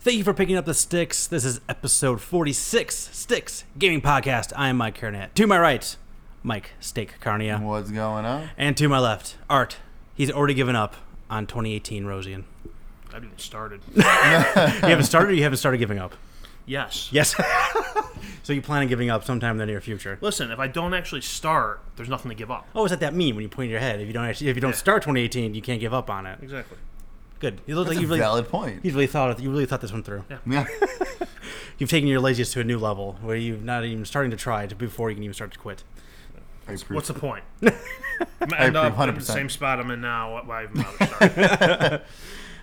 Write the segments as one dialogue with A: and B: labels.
A: Thank you for picking up the sticks. This is episode 46, Sticks Gaming Podcast. I am Mike Carnett. To my right, Mike Steak Carnia.
B: What's going on?
A: And to my left, Art. He's already given up on 2018 Rosian.
C: I haven't even started.
A: You haven't started or you haven't started giving up?
C: Yes.
A: Yes. so you plan on giving up sometime in the near future.
C: Listen, if I don't actually start, there's nothing to give up.
A: Oh, is that that meme when you point your head? If you don't actually, if you don't
C: Yeah.
A: start 2018, you can't give up on it.
C: Exactly.
A: Good. You look
B: That's
A: like
B: a
A: you really,
B: valid point.
A: you really thought it, you really thought this one through.
C: Yeah.
B: Yeah.
A: You've taken your laziness to a new level where you're not even starting to try to, before you can even start to quit.
B: I approve.
C: What's the point? I'm gonna end
B: agree
C: up in the
B: 100%.
C: same spot I'm in now. Why- Why even bother starting?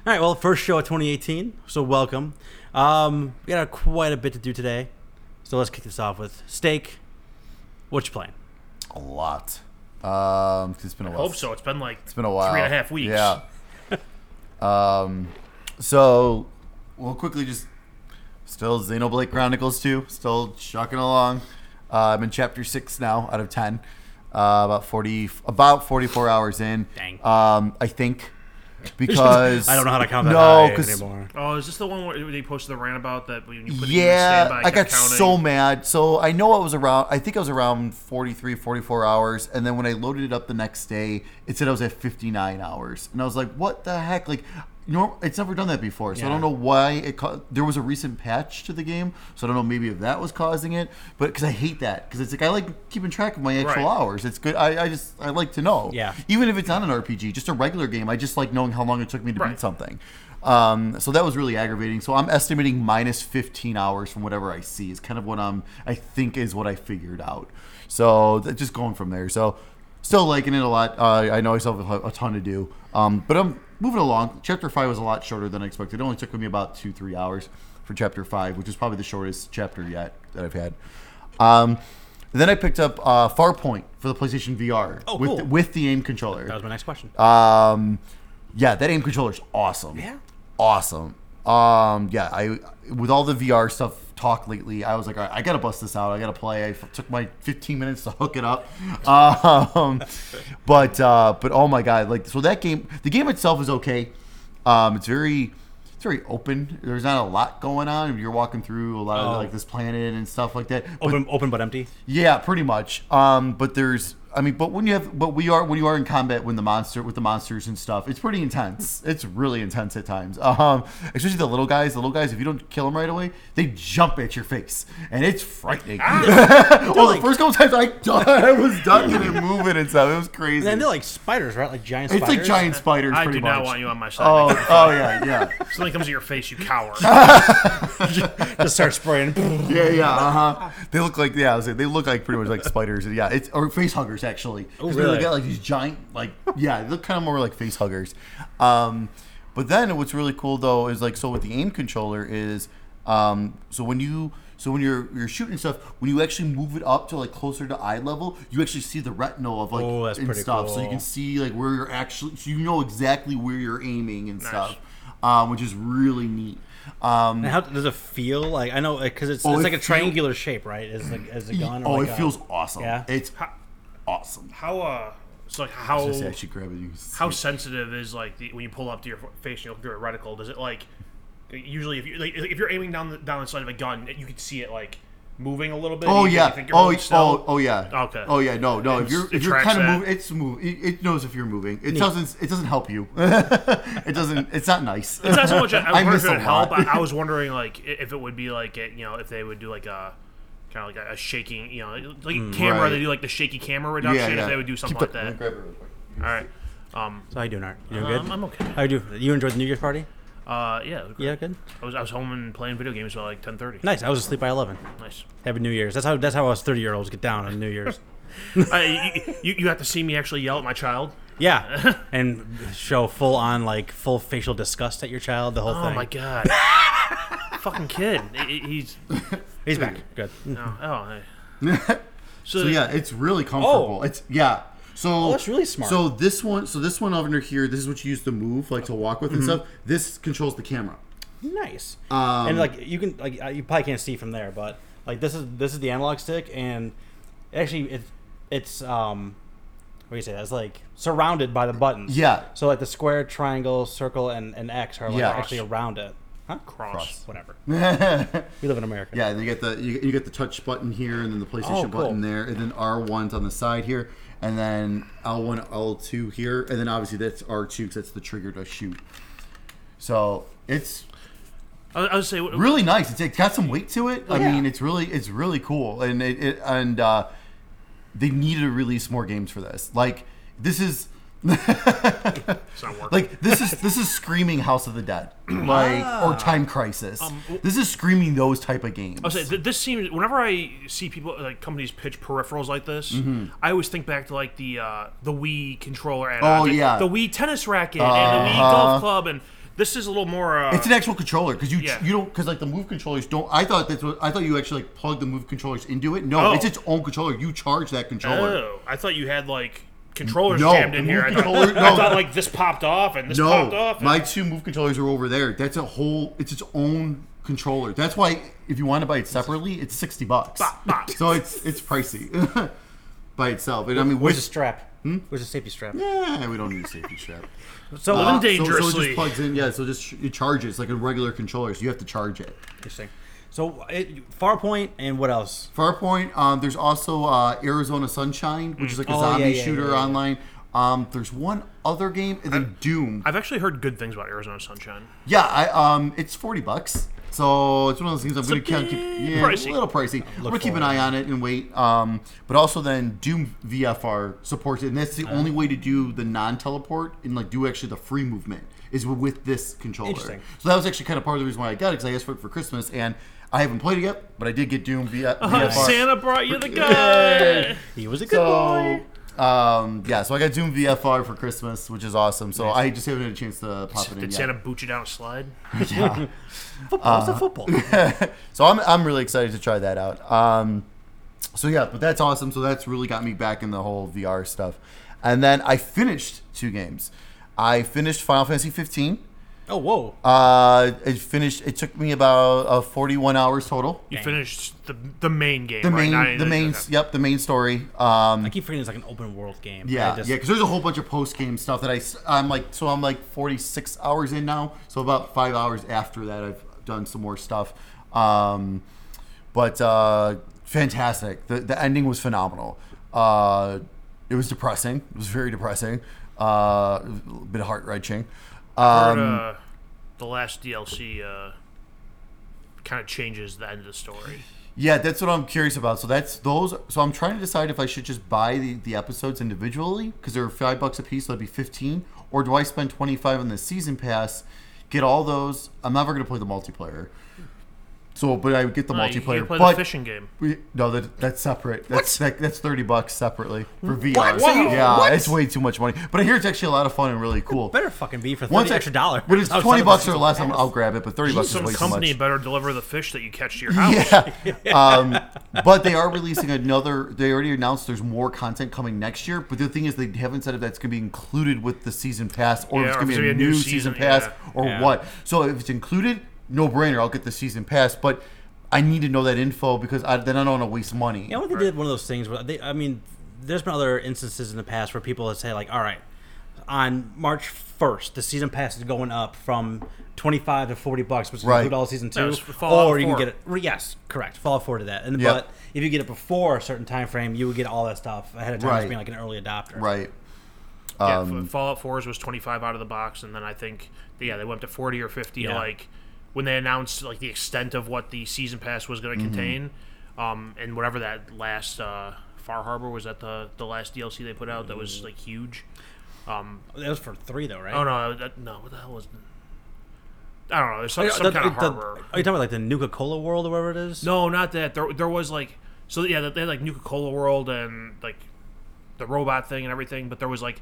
A: All right, well, first show of 2018, so welcome. Um, we got quite a bit to do today, so let's kick this off with steak. What you playing?
B: a lot? Um, 'cause it's been a while.
C: Hope so. It's been like
B: It's been a while.
C: Three and a half weeks.
B: Yeah. um, so we'll quickly just still Xenoblade Chronicles 2, still chucking along. Uh, I'm in chapter 6 now out of 10. Uh, about 40 about 44 hours in.
A: Dang.
B: Um, I think because
A: I don't know how to count that
B: no,
A: high
B: 'cause
A: anymore.
C: Oh, is this the one where they posted the rant about that when you put it in
B: yeah
C: standby,
B: i got
C: kept counting?
B: so mad so i know i was around i think i was around 43 44 hours and then when i loaded it up the next day it said i was at 59 hours and i was like what the heck like norm- it's never done that before so i don't
A: Yeah.
B: know why it ca- there was a recent patch to the game so i don't know maybe if that was causing it but because i hate that because it's like i like keeping track of my actual
C: Right.
B: hours it's good I, I just i like to know
A: Yeah.
B: even if it's not an rpg just a regular game i just like knowing how long it took me to
C: Right.
B: beat something um, so that was really aggravating. So I'm estimating minus 15 hours from whatever I see is kind of what I'm I think is what I figured out. So that, just going from there. So still liking it a lot. Uh, I know I still have a, a ton to do, um, but I'm moving along. Chapter five was a lot shorter than I expected. It only took me about two three hours for chapter five, which is probably the shortest chapter yet that I've had. Um, then I picked up uh, Farpoint for the PlayStation VR
A: Oh,
B: with
A: cool.
B: with the aim controller.
A: That was my next question.
B: Um, yeah, that aim controller's awesome.
A: Yeah.
B: Awesome. Um, yeah, I with all the VR stuff talk lately, I was like, all right, I gotta bust this out. I gotta play. I f- took my 15 minutes to hook it up. Um, but uh, but oh my god, like so that game, the game itself is okay. Um, it's very it's very open. There's not a lot going on. You're walking through a lot
A: Oh.
B: of like this planet and stuff like that. But
A: open, open but empty.
B: yeah, pretty much. Um, but there's, I mean, but when you have, but we are when you are in combat when the monster with the monsters and stuff, it's pretty intense. It's really intense at times. Um, especially the little guys. The little guys, if you don't kill them right away, they jump at your face, and it's frightening.
C: Ah!
B: well, the
A: like-
B: first couple times I, done, I was ducking and moving and stuff. It was crazy.
A: And then they're like spiders, right? Like giant
B: it's
A: spiders.
B: like giant spiders.
C: I
B: pretty
C: do not
B: much.
C: want you on my side.
B: Oh, oh yeah, yeah.
C: If Something comes at your face, you cower.
A: Just start spraying.
B: Yeah, yeah, uh huh. They look like yeah, I was like, they look like pretty much like spiders. And yeah, it's or face huggers actually.
A: Oh,
B: 'Cause they
A: really?
B: look at, like these giant like yeah, they look kind of more like face huggers. Um, but then what's really cool though is like so with the aim controller is um, so when you so when you're you're shooting stuff when you actually move it up to like closer to eye level you actually see the retinal of like
A: Oh, that's
B: and
A: pretty
B: stuff so you
A: cool.
B: can see like where you're actually so you know exactly where you're aiming and
C: Nice.
B: stuff um, which is really neat. Um,
A: And how does it feel? Like I know because it's,
B: Oh,
A: it's
B: it
A: like a
B: feel-
A: triangular shape, right? As like as a gun.
B: oh,
A: or like
B: it
A: a-
B: feels awesome.
A: yeah.
B: It's
C: How-
B: awesome.
C: How uh, so like how
B: Just actually grab it. You can
C: how
B: see
C: sensitive is like the, when you pull up to your face and you look through a reticle? Does it like usually if you like if you're aiming down the down the side of a gun, you can see it like moving a little bit.
B: Oh
C: You
B: yeah.
C: think you're
B: Oh,
C: moving
B: y-
C: still.
B: oh, oh yeah.
C: Okay.
B: Oh yeah. No, no. If
C: It's-
B: you're
C: it
B: if you're
C: tracks
B: kind of
C: that.
B: moving, it's move. It, it knows if you're moving. It doesn't. It doesn't help you. it doesn't. It's not nice.
C: It's not so much. I, I
B: I
C: was wondering
B: miss
C: if it
B: a
C: would help. I,
B: lot.
C: I was wondering like i- if it would be like it, you know if they would do like a kind of like a, a shaking you know like
A: Mm,
C: camera
B: Right.
C: they do like the shaky camera reduction if they would do something
B: Keep
C: like
B: the-
C: that.
B: Grab it real quick.
C: All right. Um,
A: So how you doing, Art? You doing
C: um,
A: good?
C: I'm okay.
A: How you do? You enjoyed the New Year's party?
C: Uh, yeah. it was great.
A: Yeah, good.
C: I was I was home and playing video games till like 10:30.
A: Nice. I was asleep by eleven.
C: Nice.
A: Happy New Year's. That's how that's how us thirty year olds get down on New Year's.
C: I, Uh, you- you you have to see me actually yell at my child.
A: Yeah, and show full on like full facial disgust at your child. The whole
C: Oh
A: thing.
C: my god. Fucking kid. He- he- He's
A: He's back. Good.
C: no. Oh. hey. So,
B: So yeah, it's really comfortable. It's yeah. So
A: Oh. that's really smart.
B: So this one, so this one under here, this is what you use to move, like to walk with and
A: Mm-hmm.
B: stuff. This controls the camera.
A: Nice.
B: Um,
A: and like you can like uh, you probably can't see from there, but like this is this is the analog stick, and actually it's it's um what do you say? That's like surrounded by the buttons.
B: Yeah.
A: So like the square, triangle, circle, and, and X are like
B: Yeah.
A: actually around it. Huh?
C: Cross.
B: Cross.
A: Whatever.
B: yeah,
A: We live in America.
B: and you get the you, you get the touch button here, and then the PlayStation
A: Oh, cool.
B: button there, and then R1's on the side here, and then L1, L2 here, and then obviously that's R2 because that's the trigger to shoot. So it's
C: I, I would say what-
B: really nice. It's, it's got some weight to it. I
A: Yeah.
B: mean, it's really it's really cool, and it, it and uh, they needed to release more games for this. Like this is
C: it's not working.
B: like this is this is screaming House of the Dead, like or
A: Ah.
B: Time Crisis. this is screaming those type of games.
C: Um, I was saying, th- this seems. Whenever I see people like companies pitch peripherals like this,
B: Mm-hmm.
C: I always think back to like the uh, the Wii controller and uh,
B: Oh, yeah. Uh-huh.
C: the Wii tennis racket and the Wii golf club, and this is a little more. Uh,
B: It's an actual controller because you
C: Yeah.
B: you don't because like the move controllers don't. I thought that's what I thought you actually like plug the move controllers into it. No,
C: Oh.
B: it's its own controller. You charge that controller.
C: oh, I thought you had like controllers
B: No,
C: jammed in
B: the
C: here. I
B: Wii
C: thought,
B: controller-
C: I
B: no.
C: thought, like this popped off and this popped
B: no,
C: off. and-
B: my two move controllers are over there. That's a whole. It's its own controller. That's why if you want to buy it separately, it's sixty bucks.
C: Bah, bah.
B: So it's it's pricey by itself. And I mean,
A: Where's the
B: with,
A: strap? Where's the safety strap?
B: Hmm? yeah, we don't need a safety strap.
A: So
C: Living
B: Uh, so- So, it
C: dangerously.
B: just plugs in, yeah. So just sh- it charges like a regular controller. So you have to charge it.
A: interesting. So it, Farpoint and what else?
B: Farpoint. Um, there's also uh, Arizona Sunshine, which is like a
A: Oh,
B: zombie
A: yeah, yeah,
B: shooter
A: yeah, yeah.
B: online. Um, there's one other game, and then Doom.
C: I've actually heard good things about Arizona Sunshine.
B: yeah, I um, it's forty bucks. So it's one of those things I'm going to keep.
C: bit
B: Yeah,
C: pricey.
B: a little pricey. I'm going to keep
A: forward.
B: an eye on it and wait. Um, but also then Doom VFR supports it, and that's the only way to do the non-teleport and like do actually the free movement is w- with this controller.
A: Interesting.
B: So that was actually kind of part of the reason why I got it because I asked for it for Christmas and. I haven't played it yet, but I did get Doom V- VFR.
C: Santa brought you the guy.
A: He was a good
B: So,
A: boy.
B: um, yeah, so I got Doom VFR for Christmas, which is awesome. So I just haven't had a chance to pop it in
C: Did
B: yet.
C: Santa boot you down a slide?
B: Yeah.
A: Football's
B: uh,
A: a football.
B: so I'm, I'm really excited to try that out. Um, so yeah, but that's awesome. So that's really got me back in the whole VR stuff. And then I finished two games. I finished Final Fantasy 15.
A: Oh whoa!
B: Uh, it finished. It took me about uh, 41 hours total.
C: You
A: Dang.
C: finished the the main game.
B: The
C: right?
B: main,
C: Not-
B: the main,
C: okay.
B: yep, the main story. Um,
A: I keep forgetting it's like an open world game.
B: Yeah,
A: I
B: yeah,
A: just-
B: 'cause Because there's a whole bunch of post game stuff that I am like. So I'm like 46 hours in now. So about five hours after that, I've done some more stuff. Um, but uh, fantastic. The the ending was phenomenal. Uh, it was depressing. It was very depressing. Uh, a little bit heart wrenching.
C: Heard,
B: Um,
C: uh, the last DLC uh, kind of changes the end of the story.
B: Yeah, that's what I'm curious about. So that's those. So I'm trying to decide if I should just buy the, the episodes individually because they're five bucks a piece. So that'd be fifteen. Or do I spend twenty five on the season pass, get all those? I'm never gonna play the multiplayer. So, but I would get the
C: Uh, you-
B: multiplayer.
C: You play
B: but
C: the fishing game.
B: we- no, that, that's separate. That's that, that's thirty bucks separately for VR.
A: So you-
B: Yeah,
A: what?
B: it's way too much money. But I hear it's actually a lot of fun and really cool.
A: Better fucking be for thirty
B: Once I-
A: extra dollar.
B: When it's
A: Oh, son of
B: twenty
A: a
B: bucks or
A: season
B: less, I'm,
A: pass.
B: I'll grab it. But thirty bucks is
C: Some
B: way too much.
C: company better deliver the fish that you catch to your house.
B: Yeah. Um, but they are releasing another. They already announced there's more content coming next year. But the thing is, they haven't said if that's going to be included with the season pass or if
C: Yeah,
B: it's
C: or
B: going
C: if
B: to be a new season, pass
C: yeah.
B: or
A: Yeah.
B: what. So if it's included, no brainer. I'll get the season pass. But I need to know that info because I, then I don't want to waste money.
A: Yeah, I wonder if they did one of those things where they. I mean, there's been other instances in the past where people have say like, "All right, on March 1st, the season pass is going up from 25 to 40 bucks, which is
B: Right.
A: include all season
C: That
A: two,
C: was for Fallout
A: or you can
C: 4.
A: get it. re- Yes, correct. Fallout 4 to that, and
B: Yep.
A: but if you get it before a certain time frame, you would get all that stuff ahead of time as
B: Right.
A: being like an early adopter.
B: Right.
C: Yeah,
B: Um,
C: F- Fallout 4's was 25 out of the box, and then I think, yeah, they went up to 40 or 50.
A: Yeah.
C: Like when they announced like the extent of what the season pass was
B: Mm-hmm.
C: going to contain, um, and whatever that last uh, Far Harbor was that the the last DLC they put out that
B: Mm.
C: was like huge. Um,
A: That was for three though, right?
C: oh no, that, no, what the hell was? I don't know. There's some,
A: Uh,
C: some
A: the-
C: kind of
A: the-
C: harbor.
A: are you talking about like the Nuka Cola world or whatever it is?
C: No, not that. There, there was like so yeah, they had like Nuka Cola World and like the robot thing and everything, but there was like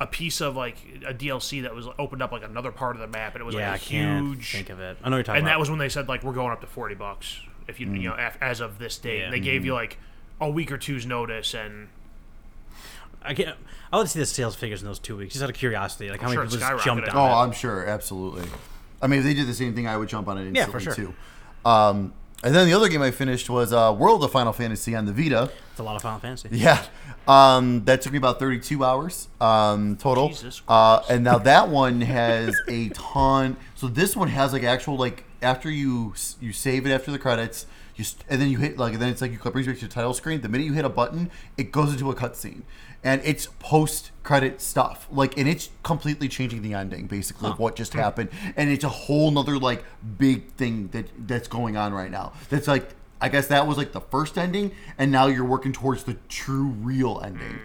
C: a piece of like a DLC that was opened up like another part of the map, and it was
A: yeah, I
C: like a
A: can't
C: huge.
A: think of it. I know what you're talking
C: and
A: about.
C: that was when they said like we're going up to forty bucks if you you know af- as of this date.
A: Yeah. Mm-hmm.
C: They gave you like a week or two's notice, and
A: I can't. I would see the sales figures in those two weeks, just out of curiosity, like how
C: sure
A: many
C: it
A: people just jumped
C: skyrocketed.
A: on
B: Oh,
A: it.
B: I'm sure, absolutely. I mean, if they did the same thing, I would jump on it instantly
A: Yeah, for
B: too. Um, and then the other game I finished was uh, World of Final Fantasy on the Vita.
A: It's a lot of Final Fantasy.
B: Yeah, um, that took me about 32 hours um, total.
C: Jesus
B: uh, and now that one has a ton. So this one has like actual like after you s- you save it after the credits, you st- and then you hit like and then it's like you click brings you back to the title screen. The minute you hit a button, it goes into a cutscene, and it's post credit stuff. Like and it's completely changing the ending basically of what just happened, and it's a whole nother like big thing that that's going on right now. That's like I guess that was like the first ending, and now you're working towards the true real ending.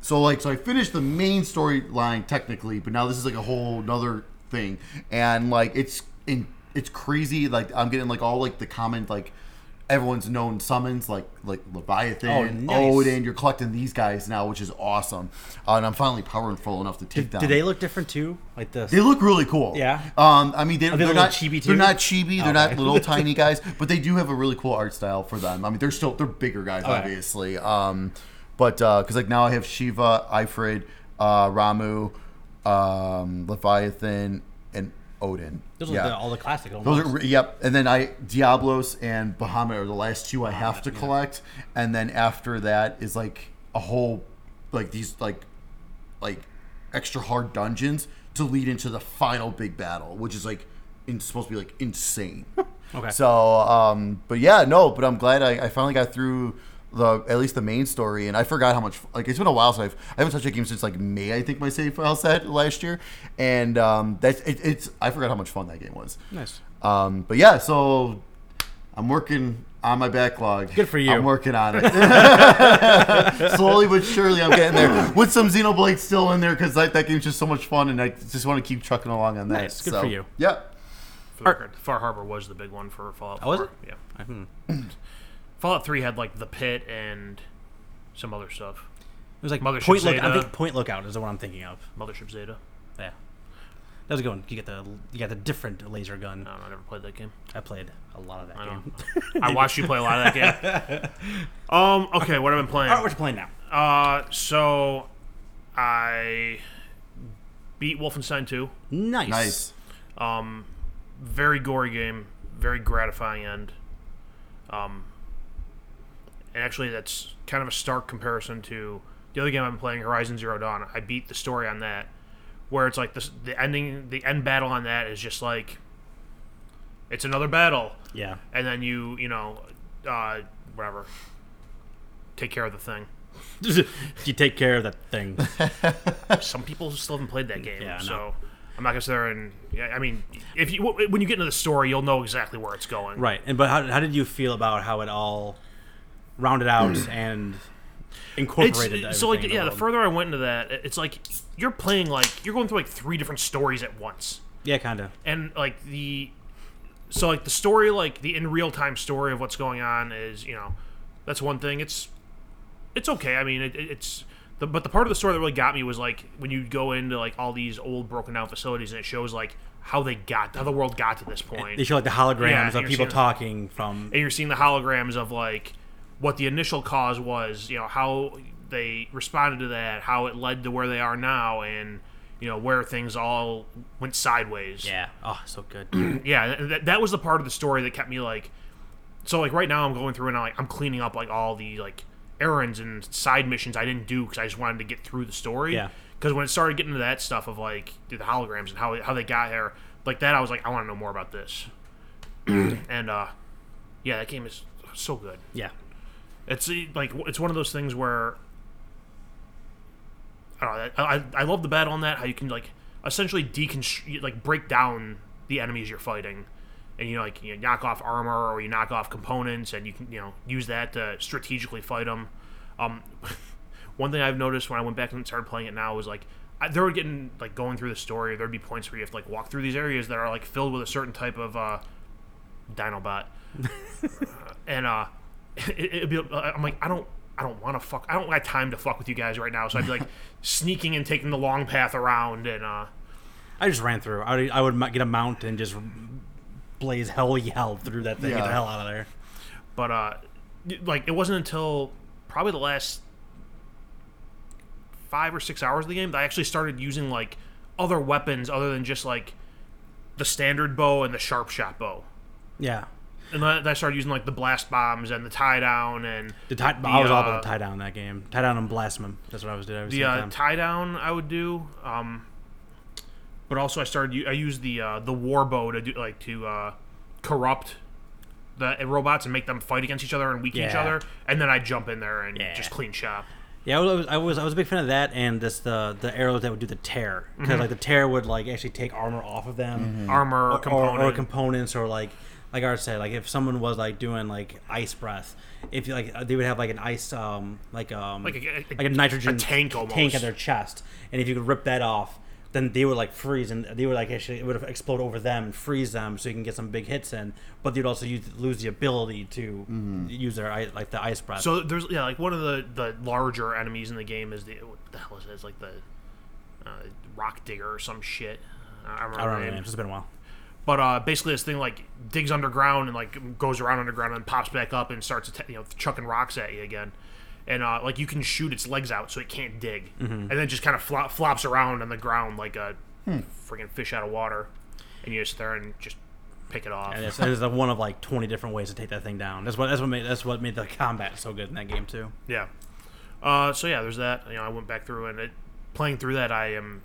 B: So like, so I finished the main storyline technically, but now this is like a whole nother thing, and like it's in it's crazy. Like I'm getting like all like the comment like everyone's known summons like like Leviathan,
A: Oh, nice.
B: Odin. You're collecting these guys now, which is awesome, uh, and I'm finally powerful enough to take down.
A: Do they look different too? Like the
B: They look really cool.
A: Yeah.
B: Um, I mean, they,
A: they
B: are
A: little
B: not
A: chibi too?
B: They're not chibi. They're not
A: Okay.
B: little tiny guys, but they do have a really cool art style for them. I mean, they're still they're bigger guys,
A: Okay.
B: obviously. Um, but because like now I have Shiva, Ifrid, uh, Ramu, um, Leviathan, and Odin.
A: those
B: yeah.
A: are the, all the classic.
B: Those
A: Almost.
B: are yep, and then I Diablos and Bahamut are the last
A: Ah,
B: two I have to collect, and then after that is like a whole like these like like extra hard dungeons to lead into the final big battle, which is like in, supposed to be like insane.
A: Okay.
B: So, um, but yeah, no, but I'm glad I, I finally got through the at least the main story, and I forgot how much like it's been a while since I've I haven't touched a game since like May I think my save file set last year, and um, that's it, it's I forgot how much fun that game was.
A: nice.
B: Um, but yeah, so I'm working on my backlog.
A: Good for you.
B: I'm working on it. Slowly but surely, I'm getting there. With some Xenoblade still in there because that, that game's just so much fun, and I just want to keep trucking along on that.
A: Nice. Good
B: So,
A: for you.
B: Yeah.
C: For the record, Far Harbor was the big one for Fallout.
A: Oh, was
C: 4. Yeah. Fallout Three had like the pit and some other stuff.
A: It was like
C: Mothership
A: point look. I
C: Zeta.
A: think point lookout is the one I'm thinking of.
C: Mothership Zeta.
A: Yeah. That was a good one. You get the you got the different laser gun.
C: I don't know. I never played that game.
A: I played a lot of that
C: I
A: game.
C: don't. I watched you play a lot of that game. Um. Okay. What I've been playing.
A: All right, what you playing now?
C: Uh. So, I beat Wolfenstein Two.
A: Nice.
B: Nice.
C: Very gory game. Very gratifying end. Um. And actually, that's kind of a stark comparison to the other game I've been playing, Horizon Zero Dawn. I beat the story on that, where it's like this, the ending, the end battle on that is just like. It's another battle.
A: Yeah.
C: and then you you know uh, whatever take care of the thing
A: you take care of that thing.
C: some people still haven't played that game
A: Yeah, I know.
C: so i'm not gonna sit there and yeah, i mean if you w- when you get into the story you'll know exactly where it's going
A: right. And but how, how did you feel about how it all rounded out and
C: it's,
A: incorporated?
C: so like
A: everything in
C: yeah the
A: one?
C: further i went into that it- it's like you're playing like you're going through like three different stories at once
A: yeah, kind of.
C: and like the so like the story like the in real time story of what's going on is you know that's one thing it's it's okay i mean it, it- it's the, but the part of the story that really got me was like when you go into like all these old broken down facilities and it shows like how they got how the world got to this point
A: They show like the holograms
C: Yeah,
A: of
C: you're
A: people
C: seeing-
A: talking from.
C: and you're seeing the holograms of like what the initial cause was, you know, how they responded to that, how it led to where they are now, and you know where things all went sideways.
A: Yeah. Oh, so good.
C: yeah. th- That, that was the part of the story that kept me like. So like right now I'm going through and I'm like I'm cleaning up like all the like errands and side missions I didn't do because I just wanted to get through the story.
A: Yeah.
C: Because when it started getting to that stuff of like dude, the holograms and how how they got here, like that I was like I want to know more about this. and uh, yeah, that game is so good.
A: yeah.
C: It's eh, like w- it's one of those things where I don't know. I, I, I love the battle on that how you can like essentially deconstruct, like break down the enemies you're fighting, and you like you knock off armor or you knock off components, and you can you know use that to strategically fight them. Um, one thing I've noticed when I went back and started playing it now was like I, they were getting like going through the story. There'd be points where you have to like walk through these areas that are like filled with a certain type of uh, Dinobot, and uh, it, it'd be, uh, I'm like I don't. I don't want to fuck. I don't got time to fuck with you guys right now. So I'd be like sneaking and taking the long path around, and uh,
A: I just ran through. I would, I would mu- get a mount and just blaze hell yell through that thing. Get the
B: Yeah.
A: hell out of there.
C: but uh, y- like it wasn't until probably the last five or six hours of the game that I actually started using like other weapons other than just like the standard bow and the sharp shot bow.
A: Yeah.
C: and I I started using like the blast bombs and the tie down and
A: The tie, I was all about the tie down that game. Tie down and blasphemy. That's what I was doing every
C: uh, the
A: single
C: uh,
A: time.
C: tie down I would do. Um, but also I started u- I used the uh, the war bow to do like to uh, corrupt the robots and make them fight against each other and weaken each
A: Yeah.
C: other, and then I jump in there and
A: Yeah.
C: just clean shop.
A: Yeah, I was, I was I was a big fan of that and just the the arrows that would do the tear because
C: Mm-hmm.
A: like the tear would like actually take armor off of them
C: Armor
A: or,
C: component.
A: or, or components or like like I said like if someone was like doing like ice breath if you like uh, they would have like an ice um like um
C: Like a- a-
A: nitrogen
C: a tank
A: tank
C: almost.
A: at their chest and if you could rip that off then they would like freeze and they would like actually it would explode over them and freeze them so you can get some big hits in but they'd also use, lose the ability to use their i- like the ice breath
C: So there's yeah, like one of the the larger enemies in the game is the what the hell is it? It's like the uh, rock digger or some shit. I don't remember,
A: I don't
C: the
A: know the
C: name.
A: names. It's been a while.
C: But uh, basically, this thing like digs underground and like goes around underground and pops back up and starts atta- you know chucking rocks at you again. And uh, like you can shoot its legs out so it can't dig, and then just kind of flop, flops around on the ground like a friggin' fish out of water, and you just there and just pick it off.
A: And it's, and it's like one of like twenty different ways to take that thing down. That's what that's what made that's what made the combat so good in that game too.
C: Yeah. Uh, so yeah, there's that. You know, I went back through and it, playing through that, I am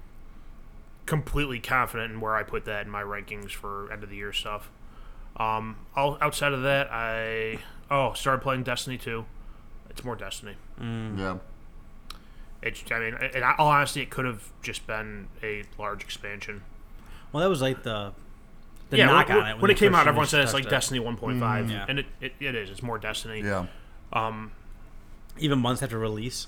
C: completely confident in where I put that in my rankings for end of the year stuff. Um, all, outside of that, I oh started playing Destiny two. It's more Destiny.
B: Yeah.
C: It's I mean, in all honesty, it could have just been a large expansion.
A: Well, that was like the the
C: yeah,
A: knock
C: when,
A: on it
C: when, it
A: they
C: came
A: first
C: out, everyone said it's like
A: touched it.
C: Destiny one point five,
A: yeah.
C: and it, it, it is. It's more Destiny.
B: Yeah.
A: Even months after release,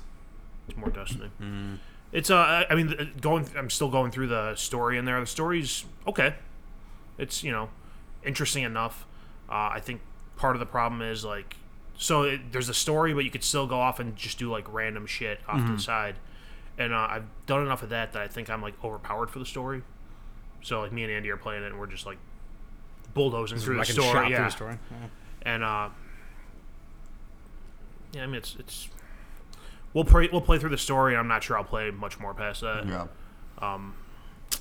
C: It's more Destiny.
A: Mm.
C: It's uh, I- I mean, th- going. I'm still going through the story in there. The story's okay. It's you know, interesting enough. Uh, I think part of the problem is like, so it, there's a story, but you could still go off and just do like random shit off
A: Mm-hmm.
C: to the side. And uh, I've done enough of that that I think I'm like overpowered for the story. So like me and Andy are playing it, and we're just like bulldozing through the,
A: like in
C: story,
A: shop
C: yeah.
A: through the story. Yeah.
C: And uh, yeah, I mean it's it's we'll play we'll play through the story. and I'm not sure I'll play much more past that.
B: Yeah.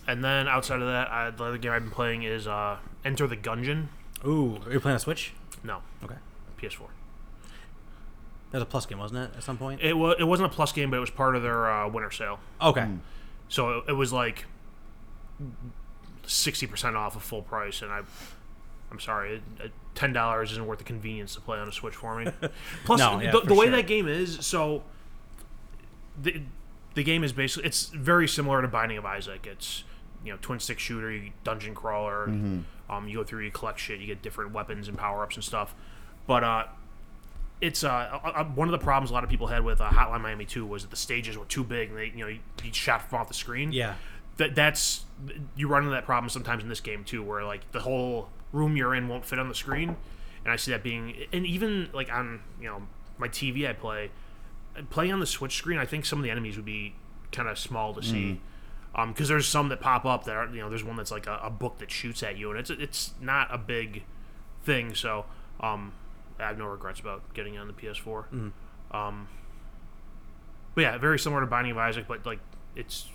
C: And then outside of that, I, the other game I've been playing is uh, Enter the Gungeon.
A: Ooh, are you playing a Switch?
C: No,
A: Okay,
C: PS4.
A: that was a plus game, wasn't it? At some point.
C: It was it wasn't a plus game, but it was part of their uh, winter sale.
A: Okay,
C: Hmm. So it, it was like sixty percent off of full price, and I. I'm sorry, it- it- ten dollars isn't worth the convenience to play on a Switch for me. Plus,
A: No, yeah,
C: the,
A: for
C: the way
A: sure.
C: that game is, so the the game is basically it's very similar to Binding of Isaac. It's you know twin stick shooter, you dungeon crawler.
A: Mm-hmm.
C: Um, you go through, you collect shit, you get different weapons and power ups and stuff. But uh, it's uh, uh, uh, one of the problems a lot of people had with uh, Hotline Miami 2 was that the stages were too big and they you know you, you shot from off the screen.
A: Yeah.
C: that that's you run into that problem sometimes in this game too, where like the whole room you're in won't fit on the screen, and I see that being and even like on you know my TV I play playing on the Switch screen, I think some of the enemies would be kind of small to see. Um, 'cause because there's some that pop up that are you know there's one that's like a, a book that shoots at you and it's it's not a big thing so um I have no regrets about getting it on the PS4 um but yeah very similar to Binding of Isaac but like it's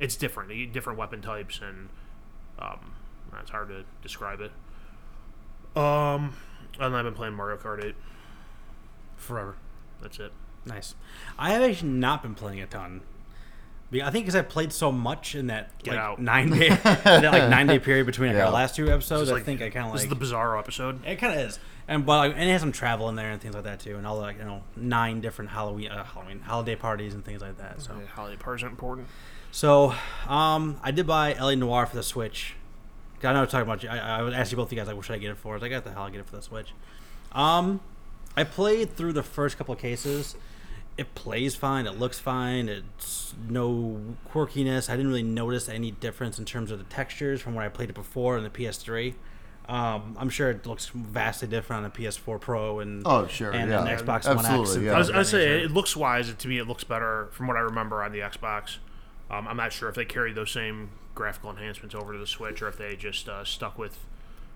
C: it's different You- different weapon types and um it's hard to describe it um and I've been playing Mario Kart 8
A: forever.
C: that's it
A: Nice. I have actually not been playing a ton. Be- I think because I played so much in that like
C: out.
A: nine day that like nine day period between like,
B: Yeah.
A: our last two episodes.
C: It's
A: I
C: like-
A: think I kind of
C: this
A: like
C: is the bizarro episode
A: It kind of is, and but like, and it has some travel in there and things like that too, and all the like, you know nine different Halloween uh, Halloween holiday parties and things like that. So
C: Yeah, holiday parties are important.
A: so um, I did buy La Noir for the Switch. 'Cause I know I was talking about you. I, I was asking both of you guys like, what should I get it for? I was like, I got the hell I get it for the Switch. Um, I played through the first couple of cases. It plays fine. It looks fine. It's no quirkiness. I didn't really notice any difference in terms of the textures from when I played it before on the PS3. Um, I'm sure it looks vastly different on the PS4 Pro and
B: Oh, sure,
A: and
B: yeah.
A: on the Xbox One X.
B: Absolutely,
A: and things
B: yeah.
C: I was,
A: of
C: I
A: that
C: say
A: nature.
C: it looks wise to me. It looks better from what I remember on the Xbox. Um, I'm not sure if they carried those same graphical enhancements over to the Switch or if they just uh, stuck with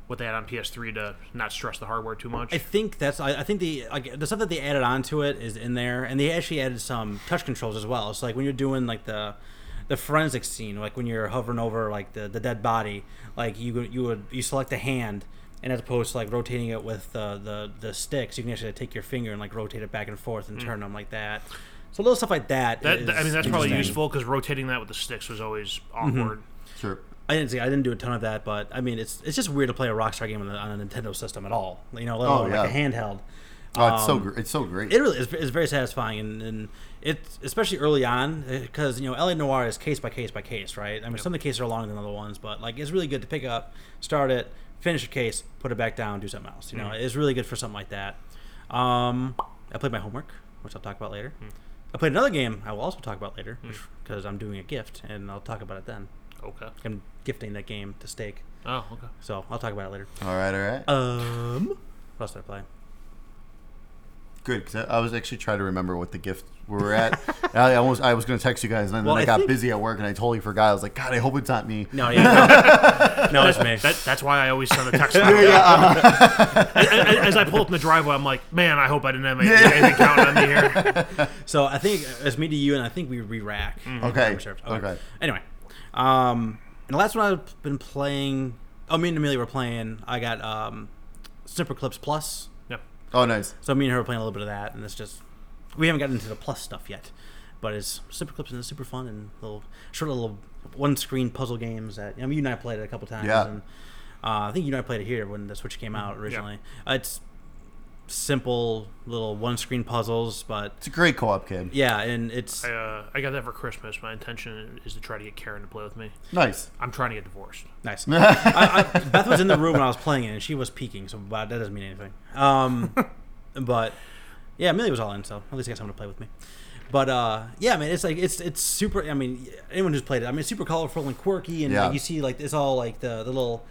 C: what they had on PS3 to not stress the hardware too much.
A: I think that's. I, I think the like, the stuff that they added onto it is in there, and they actually added some touch controls as well. So like when you're doing like the the forensic scene, like when you're hovering over like the, the dead body, like you would- you would you select the hand and as opposed to like rotating it with uh, the the sticks, you can actually take your finger and like rotate it back and forth and turn them like that. So little stuff like that.
C: Mm. That, I
A: is
C: mean, that's probably
A: interesting.
C: useful because rotating that with the sticks was always awkward.
B: Sure.
A: I didn't see. I didn't do a ton of that, but I mean, it's it's just weird to play a Rockstar game on a, on a Nintendo system at all. You know, let
B: Oh,
A: alone like a
B: yeah.
A: handheld.
B: Oh, it's so gr- it's so great.
A: Um, It really is it's very satisfying, and, and it's especially early on because you know LA Noir is case by case by case, right? I mean, some of the cases are longer than other ones, but like it's really good to pick up, start it, finish a case, put it back down, do something else. You know, it's really good for something like that. Um, I played my homework, which I'll talk about later. I played another game I will also talk about later because I'm doing a gift, and I'll talk about it then.
C: Okay.
A: I'm gifting that game to Stake.
C: Oh, okay.
A: So I'll talk about it later.
B: all right, all right.
A: Um, what else did I play?
B: Good, because I, I was actually trying to remember what the gift we were at. And I almost I was going to text you guys, and then,
A: Well,
B: I,
A: I
B: got
A: think-
B: busy at work, and I totally forgot. I was like, God, I hope it's not me.
A: No, yeah, no, it's me.
C: That, that's why I always send a text. yeah, as, as I pull up in the driveway, I'm like, man, I hope I didn't have any- anything counting on me here.
A: So I think it's me to you, and I think we re-rack.
B: Okay,
A: I'm sure. Okay.
B: okay.
A: Anyway, um, and the last one I've been playing. Oh, me and Amelia were playing. I got um, Snipper Clips Plus.
C: Yep.
B: Oh, nice.
A: So me and her were playing a little bit of that, and it's just we haven't gotten into the plus stuff yet, but it's Snipper Clips and it's super fun and little short little one screen puzzle games that I mean you and I played it a couple times.
B: Yeah.
A: And, uh, I think you and I played it here when the Switch came out originally. Uh, it's simple little one screen puzzles, but
B: It's a great co-op game.
A: yeah, and it's
C: I, uh, I got that for Christmas. My intention is to try to get Karen to play with me.
B: Nice.
C: I'm trying to get divorced.
A: Nice. I, I, Beth was in the room when I was playing it, and she was peeking, so but that doesn't mean anything. Um, but yeah, Amelia was all in, so at least I got someone to play with me. But uh, yeah, I mean, it's like it's it's super. I mean, anyone who's played it, I mean, it's super colorful and quirky, and
B: Yeah.
A: like, you see like it's all like the, the little,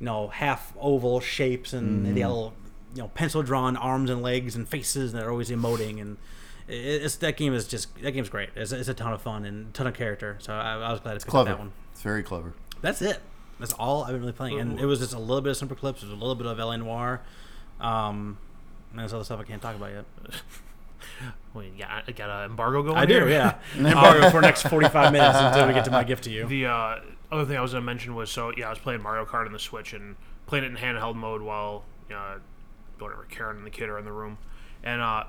A: you know, half oval shapes and
B: Mm.
A: the little, you know, pencil drawn arms and legs and faces, and they're always emoting and. it- It's, that game is just that game's great. It's, it's a ton of fun and a ton of character. So I, I was glad to pick up
B: Clever.
A: that one.
B: It's very clever.
A: That's it. That's all I've been really playing, and it was just a little bit of Simper Clips, it was a little bit of LA Noir, um, and there's other stuff I can't talk about yet.
C: Wait, yeah, I got an embargo going.
A: I do,
C: here?
A: yeah. Embargo for the next 45 minutes until we get to my gift to you.
C: The uh, other thing I was gonna mention was so yeah, I was playing Mario Kart on the Switch and playing it in handheld mode while uh, whatever Karen and the kid are in the room, and uh,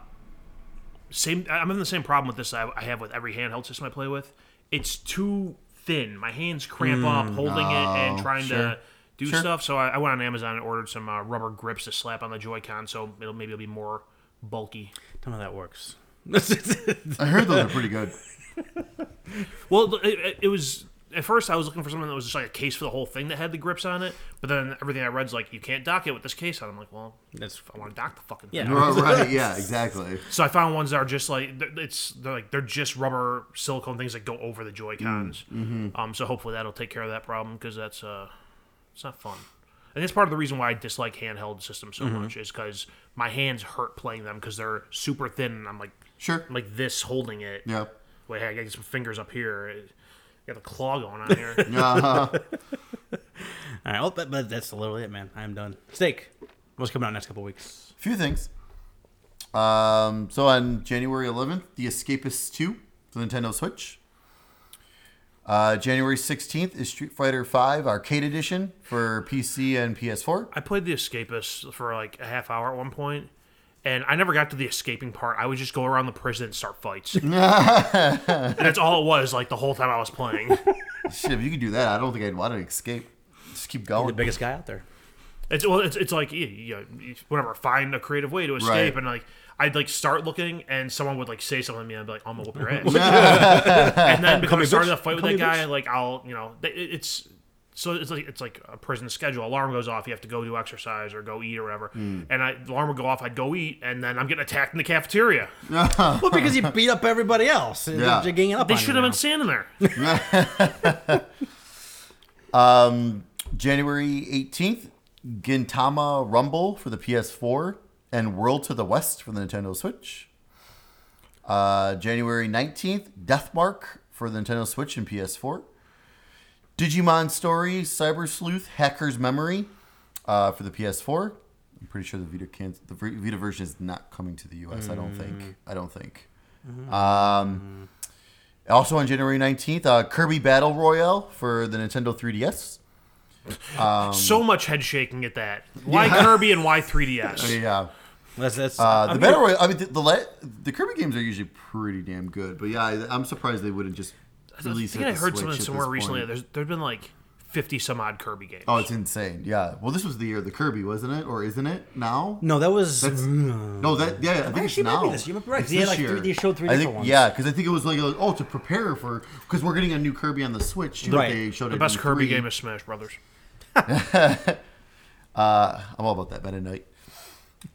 C: same I'm having the same problem with this I, I have with every handheld system I play with. It's too thin. My hands cramp up holding it and
B: oh,
C: trying
B: sure.
C: to do
B: Sure.
C: stuff. So I, I went on Amazon and ordered some uh, rubber grips to slap on the Joy-Con, so it'll maybe it'll be more bulky.
A: Tell me how that works.
B: I heard those are pretty good.
C: Well, th- it, it, it was at first I was looking for something that was just like a case for the whole thing that had the grips on it, but then everything I read's like you can't dock it with this case on. I'm like, well,
A: That's
C: I want to dock the fucking
A: Yeah.
C: thing.
B: right, right, yeah, exactly.
C: So I found ones that are just like they're- it's they're like they're just rubber silicone things that go over the Joy Cons. Um, so hopefully that'll take care of that problem because that's uh, it's not fun. And that's part of the reason why I dislike handheld systems so much is because my hands hurt playing them because they're super thin. And I'm like,
B: Sure.
C: I'm like this holding it.
B: Yeah.
C: Wait, I gotta get some fingers up here. I got the claw going on here.
B: Uh,
A: all right, well, but, but that's literally it, man. I'm done. Steak. What's coming out next couple weeks?
B: few things. Um, so on January 11th, The Escapists 2 for Nintendo Switch. Uh, January 16th is Street Fighter V Arcade Edition for PC and PS4.
C: I played The Escapist for like a half hour at one point, and I never got to the escaping part. I would just go around the prison and start fights. And that's all it was, like the whole time I was playing.
B: Shit, if you could do that, I don't think I'd want to escape. Just keep going.
A: The biggest guy out there.
C: It's well, it's, it's like you, you, you- whatever. Find a creative way to escape,
B: Right.
C: and like I'd like start looking, and someone would like say something to me, and I'd be like, "I'm gonna whoop your ass," and then because I started a fight with
A: Call me
C: that guy,
A: bitch.
C: like I'll you know th- it- it's. So it's like it's like a prison schedule. Alarm goes off. You have to go do exercise or go eat or whatever.
B: Hmm.
C: And I alarm would go off. I'd go eat, and then I'm getting attacked in the cafeteria.
B: Oh,
A: Well, because he beat up everybody else.
B: Yeah.
A: Yeah. They're ganging up
C: They
A: on you
C: should have
A: now.
C: been standing there.
B: Um, January 18th, Gintama Rumble for the PS4 and World to the West for the Nintendo Switch. Uh, January 19th, Deathmark for the Nintendo Switch and PS4. Digimon Story, Cyber Sleuth, Hacker's Memory uh, for the PS4. I'm pretty sure the Vita can the v- Vita version is not coming to the US. I don't think. I don't think. Um, also on January 19th, uh, Kirby Battle Royale for the Nintendo 3DS.
C: so much head shaking at that. Why Kirby and why 3DS?
B: Yeah.
A: That's, that's,
B: Uh,
A: I
B: the
A: mean,
B: battle royale. I mean, the the, le- the Kirby games are usually pretty damn good, but yeah, I, I'm surprised they wouldn't just
C: I
B: release
C: think
B: it.
C: I
B: to
C: heard
B: Switch
C: something
B: at
C: somewhere
B: this
C: recently.
B: point.
C: There's there's been like 50 some odd Kirby games.
B: Oh, it's insane. Yeah. Well, this was the year of the Kirby, wasn't it? Or isn't it now?
A: No, that was. uh,
B: No, that yeah, I think it's
A: Actually, it might
B: now.
A: be this year. You might be right.
B: It's
A: They had,
B: this
A: like,
B: year.
A: three- they showed three
B: I think,
A: different ones.
B: Yeah, because I think it was like, like, oh to prepare for because we're getting a new Kirby on the Switch. Too,
A: Right.
B: Like they showed
C: the
B: it
C: best
B: in
C: Kirby
B: three.
C: game is Smash Brothers.
B: Uh, I'm all about that Meta Knight.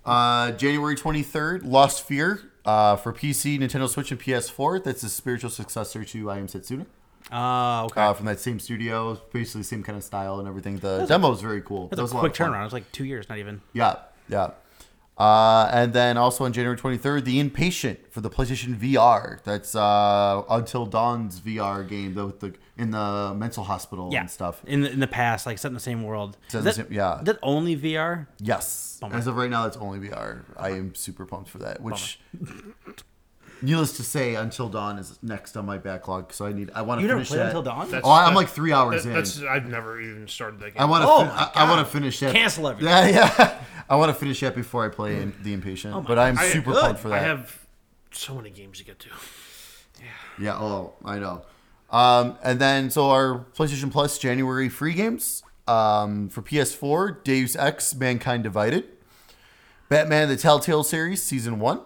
B: Uh, January 23rd, Lost Fear uh, for PC, Nintendo Switch, and PS4. That's the spiritual successor to I Am Setsuna.
A: Ah, okay.
B: Uh, from that same studio, basically same kind of style and everything. The demo is very cool. That
A: that's
B: was
A: a
B: lot
A: quick
B: of fun.
A: turnaround. It's like two years, not even.
B: Yeah, yeah. Uh, and then also on January 23rd, The Impatient for the PlayStation VR. That's uh, Until Dawn's VR game though, with the in the mental hospital
A: Yeah.
B: and stuff.
A: In the, in the past, like set in the same world.
B: Set in
A: Is
B: the
A: that-
B: same- yeah.
A: is That only VR?
B: Yes.
A: Bummer.
B: As of right now, it's only VR. I am super pumped for that. Which, needless to say, Until Dawn is next on my backlog. So I need. I want to
A: You never
B: finish
A: played
B: that.
A: Until Dawn?
C: That's-
B: Oh, I'm
C: that-
B: like three hours
C: That-
B: in.
C: that's I've never even started that game.
B: I want to.
A: Oh my
B: I, want to finish that.
A: Cancel everything.
B: Yeah, yeah. I want to finish that before I play in, The Impatient.
A: Oh
B: but I'm
C: I-
B: super
A: good.
B: pumped for that.
C: I have so many games to get to.
B: Yeah. Oh, I know. Um, and then so our PlayStation Plus January free games um, for PS4: Deus Ex: Mankind Divided, Batman: The Telltale Series Season One,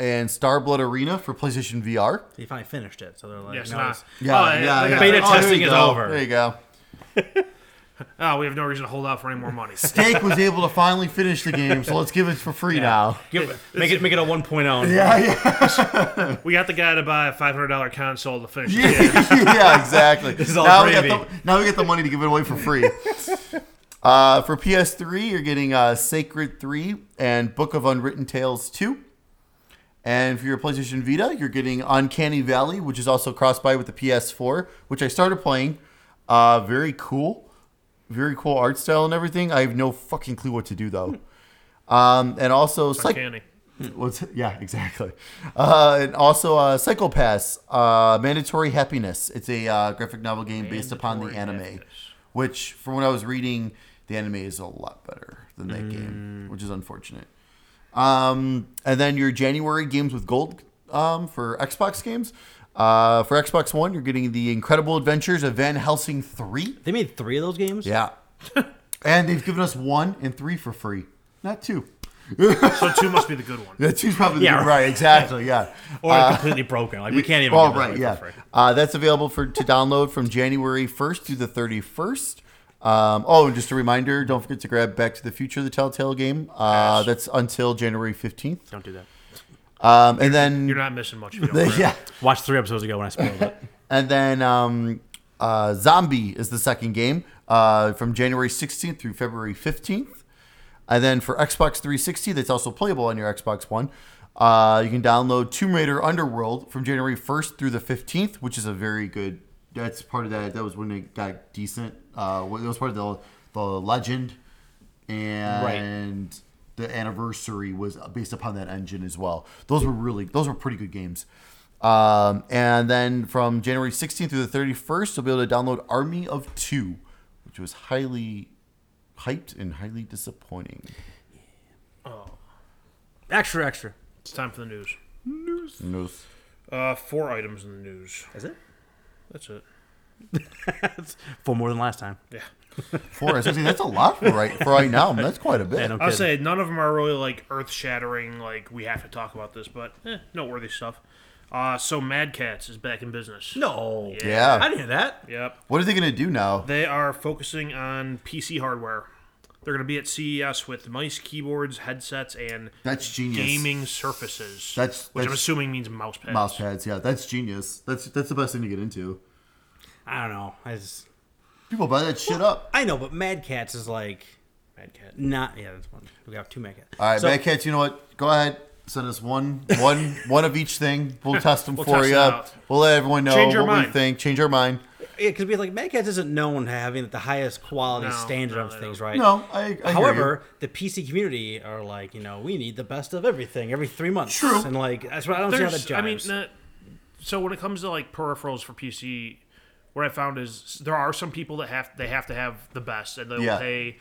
B: and Starblood Arena for PlayStation VR.
A: They finally finished it, so they're like,
C: Yes,
A: no,
C: nah.
A: it's-
C: Oh, like
A: Beta
B: Oh,
C: I said,
B: there you
A: testing is
B: go.
A: over.
B: There you go.
C: Oh, we have no reason to hold out for any more money.
B: Jake was able to finally finish the game, so let's give it for free now.
A: give, make it make it a oh. 1.0.
B: Yeah, yeah,
C: we got the guy to buy a five hundred dollar console to finish. the game.
B: yeah, exactly. This
A: is all
B: now, we got
A: gravy.
B: the, now we get the money to give it away for free. Uh, for PS3, you're getting uh, Sacred 3 and Book of Unwritten Tales 2. And for your PlayStation Vita, you're getting Uncanny Valley, which is also cross by with the PS4, which I started playing. Uh, very cool. Very cool art style and everything. I have no fucking clue what to do, though.
A: Hmm.
B: Um, and also, Psych-
C: Candy.
B: What's, yeah, exactly. Uh, and also, uh, Psycho Pass, uh, Mandatory Happiness. It's a uh, graphic novel game based upon the
C: Mandatory
B: anime,
C: Happiness.
B: which, from what I was reading, the anime is a lot better than that game, which is unfortunate. Um, and then your January games with gold um, for Xbox games. Uh, for Xbox One, you're getting The Incredible Adventures of Van Helsing 3.
A: They made three of those games.
B: Yeah. and they've given us one and three for free, not two.
C: So two must be the good one.
B: That's who's probably the
A: Yeah,
B: good- right. Exactly. Yeah.
A: or completely broken. Like we can't even.
B: Oh
A: give this
B: Uh, right,
A: away
B: yeah.
A: for free.
B: Uh, that's available for to download from January 1st through the 31st. Um, oh, and just a reminder: don't forget to grab Back to the Future, the Telltale game. Uh, that's until January 15th.
C: Don't do that.
B: Um, and then
C: You're not missing much. If you don't
B: yeah,
A: Watched three episodes ago when I spoiled it.
B: and then um, uh, Zombie is the second game uh, from January 16th through February 15th. And then for Xbox 360, that's also playable on your Xbox One. Uh, you can download Tomb Raider Underworld from January 1st through the 15th, which is a very good. That's part of that. That was when it got decent. Uh, well, that was part of the the legend, and the anniversary was based upon that engine as well. Those were really those were pretty good games. Um, and then from January 16th through the 31st, you'll be able to download Army of Two, which was highly hyped and highly disappointing.
A: Extra, extra.
C: It's time for the news.
B: No.
C: Uh, four items in the news.
A: Is it?
C: That's it.
A: For more than last time.
C: Yeah.
B: Four. I was gonna say, that's a lot for right for right now. That's quite a bit.
A: Yeah, no
C: I'll
A: kidding.
C: say none of them are really like earth shattering. Like we have to talk about this, but eh, noteworthy stuff. Uh, so Mad Cats is back in business.
A: no.
B: Yeah.
A: I didn't hear that.
C: Yep.
B: What are they gonna do now?
C: They are focusing on PC hardware. They're going to be at CES with mice, keyboards, headsets, and
B: That's genius.
C: gaming surfaces.
B: That's-
C: which I'm
B: that's-
C: assuming means mouse pads.
B: Mouse pads. Yeah, that's genius. That's that's the best thing to get into.
A: I don't know. I just.
B: People buy that shit up.
A: I know, but Mad Cats is like
C: Mad Cat.
A: not. Yeah, that's one. We got two Mad Cats.
B: All right,
A: So-
B: Mad Cats. You know what? Go ahead. Send us one, one, one of each thing. We'll test them for
C: test it
B: you.
C: out.
B: We'll let everyone know
C: Change our
B: what we
C: mind.
B: think. Change our mind.
A: Yeah, because we like Mad Cats isn't known for having the highest quality
C: No,
A: standard
C: no,
A: of
C: they
A: things,
C: don't.
A: right?
B: No, I. I
A: However, the PC community are like, you know, we need the best of everything every three months.
B: True.
A: And like, that's what I don't see how that
C: There's,
A: jives.
C: I mean, uh, so when it comes to like peripherals for PC, what I found is there are some people that have they have to have the best, and they'll
B: Yeah.
C: pay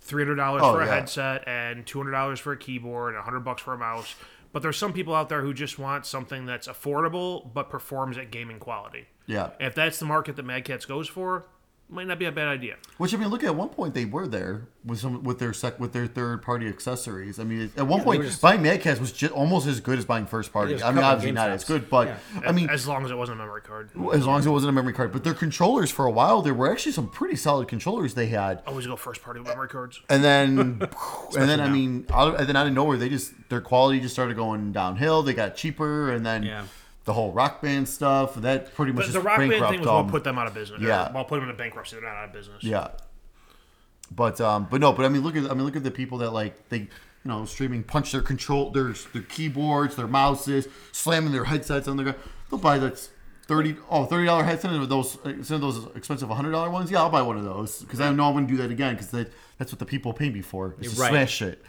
C: three hundred dollars
B: Oh,
C: for a
B: yeah.
C: headset and two hundred dollars for a keyboard and hundred bucks for a mouse. But there's some people out there who just want something that's affordable but performs at gaming quality.
B: Yeah.
C: And if that's the market that Mad Cats goes for, might not be a bad idea.
B: Which I mean, look at one point they were there with some with their sec with their third party accessories. I mean, at one point buying Madcast was just almost as good as buying first party.
A: was
B: I mean,
A: covering
B: obviously not
A: GameStop's.
B: as good, but I mean,
C: as long as it wasn't a memory card.
B: as long as it wasn't a memory card. But their controllers for a while there were actually some pretty solid controllers they had.
C: Always go first party with memory cards.
B: And then, and then I mean, out of, and then out of nowhere, they just their quality just started going downhill. They got cheaper, and then
A: Yeah.
B: the whole rock band stuff that pretty much
C: But
B: just
C: the Rock Band
B: bankrupt
C: thing was what
B: them.
C: put them out of business.
B: Yeah.
C: Yeah, well, put them in bankruptcy. They're not out of business.
B: Yeah. But um, but no, but I mean, look at I mean, look at the people that like they, you know, streaming punch their control, their their keyboards, their mouses, slamming their headsets on their. gu- They'll buy that's thirty oh thirty dollar headset and those instead of those expensive hundred dollar ones. Yeah, I'll buy one of those because I know I'm gonna do that again because that, that's what the people pay me for. Is to
A: Right.
B: smash it.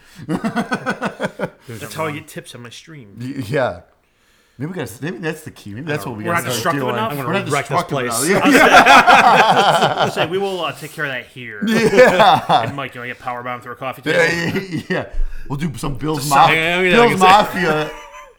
C: That's how I get tips on my stream.
B: Y- Yeah. Maybe we gotta. Maybe that's the key. Maybe that's what we
C: We're
B: gotta
C: not
B: start
C: destructive
B: doing.
C: enough? I'm
A: gonna
B: We're not
A: wreck this
B: destructive
A: place.
B: enough.
C: I say we will uh, take care of that here. and Mike, you want to get power bombed through a coffee table?
B: Yeah. yeah, yeah. We'll do some Bills
C: sign.
B: Mafia.
A: Yeah, yeah,
B: Bills
A: I
B: Mafia.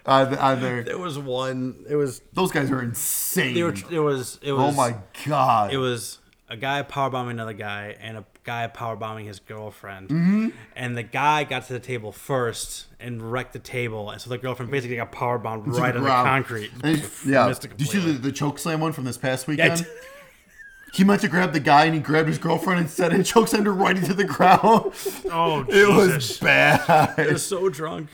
B: On, on there.
A: There was one. It was.
B: Those guys are insane.
A: They were. It was. It
B: oh
A: was.
B: my god.
A: It was a guy powerbombing another guy, and a guy powerbombing his girlfriend. And the guy got to the table first and wrecked the table, and so the girlfriend basically got powerbombed right on the
B: Wow.
A: concrete.
B: And- yeah.
A: Missed it
B: Did you see the, the choke slam one from this past
A: Yeah,
B: weekend?
A: it-
B: he meant to grab the guy and he grabbed his girlfriend instead and chokeslammed her right into the ground.
C: Oh
B: It was
C: Jesus!
A: I
B: bad.
A: was so drunk.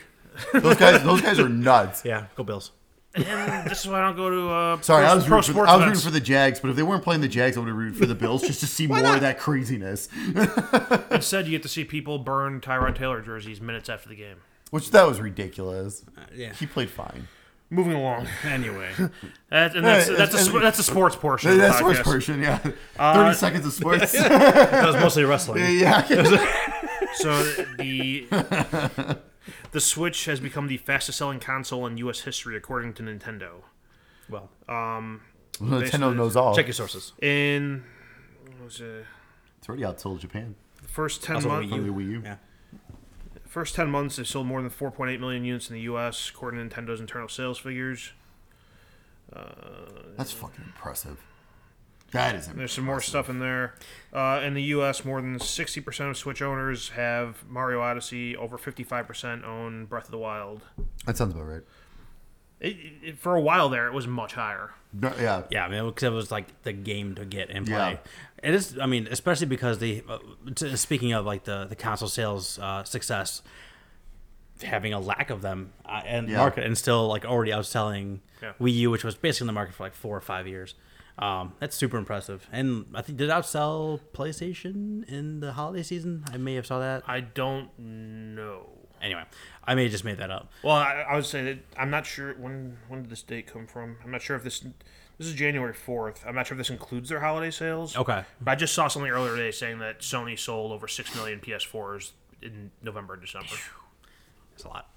B: those guys those guys are nuts.
A: Yeah, go Bills.
C: And this is why I don't go to uh,
B: Sorry,
C: pro,
B: I was,
C: pro
B: rooting for,
C: sports
B: I was
C: events.
B: rooting for the Jags, but if they weren't playing the Jags, I would have rooted for the Bills just to see more of that craziness.
C: Instead, you get to see people burn Tyrod Taylor jerseys minutes after the game.
B: Which that was ridiculous.
A: Uh, yeah.
B: He played fine.
C: Moving along.
A: Anyway,
C: That, and that's,
B: Hey,
C: that's, a,
B: and-
C: sp- that's a sports portion. of the
B: That's sports
C: podcast.
B: person, yeah. Thirty
A: Uh,
B: seconds of sports.
A: that was mostly wrestling.
B: yeah.
C: So the the Switch has become the fastest selling console in U.S. history, according to Nintendo.
A: Well,
B: Nintendo knows all.
A: check your sources.
C: In what was it,
B: It's already out till Japan.
C: the first ten
A: Also the
C: months,
A: Wii
B: From the Wii U.
A: Yeah.
C: first ten months, they sold more than 4.8 million units in the U.S. according to Nintendo's internal sales figures.
B: That's fucking impressive. That is
C: There's
B: impressive.
C: some more stuff in there. Uh, in the U.S., more than 60% of Switch owners have Mario Odyssey. Over 55% own Breath of the Wild.
B: That sounds about right.
C: It, it, for a while there, it was much higher.
B: No, yeah.
A: Yeah, I mean, because it was like the game to get and
B: Yeah.
A: play. It is, I mean, especially because the uh, t- speaking of like the the console sales uh, success, having a lack of them uh, and
B: Yeah.
A: market and still like already outselling
C: Yeah.
A: Wii U, which was basically on the market for like four or five years. Um, that's super impressive. And I think did it outsell PlayStation in the holiday season. I may have saw that.
C: I don't know.
A: Anyway, I may have just made that up.
C: Well, I, I would say that I'm not sure when when did this date come from. I'm not sure if this this is January 4th. I'm not sure if this includes their holiday sales.
A: Okay.
C: But I just saw something earlier today saying that Sony sold over six million PS4s in November and December.
A: It's a lot.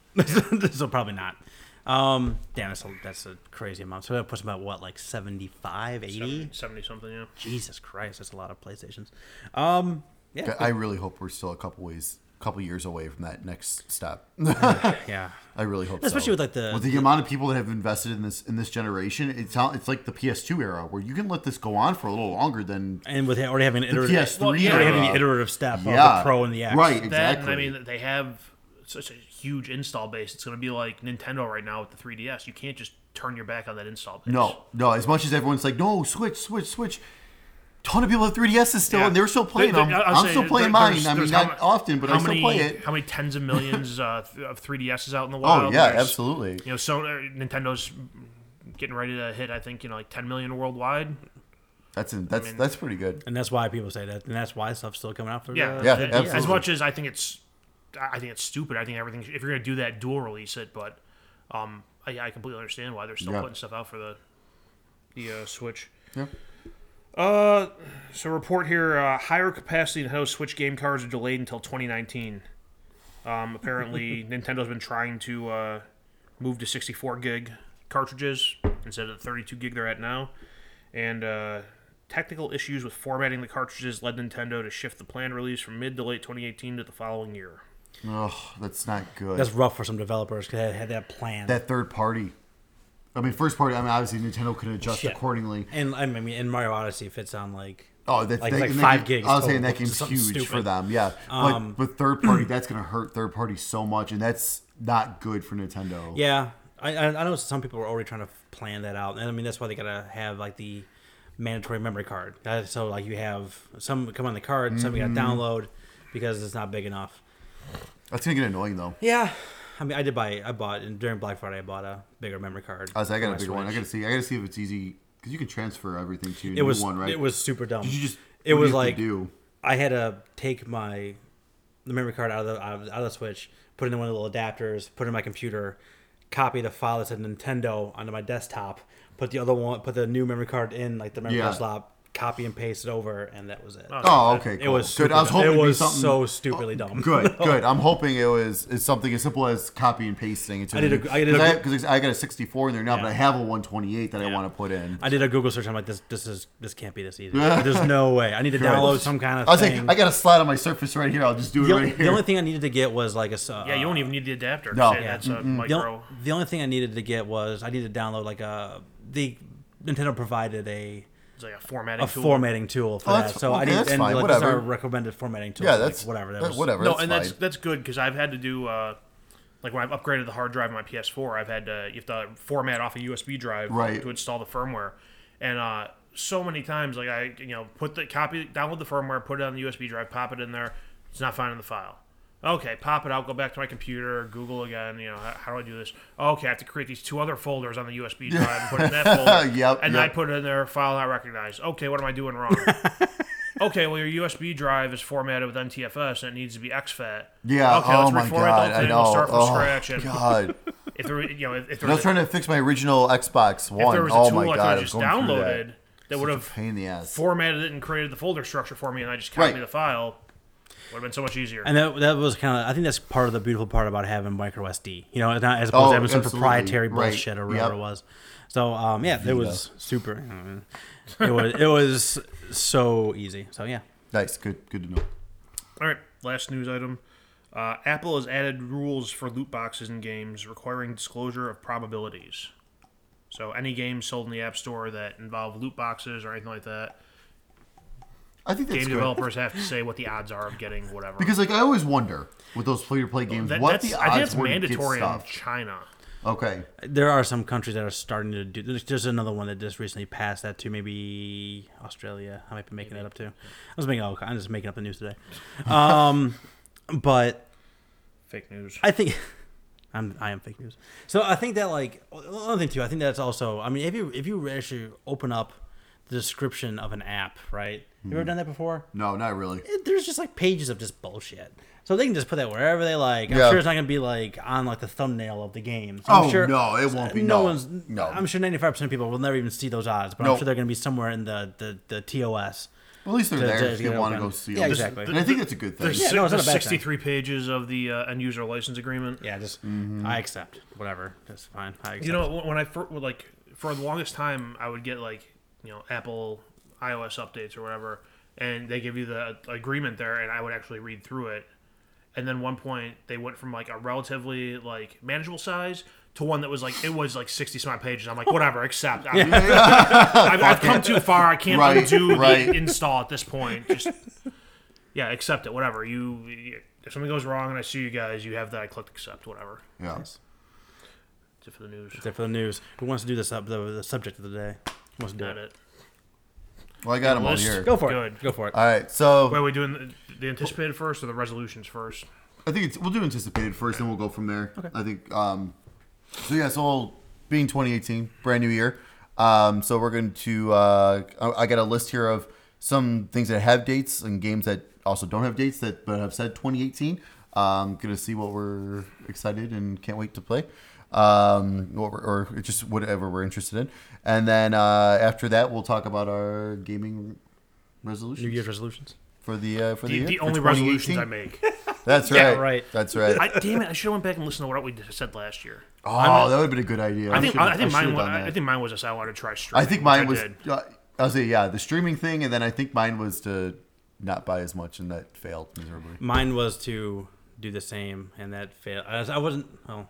A: so probably not. Um, damn, that's a, that's a crazy amount. So that puts about what, like 75, 80?
C: Seventy seventy something, yeah.
A: Jesus Christ, that's a lot of PlayStations. Um, yeah,
B: I really hope we're still a couple ways, couple years away from that next step.
A: yeah.
B: I really hope,
A: Especially
B: so.
A: with, like, the-
B: with the, amount of people that have invested in this in this generation. It's how, it's like the PS2 era where you can let this go on for a little longer than
A: And with already having an iterative,
B: PS3
A: already having the
B: era.
A: iterative step of
B: uh, yeah,
A: the Pro and the X.
B: right? Exactly.
C: That, and I mean they have such a huge install base. It's going to be like Nintendo right now with the 3DS. You can't just turn your back on that install base.
B: no, no. As much as everyone's like, no, switch, switch, switch. Ton of people have 3DSs still,
C: Yeah.
B: and they're still playing
C: There-
B: them.
C: there- I'll
B: I'm
C: say
B: still
C: there-
B: playing
C: there's-
B: mine. I mean,
C: there's how
B: not
C: mu-
B: often, but
C: how
B: I still
C: many,
B: play it.
C: How many tens of millions uh, th- of 3DSs out in the
B: Oh
C: wild?
B: yeah,
C: There's-
B: absolutely.
C: You know, so Nintendo's getting ready to hit. I think you know, like 10 million worldwide.
B: That's in, that's that's pretty good.
A: And that's why people say that. And that's why stuff's still coming out for
C: Yeah,
A: the,
B: Yeah,
C: As- As
B: absolutely.
C: much as I think it's, I I think it's stupid. I think everything. If you're gonna do that, dual release it. But, um, I, I completely understand why they're still
B: Yeah.
C: putting stuff out for the, the uh, Switch.
B: Yeah.
C: Uh, so report here: uh, higher capacity Nintendo Switch game cards are delayed until 2019. Um, apparently, Nintendo's been trying to uh, move to 64 gig cartridges instead of the 32 gig they're at now, and uh, Technical issues with formatting the cartridges led Nintendo to shift the planned release from mid to late 2018 to the following year.
B: Oh, that's not good.
A: That's rough for some developers because they had that plan.
B: that third party. I mean, first party. I mean, obviously Nintendo could adjust
A: Shit.
B: accordingly.
A: and I mean, and Mario Odyssey fits on like
B: Oh, that,
A: Like-
B: that-
A: like
B: and that
A: five
B: game-
A: gigs
B: I was saying
A: total,
B: that game's
A: something
B: huge for
A: stupid. Um,
B: them. Yeah, but but third party, that's gonna hurt third party so much, and that's not good for Nintendo.
A: Yeah, I, I I know some people are already trying to plan that out, and I mean that's why they gotta have like the mandatory memory card. Uh, So like you have some come on the card, some you gotta download because it's not big enough.
B: that's gonna get annoying though.
A: Yeah, I mean I did buy I bought and during Black Friday I bought a bigger memory card.
B: I was like, I
A: for
B: got
A: my
B: a bigger one. I
A: Switch.
B: gotta see. I gotta see if it's easy because you can transfer everything to
A: It
B: your
A: was
B: new one, right?
A: it was super dumb.
B: Did you just
A: it
B: what do
A: was
B: you have
A: like
B: to do.
A: I had to take my the memory card out of the out of, out of the Switch, put it in one of the little adapters, put it in my computer, copy the file that said Nintendo onto my desktop, put the other one, put the new memory card in like the memory
B: Yeah.
A: card slot, copy and paste it over, and that was it.
B: Oh, okay.
A: It
B: cool.
A: was
B: good. I
A: stupid.
B: was hoping
A: it
B: it'd be
A: was
B: something Oh,
A: so stupidly dumb.
B: Good, good. I'm hoping it was it's something as simple as copy and pasting. Into
A: I did
B: the-
A: a- I did a-
B: 'cause I, 'cause I got a 64 in there now, but
A: Yeah.
B: I have a 128 that I want to put in.
A: I did a Google search. I'm like, this, this is, this can't be this easy. There's no way. I need to
B: Good.
A: download some kind of
B: I was
A: thing.
B: like, I got a slide on my Surface right here. I'll just do it
A: the, only,
B: right
A: the
B: here.
A: only thing I needed to get was like a. s- Uh,
C: Yeah, you don't even need the adapter.
B: No.
C: Shit,
B: Yeah.
C: that's a
A: The, on-
C: micro.
A: the only thing I needed to get was I needed to download like a the Nintendo provided a
C: It's like a formatting
A: a
C: tool.
A: formatting tool for
B: Oh,
A: that.
B: that's-
A: So I
B: okay,
A: need
B: that's
A: and
B: fine,
A: like
B: whatever.
A: those are recommended formatting tools.
B: yeah,
A: like,
B: that's
A: whatever. That
B: that-
A: was,
B: whatever.
C: No,
B: that's
C: and that's
B: fine.
C: that's good because I've had to do uh, like when I've upgraded the hard drive on my PS4, I've had to you have to format off a USB drive
B: Right.
C: to install the firmware, and uh, so many times like I you know put the copy download the firmware, put it on the USB drive, pop it in there, it's not finding the file. Okay, pop it out, go back to my computer, Google again. You know how, how do I do this? Okay, I have to create these two other folders on the USB drive and put it in that folder.
B: Yep,
C: and I
B: yep.
C: put it in there, file not recognized. Okay, what am I doing wrong? okay, well your USB drive is formatted with MTFS and it needs to be XFAT.
B: yeah.
C: Okay,
B: oh
C: let's
B: my
C: reformat
B: god, I
C: the whole thing.
B: know.
C: We'll start from
B: oh,
C: scratch. And
B: God,
C: if there, were- you know, if, if there
B: I
C: was,
B: was trying to fix my original Xbox
C: if
B: One.
C: there was a
B: oh
C: tool
B: my
C: I could
B: god,
C: have
B: I
C: just
B: was going through
C: downloaded, that, would
B: Such a
C: have
B: pain in the ass.
C: formatted it and created the folder structure for me, and I just copied
B: Right.
C: the file. Would have been so much easier.
A: and that, that was kind of I think that's part of the beautiful part about having micro SD. You know, not as opposed
B: Oh,
A: to having some
B: absolutely.
A: proprietary
B: Right.
A: bullshit or whatever
B: Yep.
A: it was. So um, yeah, it was super. It was it was so easy. So yeah.
B: nice, good, good to know.
C: All right, last news item. Uh, Apple has added rules for loot boxes in games requiring disclosure of probabilities. So any games sold in the App Store that involve loot boxes or anything like that,
B: I think that's
C: game
B: good.
C: developers have to say what the odds are of getting whatever.
B: Because like I always wonder with those play to play games,
C: That-
B: what
C: that's,
B: the
C: I think
B: odds
C: that's
B: were to get
C: mandatory in
B: stuff.
C: China.
B: Okay,
A: there are some countries that are starting to do. There's just another one that just recently passed that too. Maybe Australia. I might be making that up too. I was making. Oh, I'm just making up the news today. Um, but
C: Fake news.
A: I think I'm. I am fake news. So I think that like another thing too. I think that's also. I mean, if you if you actually open up the description of an app, right? Have you ever done that before?
B: no, not really.
A: it- there's just like pages of just bullshit. So they can just put that wherever they like. I'm
B: Yeah.
A: sure it's not gonna be like on like the thumbnail of the game. So
B: Oh,
A: I'm sure,
B: no, it won't be. No.
A: one's.
B: No.
A: I'm sure 95 percent of people will never even see those odds, but
B: Nope.
A: I'm sure they're gonna be somewhere in the the, the TOS.
B: At least they're
A: To-
B: there
A: to
B: if
A: get
B: you
A: it
B: want to
A: open.
B: go see
A: Yeah,
B: them.
A: exactly.
B: And I think that's a good thing.
C: There's
A: Yeah, no, it's not a bad thing.
C: 63 pages of the uh, end user license agreement.
A: Yeah, just
B: Mm-hmm.
A: I accept whatever. That's fine. I accept.
C: You know, when- when I fir- would like for the longest time, I would get like you know Apple iOS updates or whatever, and they give you the uh, agreement there, and I would actually read through it. And then one point they went from like a relatively like manageable size to one that was like it was like sixty some odd pages. I'm like whatever, accept. I've, I've, I've come too far. I can't
B: Right,
C: undo
B: right.
C: the install at this point. Just yeah, accept it. Whatever you. If something goes wrong and I sue you guys, you have that. I click accept. Whatever.
B: yeah.
A: That's
C: That's it for the news.
A: it for the news. Who wants to do this up the, the subject of the day? Who wants to do
C: Got
A: it?
C: it.
B: Well, I got them all
C: Let's
B: here.
A: Go for
C: Good.
A: it. Go for it.
B: All right, so
C: Wait, are we doing the, the anticipated first or the resolutions first?
B: I think it's, we'll do anticipated first, and we'll go from there. I think. Um, so yeah, so being 2018, brand new year. Um, so we're going to. Uh, I I got a list here of some things that have dates and games that also don't have dates that but have said 2018. Um, gonna see what we're excited and can't wait to play. Um, what we're- or, just whatever we're interested in, and then uh, after that we'll talk about our gaming
A: New
B: resolution
A: Year's resolutions.
B: for the uh, for the,
C: The,
B: year,
C: the
B: for
C: only resolutions I
B: 2018.
C: make.
B: That's right.
A: Yeah, right.
B: That's right.
C: I, damn it! I should have went back and listened to what we said last year.
B: Oh, that would have been a good idea.
C: I think I,
B: should've-
C: think
B: should've
C: mine was
B: done
C: I
B: that.
C: think mine was just I wanted to try
B: I
C: streaming.
B: think
C: which
B: mine was.
C: did.
B: Uh, I was like, yeah, the streaming thing, and then I think mine was to not buy as much, and that failed miserably.
A: Mine was to do the same, and that failed. I, was, I wasn't. Oh,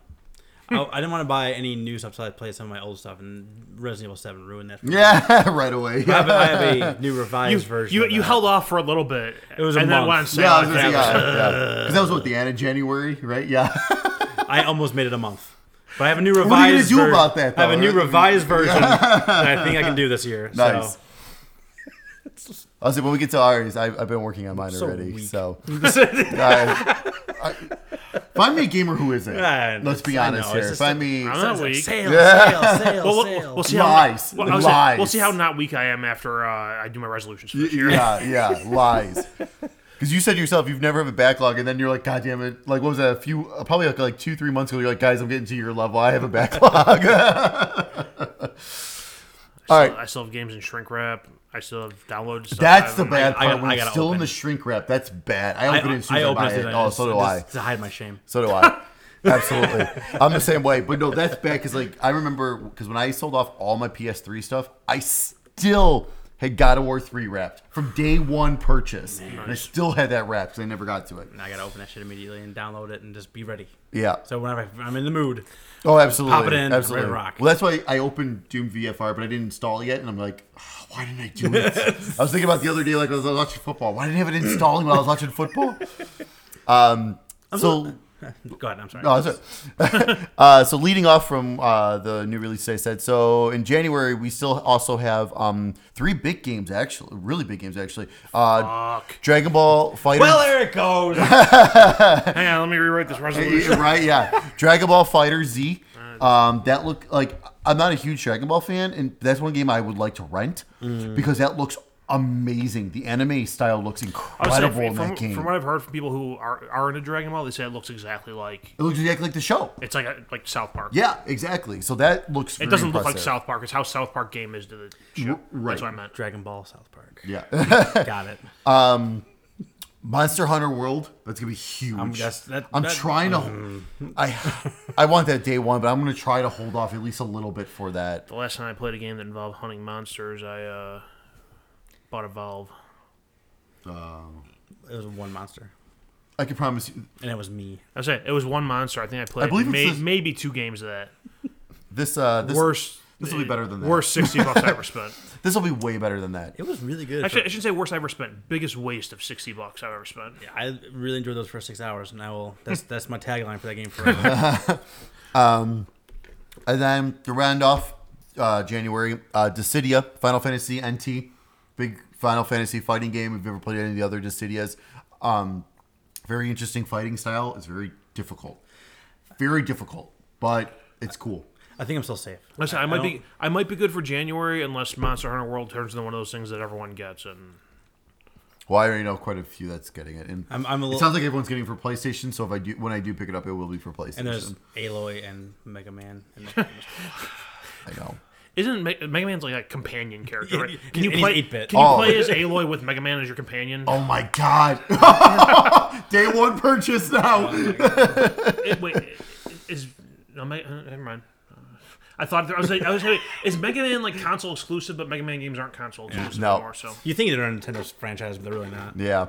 A: I, I didn't want to buy any new stuff, so I played some of my old stuff, and Resident Evil Seven ruined that. For me.
B: Yeah, right away.
A: I have, a- I have a new
C: You,
A: revised version.
C: you,
A: of
C: you
A: that.
C: held off for a little bit. It
A: was a
C: and
A: month.
C: Then
B: Yeah,
C: went on
B: I was
C: sale.
B: gonna say,
C: Yeah,
B: yeah, yeah. 'Cause that was what the end of January, right? Yeah,
A: I almost made it a month. But I have a new revised.
B: What are you gonna do
A: ver-
B: about that,
A: I have a
B: though,
A: new
B: right?
A: revised version that I think I can do this year.
B: nice.
A: So.
B: I was like, when we get to ours, I, I've been working on mine
A: So
B: already.
A: weak.
B: So, I, I, find me a gamer who isn't.
A: Yeah,
B: Let's be
A: it's- I
B: honest
A: know, it's
B: here.
A: just
B: Find
A: a-
B: me.
C: I'm
A: So
C: not
A: it's like,
C: weak.
A: Sale, sale, sale,
C: Well,
A: sale.
C: we'll, we'll see
B: Lies.
C: how well, I was gonna-
B: Lies.
C: We'll see how not weak I am after uh, I do my resolutions for this year.
B: Yeah, yeah, lies. Because you said to yourself you've never have a backlog, and then you're like, God damn it! Like, what was that? A few, uh, probably like, like two, three months ago. You're like, guys, I'm getting to your level. I have a backlog. All right,
C: I still have games in shrink wrap. I still have downloads. uh, stuff.
B: that's the
C: I haven't-
B: bad
A: I- I
B: part.
A: gotta-
B: when
A: I
B: it's
A: gotta
B: still in
A: open.
B: the shrink wrap, that's bad. I open it as soon
A: I
B: as I
A: open
B: buy
A: it.
B: it.
A: and I
B: Oh,
A: just-
B: so do
A: just-
B: I.
A: To hide my shame.
B: So do I. Absolutely. I'm the same way. But no, that's bad because, like, I remember because when I sold off all my PS3 stuff, I still had God of War 3 wrapped from day one purchase. And I still had that wrapped because I never got to it.
A: And I gotta open that shit immediately and download it and just be ready.
B: Yeah.
A: So whenever I- I'm in the mood,
B: Oh, absolutely.
A: pop it in, ready to
B: absolutely.
A: rock.
B: Well, that's why I opened Doom VFR, but I didn't install it yet. And I'm like, "Ah, why didn't I do it? I was thinking about the other day, like, I was watching football. Why didn't I have it installing while I was watching football? Um, so
A: go ahead. I'm sorry.
B: No, Oh, that's right. uh, so leading off from uh, the new release, I said so in January we still also have um, three big games actually, really big games actually. Uh,
C: Fuck.
B: Dragon Ball Fighter.
A: well, there it goes.
C: Hang on, let me rewrite this resolution.
B: right, yeah. Dragon Ball Fighter Z. Um, that look like I'm not a huge Dragon Ball fan, and that's one game I would like to rent because that looks amazing. The anime style looks
C: Mm. I would say,
B: incredible in
C: from,
B: that game.
C: from what I've heard from people who are, are into Dragon Ball, they say it looks exactly like
B: it looks exactly like the show.
C: it's like a, like South Park.
B: Yeah, exactly. So that looks.
C: it
B: very
C: doesn't look like
B: impressive.
C: South Park. It's how South Park game is to the show.
B: right.
C: That's what I meant.
A: Dragon Ball South Park.
B: Yeah.
A: Got it.
B: Monster Hunter World. That's gonna be huge. I'm,
A: Um, that's- that- that- um.
B: trying to. I I want that day one, but I'm gonna try to hold off at least a little bit for that.
C: The last time I played a game that involved hunting monsters, I uh, bought a Valve.
A: It was one monster,
B: I can promise you.
A: and it was me.
C: I say it was one monster. I think I played
B: believe it's
C: may-
B: this-
C: maybe two games of that.
B: This uh this
C: worst.
B: this will be better than that.
C: Worst sixty bucks I ever spent.
B: This will be way better than that.
A: It was really good.
C: Actually, I should say worst I ever spent. Biggest waste of sixty bucks I've ever spent.
A: I really enjoyed those first six hours, and I will. That's that's my tagline for that game forever.
B: And then to round off uh, January, uh, Dissidia, Final Fantasy NT, big Final Fantasy fighting game. If you've ever played any of the other Dissidias, um, very interesting fighting style. It's very difficult, very difficult, but it's cool.
A: I think I'm still safe.
C: Listen, I, might
A: don't-
C: be I might be good for January unless Monster Hunter World turns into one of those things that everyone gets and
B: Well, I already know quite a few that's getting it, and
A: I'm- I'm a
B: it
A: little-
B: sounds like everyone's getting it for PlayStation. So if I do, when I do pick it up, it will be for PlayStation.
A: And there's Aloy and Mega Man. And
B: I know.
C: isn't Me- Mega Man's like a companion character? Right? Can you
A: and he's
C: play?
A: 8-bit.
C: Can you
B: Oh.
C: play as Aloy with Mega Man as your companion?
B: Oh my god! Day one purchase now.
C: It- wait, is no, Me- uh, never mind. I thought I was like, I was like, is Mega Man like console exclusive? But Mega Man games aren't console exclusive
B: No.
C: anymore. So
A: you think they're a Nintendo franchise, but they're really not.
B: yeah.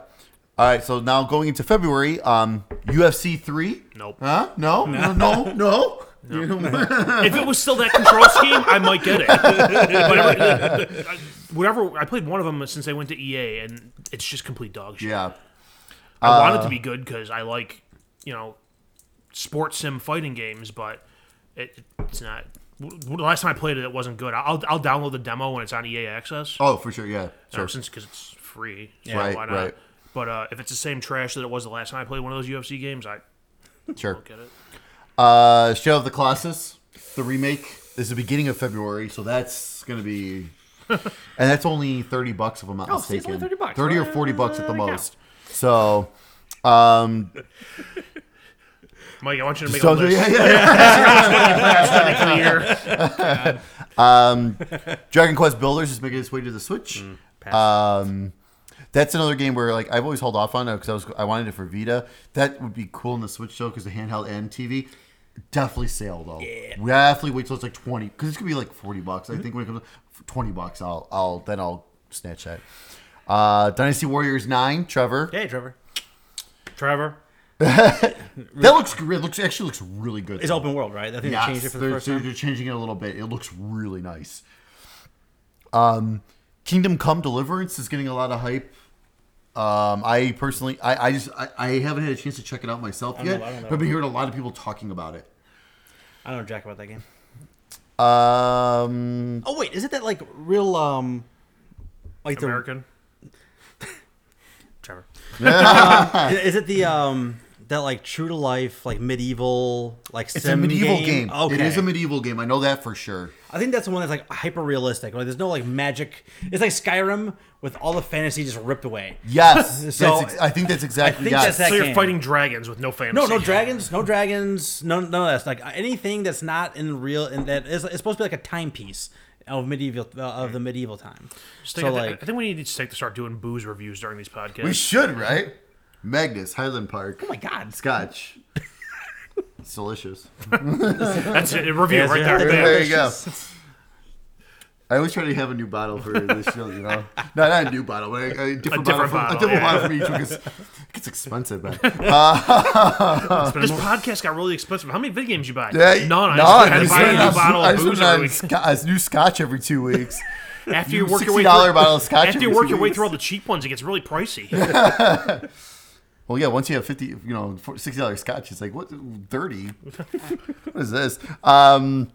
B: All right. So now going into February, um, UFC three.
C: nope.
B: Huh? No. No. No. No.
C: if it was still that control scheme, I might get it. Whatever, I- whatever. I played one of them since they went to EA, and it's just complete dog shit.
B: yeah.
C: I want it to be good because I like, you know, sports sim fighting games, but it, it's not. w- w- The last time I played it, it wasn't good. I'll, I'll download the demo when it's on E EA Access,
B: Oh, for sure. Yeah.
C: um,
B: Sure.
C: uh, since because it's free. So
B: Right,
C: why not?
B: right.
C: But uh, if it's the same trash that it was the last time I played one of those UFC games, I
B: Sure.
C: get it.
B: Uh, Shadow of the Colossus, the remake, is the beginning of February, so that's gonna be, and that's only thirty bucks if I'm not
A: Oh, see,
B: mistaken.
A: it's only 30 bucks.
B: Thirty or forty bucks at the
A: There we go.
B: most. So, um,
C: Mike, I want you to make
B: so
C: a list
B: yeah, yeah.
C: for the year.
B: Dragon Quest Builders is making its way to the Switch.
A: Pass.
B: Um, that's another game where like I've always held off on it because I was I wanted it for Vita. That would be cool in the Switch though because the handheld and TV. Definitely sale though. Definitely wait till it's like twenty because it's gonna be like forty bucks. I think when it comes for twenty bucks, I'll I'll then I'll snatch that. Uh, Dynasty Warriors nine, Trevor.
A: Hey, Trevor.
C: Trevor.
B: That looks gr- it looks actually looks really good.
A: It's open world, right? I think
B: Yes,
A: they changed it for the
B: they're,
A: first
B: they're-
A: time.
B: they're changing it a little bit. It looks really nice. Um, Kingdom Come Deliverance is getting a lot of hype. Um, I personally, I, I just, I, I haven't had a chance to check it out myself
A: know,
B: yet,
A: I don't know.
B: but I've been hearing a lot of people talking about it.
A: I don't know jack about that game.
B: Um,
A: Oh wait, is it that like real um, like
C: American.
A: the Trevor?
B: Uh,
A: Um, is it the um that like true to life like medieval like
B: it's a
A: sim
B: medieval game.
A: Okay,
B: It is a medieval game. I know that for sure.
A: I think that's the one that's like hyper realistic. Like there's no like magic. It's like Skyrim with all the fantasy just ripped away.
B: Yes,
A: So-
B: that's ex- I think that's exactly.
A: think
B: yes.
A: that's that
C: so you're
A: game.
C: fighting dragons with no fantasy.
A: No, no dragons, no dragons, no none of that. Like anything that's not in real and that is it's supposed to be like a timepiece of medieval uh, of the medieval time.
C: Stick-
A: so
C: I, thi-
A: like
C: I think we need to stick to start doing booze reviews during these podcasts.
B: We should, right? Magnus Highland Park.
A: oh my god,
B: Scotch. it's delicious.
C: That's it. Review
A: Yes,
C: right
A: yeah.
C: there.
B: There,
C: Bam.
B: there you go. I always try to have a new bottle for this show, you know. No, not a new bottle, but a, a different,
C: different
B: bottle, for,
C: bottle,
B: a different
C: yeah.
B: bottle for each one because it gets expensive. Man.
C: This podcast got really expensive. How many video games you buy?
B: Yeah,
C: None. I
B: no,
C: just had to
B: just
C: buy a
B: went on-
C: new bottle
B: I
C: of
B: just
C: booze
B: went
C: every
B: on
C: week.
B: sc- a new scotch every two weeks.
C: After
B: new
C: you work your way
B: $60
C: through,
B: bottle of scotch
C: after
B: every
C: you work
B: two
C: your way
B: weeks.
C: through all the cheap ones, it gets really pricey.
B: Well, yeah, once you have fifty, you know, for- sixty dollars scotch, it's like what thirty? what is this? Um,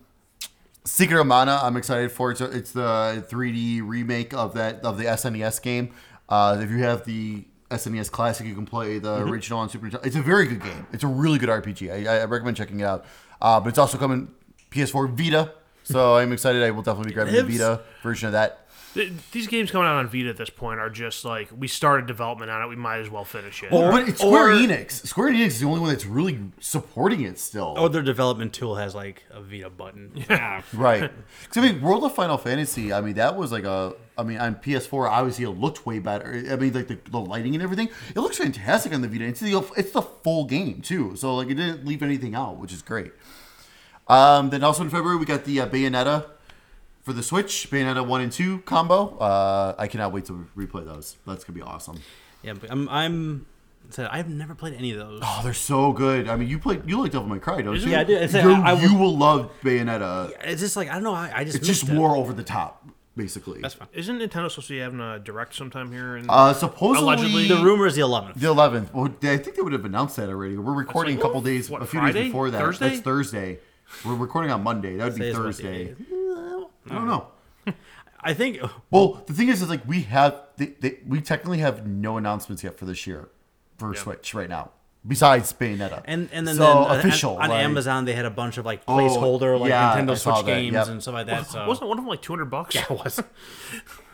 B: Secret of Mana, I'm excited for. It's, it's the 3D remake of that of the SNES game. Uh, if you have the SNES Classic, you can play the
A: Mm-hmm.
B: original on Super Nintendo. It's a very good game. It's a really good RPG. I, I recommend checking it out. Uh, but it's also coming PS4 Vita, so I'm excited. I will definitely be grabbing the
A: It's-
B: Vita version of that.
C: Th- These games coming out on Vita at this point are just like we started development on it. We might as well finish it.
A: Or-
B: but it's Square
A: or-
B: Enix. Square Enix is the only one that's really supporting it still.
A: or Oh, their development tool has like a Vita button. Yeah.
B: Right. 'Cause, I mean, World of Final Fantasy, I mean, that was like a. I mean, on PS4, obviously it looked way better. I mean, like the, the lighting and everything, it looks fantastic on the Vita. It's the, it's the full game, too. So, like, it didn't leave anything out, which is great. Um, then also in February, we got the uh, Bayonetta for the Switch, Bayonetta 1 and 2 combo. Uh, I cannot wait to replay those. That's going to be awesome.
A: yeah, but I'm I'm said I've never played any of those.
B: Oh, they're so good. I mean, you played, you like Devil May Cry, don't you?
A: Yeah, I do. It's like,
B: You-
A: I- I
B: you will love Bayonetta.
A: It's just like I don't know. I, I just
B: It's just
A: missed it.
B: war over the top, basically.
A: That's fine.
C: Isn't Nintendo supposed to be having a direct sometime here? In-
B: Uh, supposedly,
C: Allegedly.
A: The rumor is the 11th.
B: The eleventh. Well, they- I think they would have announced that already. We're recording
C: like,
B: a couple days,
C: what,
B: a few
C: Friday?
B: days before that.
C: Thursday?
B: That's Thursday. We're recording on Monday. That would be
A: Today's what,
B: Thursday.
A: the
B: I don't know.
A: I think
B: Well, the thing is, is like we have, they, they, we technically have no announcements yet for this year for Switch right now. Besides Bayonetta,
A: and and then,
B: so
A: then on-
B: official
A: on,
B: like-
A: Amazon they had a bunch of like
B: Oh,
A: placeholder like
B: yeah, I
A: Nintendo
B: saw
A: Switch
B: that,
A: games
B: yep.
A: and stuff like that. So
C: Wasn't one of them like two hundred bucks? Yeah, it was.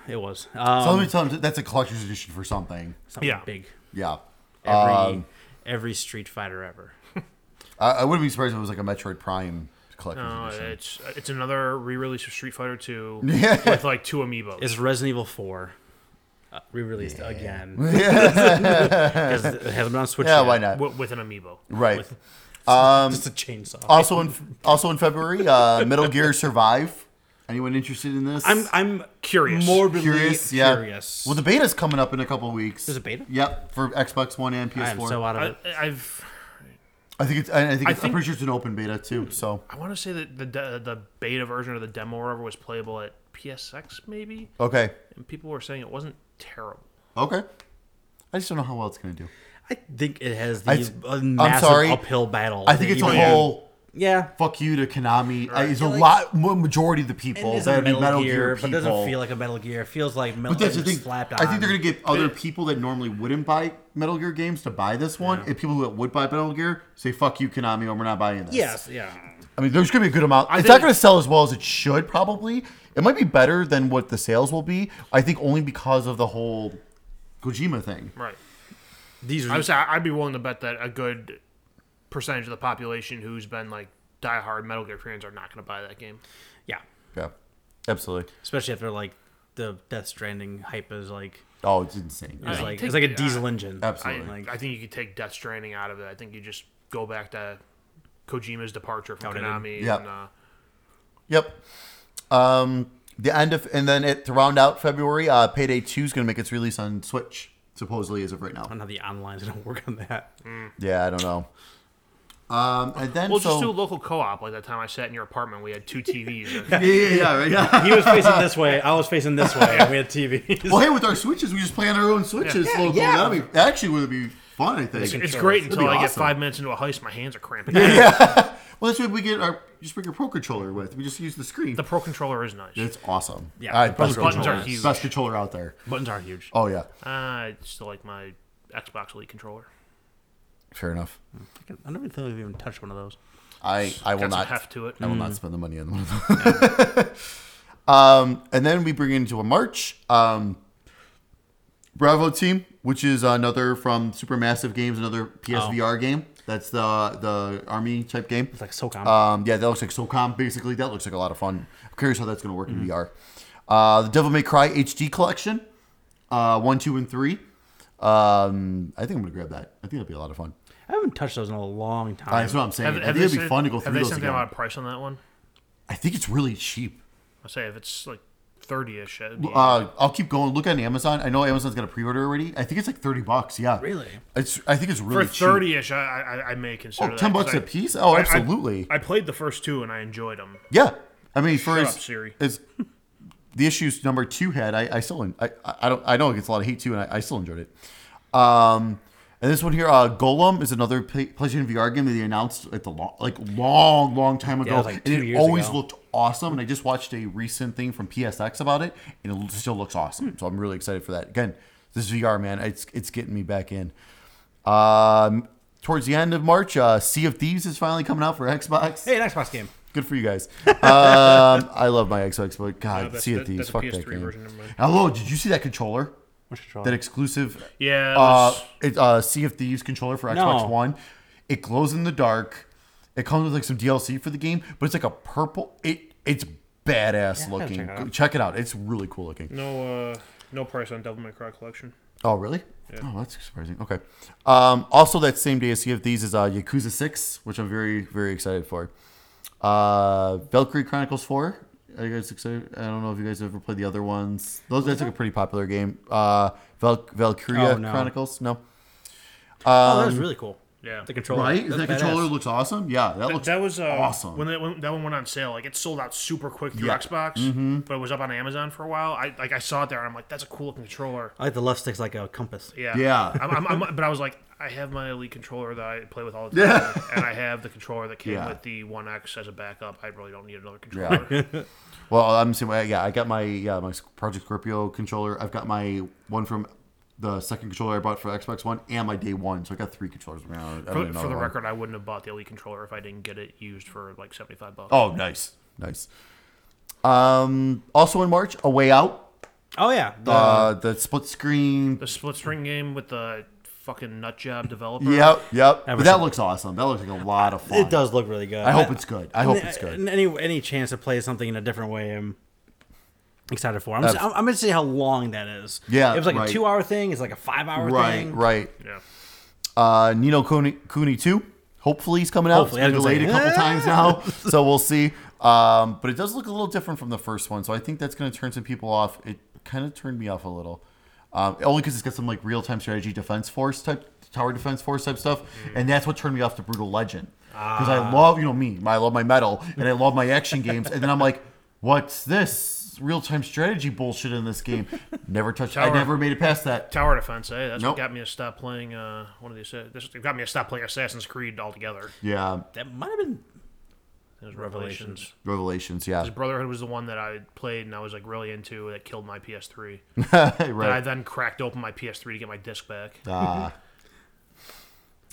A: it was.
B: So let
A: Um,
B: me tell them that's a collector's edition for something.
A: something
C: Yeah.
A: big.
B: Yeah,
A: Every
B: Um,
A: every Street Fighter ever.
B: I, I wouldn't be surprised if it was like a Metroid Prime collector's edition.
C: Uh, it's it's another re-release of Street Fighter Two
B: Yeah.
C: with like two amiibos.
A: It's Resident Evil 4 uh, re-released again. Because it hasn't been on Switch.
B: Yeah,
A: yet.
B: why not?
C: Wi- with an amiibo.
B: Right.
A: Just a chainsaw.
B: Also in also in February, uh, Metal Gear Survive. Anyone interested in this?
A: I'm I'm
C: Curious.
A: morbidly
B: curious.
A: curious.
B: Yeah. Well, the beta's coming up in a couple of weeks.
A: There's a beta?
B: Yep, for Xbox One and
A: I am
B: PS4.
A: so out of
C: I,
A: it.
C: I've
B: I think it's. I I think,
C: I
B: it's I'm
C: think-
B: pretty sure it's an open beta too. So
C: I want to say that the de- the beta version or the demo or whatever was playable at PSX maybe,
B: okay,
C: and people were saying it wasn't terrible.
B: okay. I just don't know how well it's gonna do.
A: I think it has
B: I-
A: the uh,
B: I'm
A: massive
B: sorry.
A: uphill battle.
B: I think
A: that
B: it's a
A: you can-
B: whole
A: yeah.
B: fuck you to Konami. Uh, it's a
A: Yeah, like-
B: lot mo- majority of the people
A: It's
B: that
A: a
B: are Metal,
A: Metal,
B: Gear,
A: Gear,
B: people.
A: but it doesn't feel like a Metal Gear. It feels like Metal
B: But that's the
A: Gear
B: thing.
A: slapped on.
B: I think they're gonna get other people that normally wouldn't buy Metal Gear games to buy this one, and people that would buy Metal Gear say "fuck you, Konami," or we're not buying this.
A: Yes, yeah.
B: I mean, there's going to be a good amount. it's
C: think-
B: not going to sell as well as it should, probably. It might be better than what the sales will be. I think only because of the whole Kojima thing.
C: Right.
A: These
C: I
A: are
C: would say I'd be willing to bet that a good percentage of the population who's been like diehard Metal Gear fans are not going to buy that game.
A: yeah.
B: Yeah, absolutely.
A: Especially after like the Death Stranding hype is like
B: Oh, it's insane.
A: is
C: I
A: like
C: think-
A: it's like a
C: yeah.
A: diesel engine.
C: I,
B: Absolutely.
A: Like-
C: I think you could take Death Stranding out of it. I think you just go back to Kojima's departure from uh,
A: Outdated.
C: Konami.
B: Yeah.
C: And, uh,
B: Yep. Um, the end of and then it to round out February, uh, Payday Two is going to make its release on Switch supposedly as of right
A: I
B: now.
A: don't know how the online's gonna work on that.
B: Yeah, I don't know. Um, and then
C: We'll
B: so,
C: just do local co-op. Like that time I sat in your apartment, we had two TVs.
B: yeah, yeah, yeah, right, yeah.
A: He was facing this way. I was facing this way. and We had TVs.
B: Well, hey, with our switches, we just play on our own switches.
A: Yeah,
B: local.
A: yeah.
B: That'd be, actually would be fun. I think.
C: it's great until
B: That'd
C: I
B: be
C: get
B: awesome.
C: five minutes into a heist, my hands are cramping.
B: Well, that's what we get our just bring your pro controller with. We just use the screen.
C: The Pro Controller is nice.
B: it's awesome.
A: Yeah,
B: All right,
A: those
B: best
C: buttons
B: controller.
C: are huge.
B: Best controller out there.
A: Buttons are huge.
B: Oh yeah,
C: Uh, I still like my Xbox Elite controller.
B: fair enough.
A: I never think we've even touched one of those.
B: I I will
C: Got some
B: not.
C: heft to it.
B: I will not spend the money on one of those. um, and then we bring into a March. Um, Bravo Team, which is another from Supermassive Games, another PSVR
C: Oh.
B: game. That's the the army type game.
A: It's like SOCOM.
B: Um, yeah, that looks like SOCOM. Basically, that looks like a lot of fun. I'm curious how that's going to work
C: Mm-hmm.
B: in VR. Uh, the Devil May Cry HD collection, uh, one, two, and three. Um, I think I'm going to grab that. I think that'd be a lot of fun. Uh,
A: I haven't touched those in a long time.
B: That's what I'm saying.
C: Have,
B: I think
C: have they
B: it'd be
C: said-
B: fun to go
C: Have
B: through
C: they
B: those
C: said anything
B: again.
C: about a price on that one?
B: I think it's really cheap.
C: I say if it's like thirty-ish, it'd be-
B: Uh, I'll keep going. Look on Amazon. I know Amazon's got a pre-order already. I think it's like thirty bucks. Yeah,
A: Really?
B: It's. I think it's
C: for
B: really cheap.
C: thirty-ish, I, I I may consider
B: Oh,
C: that,
B: 10
C: 'cause
B: bucks
C: I-
B: a piece? Oh,
C: I- I-
B: absolutely.
C: I, played the first two and I enjoyed them.
B: Yeah, I mean, for
C: Shut
B: as-
C: up, Siri.
B: as the issues number two had, I, I still, I, I I don't, I know it gets a lot of hate too, and I, I still enjoyed it. Um, and this one here, uh, Golem, is another P- PlayStation VR game that they announced at the long, like long, long time ago,
A: it was like two
B: and it
A: years
B: always
A: ago.
B: looked awesome. And I just watched a recent thing from PSX about it, and it l- still looks
A: Hmm.
B: awesome. So I'm really excited for that. Again, this VR man, it's it's getting me back in. Um, towards the end of March, uh, Sea of Thieves is finally coming out for Xbox.
A: hey, an Xbox game.
B: Good for you guys. um, I love my Xbox, but
C: No,
B: God,
C: Uh, that's-
B: see it
C: that-
B: these.
C: that's a
B: Fuck that
C: PS3
B: game.
C: version, never mind.
B: Hello, did you see that controller?
A: Which
B: That
A: controller?
B: exclusive,
C: Yeah, it
B: uh,
C: was-
B: it, uh, Sea of Thieves controller for Xbox
A: No.
B: One. It glows in the dark. It comes with like some DLC for the game, but it's like a purple. It it's badass
A: Yeah, I gotta
B: looking.
A: check it out.
B: check it out. It's really cool looking.
C: No, uh, no price on Devil May Cry collection.
B: Oh, really? Oh, that's surprising. Okay. Um, also, that same day as Sea of Thieves is uh, Yakuza 6, which I'm very, very excited for. Uh, Valkyrie Chronicles 4. Are you guys excited? I don't know if you guys ever played the other ones. Those that's like a pretty popular game. Uh, Val- Valkyria
A: Oh, no.
B: Chronicles. No.
A: oh, that
B: um,
A: was really cool.
C: Yeah.
A: The controller.
B: That,
A: That's
B: controller
A: badass.
B: looks awesome. Yeah, that, looks
C: That was uh,
B: awesome.
C: when, that, when that one went on sale. Like it sold out super quick through
B: Yeah. Mm-hmm.
C: Xbox, but it was up on Amazon for a while. I like I saw it there and I'm like, that's a cool looking controller.
A: I like the left stick's like a compass.
C: Yeah,
B: Yeah.
C: I'm, I'm, I'm, but I was like, I have my Elite controller that I play with all the time, and I have the controller that came
B: Yeah.
C: with the One X as a backup. I really don't need another controller.
B: Well, I'm saying, well, yeah, I got my yeah my Project Scorpio controller. I've got my one from the second controller I bought for Xbox One and my day one, so I got three controllers. I don't need
C: For, for
B: another
C: the
B: one.
C: record, I wouldn't have bought the Elite controller if I didn't get it used for like seventy five bucks.
B: Oh, nice, nice. Um, also in March, A Way Out,
A: Oh yeah. The,
B: uh, the split screen.
C: The split string game with the fucking nut job developer.
B: Yep, yep. But that
A: Everything.
B: looks awesome. That looks like a lot of fun.
A: it does look really good.
B: I hope it's good. I hope it's good.
A: Any any chance to play something in a different way, I'm excited for. I'm, just- I'm, I'm gonna see how long that is.
B: Yeah,
A: It was like
B: right.
A: a two hour thing. It's like a five hour
B: Right,
A: thing.
B: right.
C: Yeah.
B: Uh, Nino Cooney, Cooney two. Hopefully he's coming out.
A: Hopefully, I
B: it's been
A: was gonna
B: delayed a
A: say,
B: couple
A: "Ah."
B: times now, so we'll see. Um, but it does look a little different from the first one, so I think that's going to turn some people off. It kind of turned me off a little, um, only because it's got some like real time strategy, defense force type, tower defense force type stuff, and that's what turned me off to Brutal Legend because
A: Ah.
B: I love you know me, my, I love my metal and I love my action games, and then I'm like, what's this real time strategy bullshit in this game? Never touched. I
C: Tower-
B: never made it past that.
C: Tower Defense, eh? That's
B: Nope.
C: what got me to stop playing uh, one of these. Uh, this it got me to stop playing Assassin's Creed altogether.
B: Yeah,
A: That might have been.
C: It was
A: Revelations.
C: Revelations.
B: Revelations. Yeah,
C: His Brotherhood was the one that I played and I was like really into that killed my PS3. And I
B: right.
C: then cracked open my PS3 to get my disc back.
B: Ah.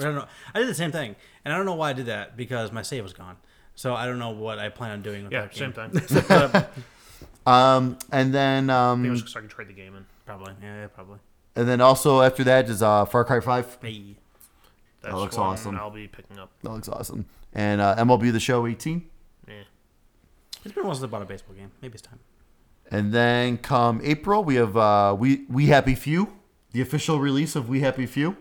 A: I don't know. I did the same thing, and I don't know why I did that because my save was gone. So I don't know what I plan on doing. With
C: yeah,
A: that
C: same
A: game.
C: thing.
B: Um, and then
C: It was
B: um,
C: 'cause I could trade the game in.
A: Probably. Yeah, probably.
B: and then also after that is uh, Far Cry Five.
A: Hey.
C: That's
B: looks
C: one
B: awesome.
C: I'll be picking up.
B: That looks awesome. And uh, MLB The Show 18.
C: Yeah.
A: It's been a while since I bought a baseball game. Maybe it's time.
B: And then come April, we have uh, we we Happy Few, the official release of We Happy Few,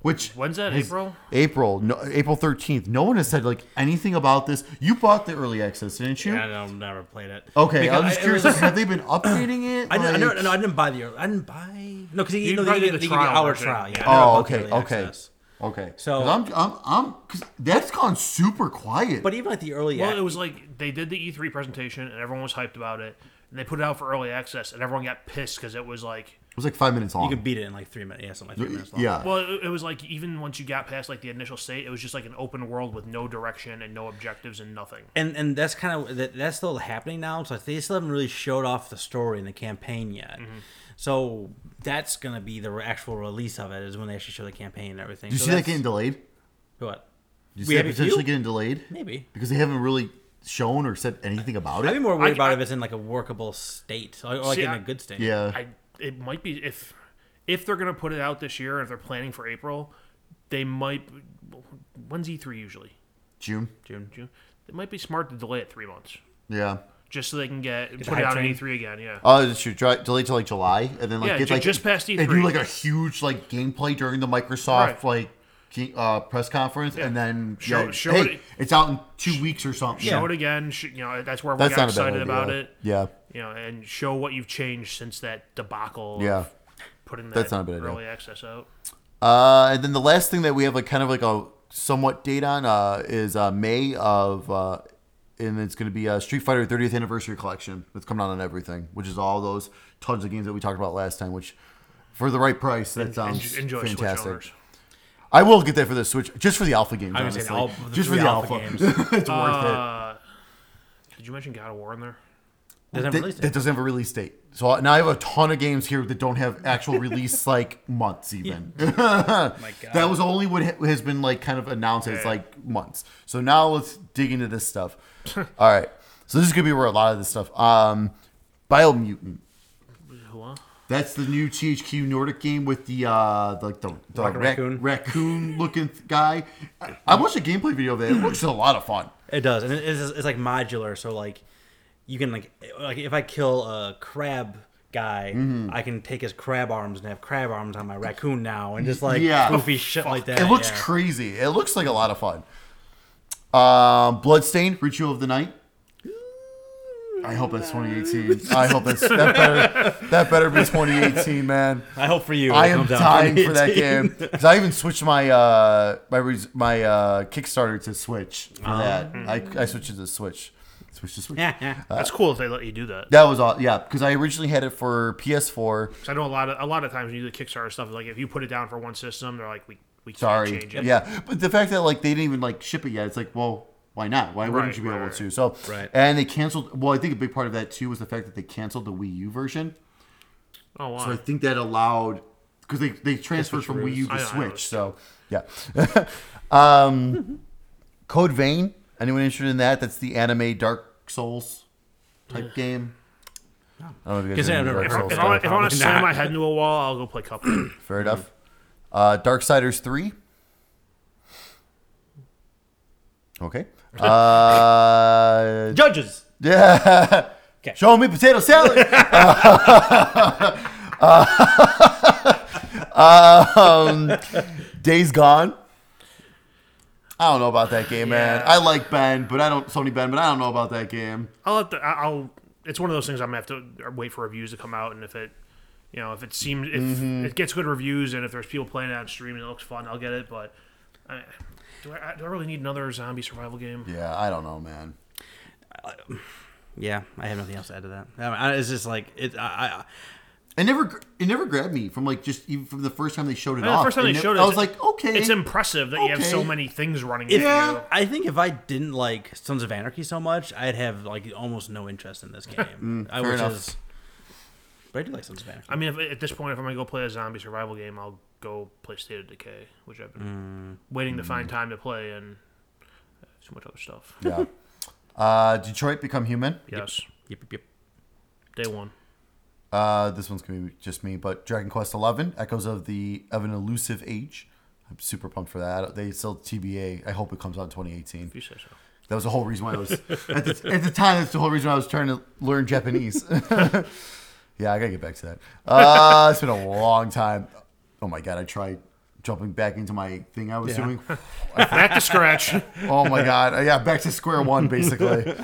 B: Which
C: When's that,
B: has-
C: April?
B: April, no, April thirteenth. No one has said like anything about this. You bought the early access, didn't you?
A: I don't never played it.
B: Okay,
A: Because
B: I'm just
A: I- it
B: curious.
A: was-
B: have they been updating it?
A: I didn't, I,
B: Like-
A: never, no, I didn't buy the. early- I didn't buy. No, because you
C: You
A: know
C: probably
A: they give
C: did
A: you
C: the
A: they give you
C: trial
A: hour
C: version.
A: trial. Yeah. I never
B: Oh,
A: bought the
B: okay,
A: early
B: okay,
A: access.
B: okay.
A: So-
B: 'Cause I'm, I'm, I'm, cause that's gone super quiet.
A: But even like the early.
C: Well,
A: ac-
C: it was like they did the E3 presentation and everyone was hyped about it, and they put it out for early access, and everyone got pissed because it was like,
B: it was like five minutes long.
A: You can beat it in like three minutes. Yeah, something like three minutes. Long.
B: yeah.
C: well, it, it was like even once you got past like the initial state, it was just like an open world with no direction and no objectives and nothing.
A: and and that's kind of that, that's still happening now. So they still haven't really showed off the story and the campaign yet.
C: Mm-hmm.
A: So that's gonna be the re- actual release of it is when they actually show the campaign and everything.
B: Did you
A: so
B: see that
A: that's-
B: getting delayed? Did
A: what?
B: you
A: We
B: see that
A: have a few?
B: potentially getting delayed?
A: Maybe.
B: Because they haven't really shown or said anything about
A: I'd be
B: it.
A: more worried
C: I-
A: about
C: I-
A: if it's in like a workable state or or, like
C: See,
A: in a
C: I-
A: good state.
B: Yeah.
C: I it might be if if they're gonna put it out this year, if they're planning for April, they might. When's E3 usually?
B: June.
A: June.
C: June. It might be smart to delay it three months
B: Yeah.
C: just so they can get
A: the
C: put it
A: hype
C: out
A: train.
C: in E3 again. Yeah.
B: Oh, uh, should try, delay till like July, and then like
C: Yeah,
B: get
C: ju-
B: like
C: just past
B: They do
C: E3.
B: like a huge like gameplay during the Microsoft
C: Right.
B: like like uh, press conference, and then
C: Show-
B: yeah,
C: show
B: hey,
C: it-
B: it's out in two weeks or something.
C: Show it again. Sh- you know that's where we
B: That's
C: got
B: not a bad idea.
C: excited about it.
B: Yeah.
C: You know, and show what you've changed since that debacle.
B: Yeah.
C: Of putting that
B: That's not a bad idea.
C: early access out.
B: Uh, and then the last thing that we have like kind of like a somewhat date on uh, is uh, May of, uh, and it's going to be uh, Street Fighter 30th Anniversary Collection that's coming out on everything, which is all those tons of games that we talked about last time. Which for the right price, that sounds
C: En- enjoy Switch
B: fantastic.
C: owners.
B: I will get that for the Switch, just for the alpha games.
A: I was gonna say
B: honestly.
A: all the
B: just for
A: three
B: the alpha,
A: alpha
B: games,
A: games.
B: it's worth
C: Uh, did you mention God of War in there?
A: They
B: it.
A: haven't
B: That,
A: released
B: that
A: it.
B: doesn't have a release date, so now I have a ton of games here that don't have actual release like months even.
A: My God.
B: That was only what ha- has been like kind of announced as
C: Yeah.
B: like months. So now let's dig into this stuff. All right. So this is gonna be where a lot of this stuff. Um, Biomutant.
C: Huh?
B: That's the new THQ Nordic game with the uh, the, like the, the
A: Like a
B: raccoon
A: raccoon.
B: looking guy. I, I watched a gameplay video of that. It looks a lot of fun.
A: It does, and it- it's, it's like modular. So like, you can like like if I kill a crab guy,
B: Mm-hmm.
A: I can take his crab arms and have crab arms on my raccoon now, and just like
B: Yeah.
A: goofy shit like that.
B: It looks
A: yeah.
B: crazy. It looks like a lot of fun. Um, Bloodstained, Ritual of the Night. I hope that's 2018. I hope that's that better. That better be 2018, man.
A: I hope for you.
B: I
A: it
B: am
A: comes out
B: dying for that
A: 2018.
B: game because I even switched my uh my res- my uh Kickstarter to Switch for
A: Uh-huh.
B: that. I, I switched it to Switch, switch to Switch.
A: Yeah, yeah.
B: Uh,
C: That's cool if they let you do that.
B: That was all. Yeah, because I originally had it for PS4.
C: 'Cause I know a lot of a lot of times when you do the Kickstarter stuff, like if you put it down for one system, they're like, we we can't
B: Sorry.
C: change it.
B: Yeah, but the fact that like they didn't even like ship it yet, it's like, well, why not? Why wouldn't
C: Right,
B: you be
C: right,
B: able
C: right.
B: to? So,
A: Right.
B: and they canceled. Well, I think a big part of that too was the fact that they canceled the Wii U version.
C: Oh wow.
B: So I think that allowed because they they transferred from Wii U to
C: I know, I
B: Switch. So
C: know.
B: yeah, um, Code Vein. Anyone interested in that? That's the anime Dark Souls type game. I don't know if you guys
A: Guess I
B: are into
A: haven't
B: Dark
A: heard
B: Souls
A: of
C: if
A: it.
B: stuff.
C: I, if I want to
A: Probably
C: slam
A: not.
C: my head into a wall, I'll go play Cuphead.
B: Fair enough. Uh, Darksiders 3. Okay. Uh,
A: Judges.
B: yeah.
A: Okay.
B: Show me potato salad. um, Days Gone. I don't know about that game, man.
C: Yeah.
B: I like Ben, but I don't Sony Ben, but I don't know about that game.
C: I'll have to. I- I'll. It's one of those things I'm gonna have to uh, wait for reviews to come out, and if it, you know, if it seems if it gets good reviews, and if there's people playing it on stream and it looks fun, I'll get it. But I, do I, do I really need another zombie survival game?
B: Yeah, I don't know, man.
A: Yeah, I have nothing else to add to that. I mean, I- it's just like it. I, I,
B: It never, it never grabbed me from like just even from the first time they showed it
C: I mean,
B: off.
C: the first time
B: It
C: they
B: ne-
C: showed it,
B: I was like, okay,
C: it's impressive that you have so
B: okay.
C: many things running.
A: If-
C: at you.
A: I think if I didn't like Sons of Anarchy so much, I'd have like almost no interest in this game. I,
B: Mm, fair
A: which
B: enough.
A: is, but I do like Sons of Anarchy.
C: I mean, if, at this point, if I'm gonna go play a zombie survival game, I'll go play State of Decay, which I've been waiting to find time to play, and uh, so much other stuff.
B: yeah. Uh, Detroit Become Human.
C: Yes,
A: Yep, yep, yep.
C: day one.
B: Uh, this one's gonna be just me, but Dragon Quest Eleven: Echoes of the of an Elusive Age. I'm super pumped for that. They still TBA. I hope it comes out in 2018.
C: If you say so.
B: That was the whole reason why I was at the, at the time. That's the whole reason why I was trying to learn Japanese. yeah, I gotta get back to that. Uh, it's been a long time. Oh my god, I tried jumping back into my thing I was
A: Yeah.
B: doing.
C: Back to scratch.
B: Oh my god! Uh, Yeah, back to square one basically.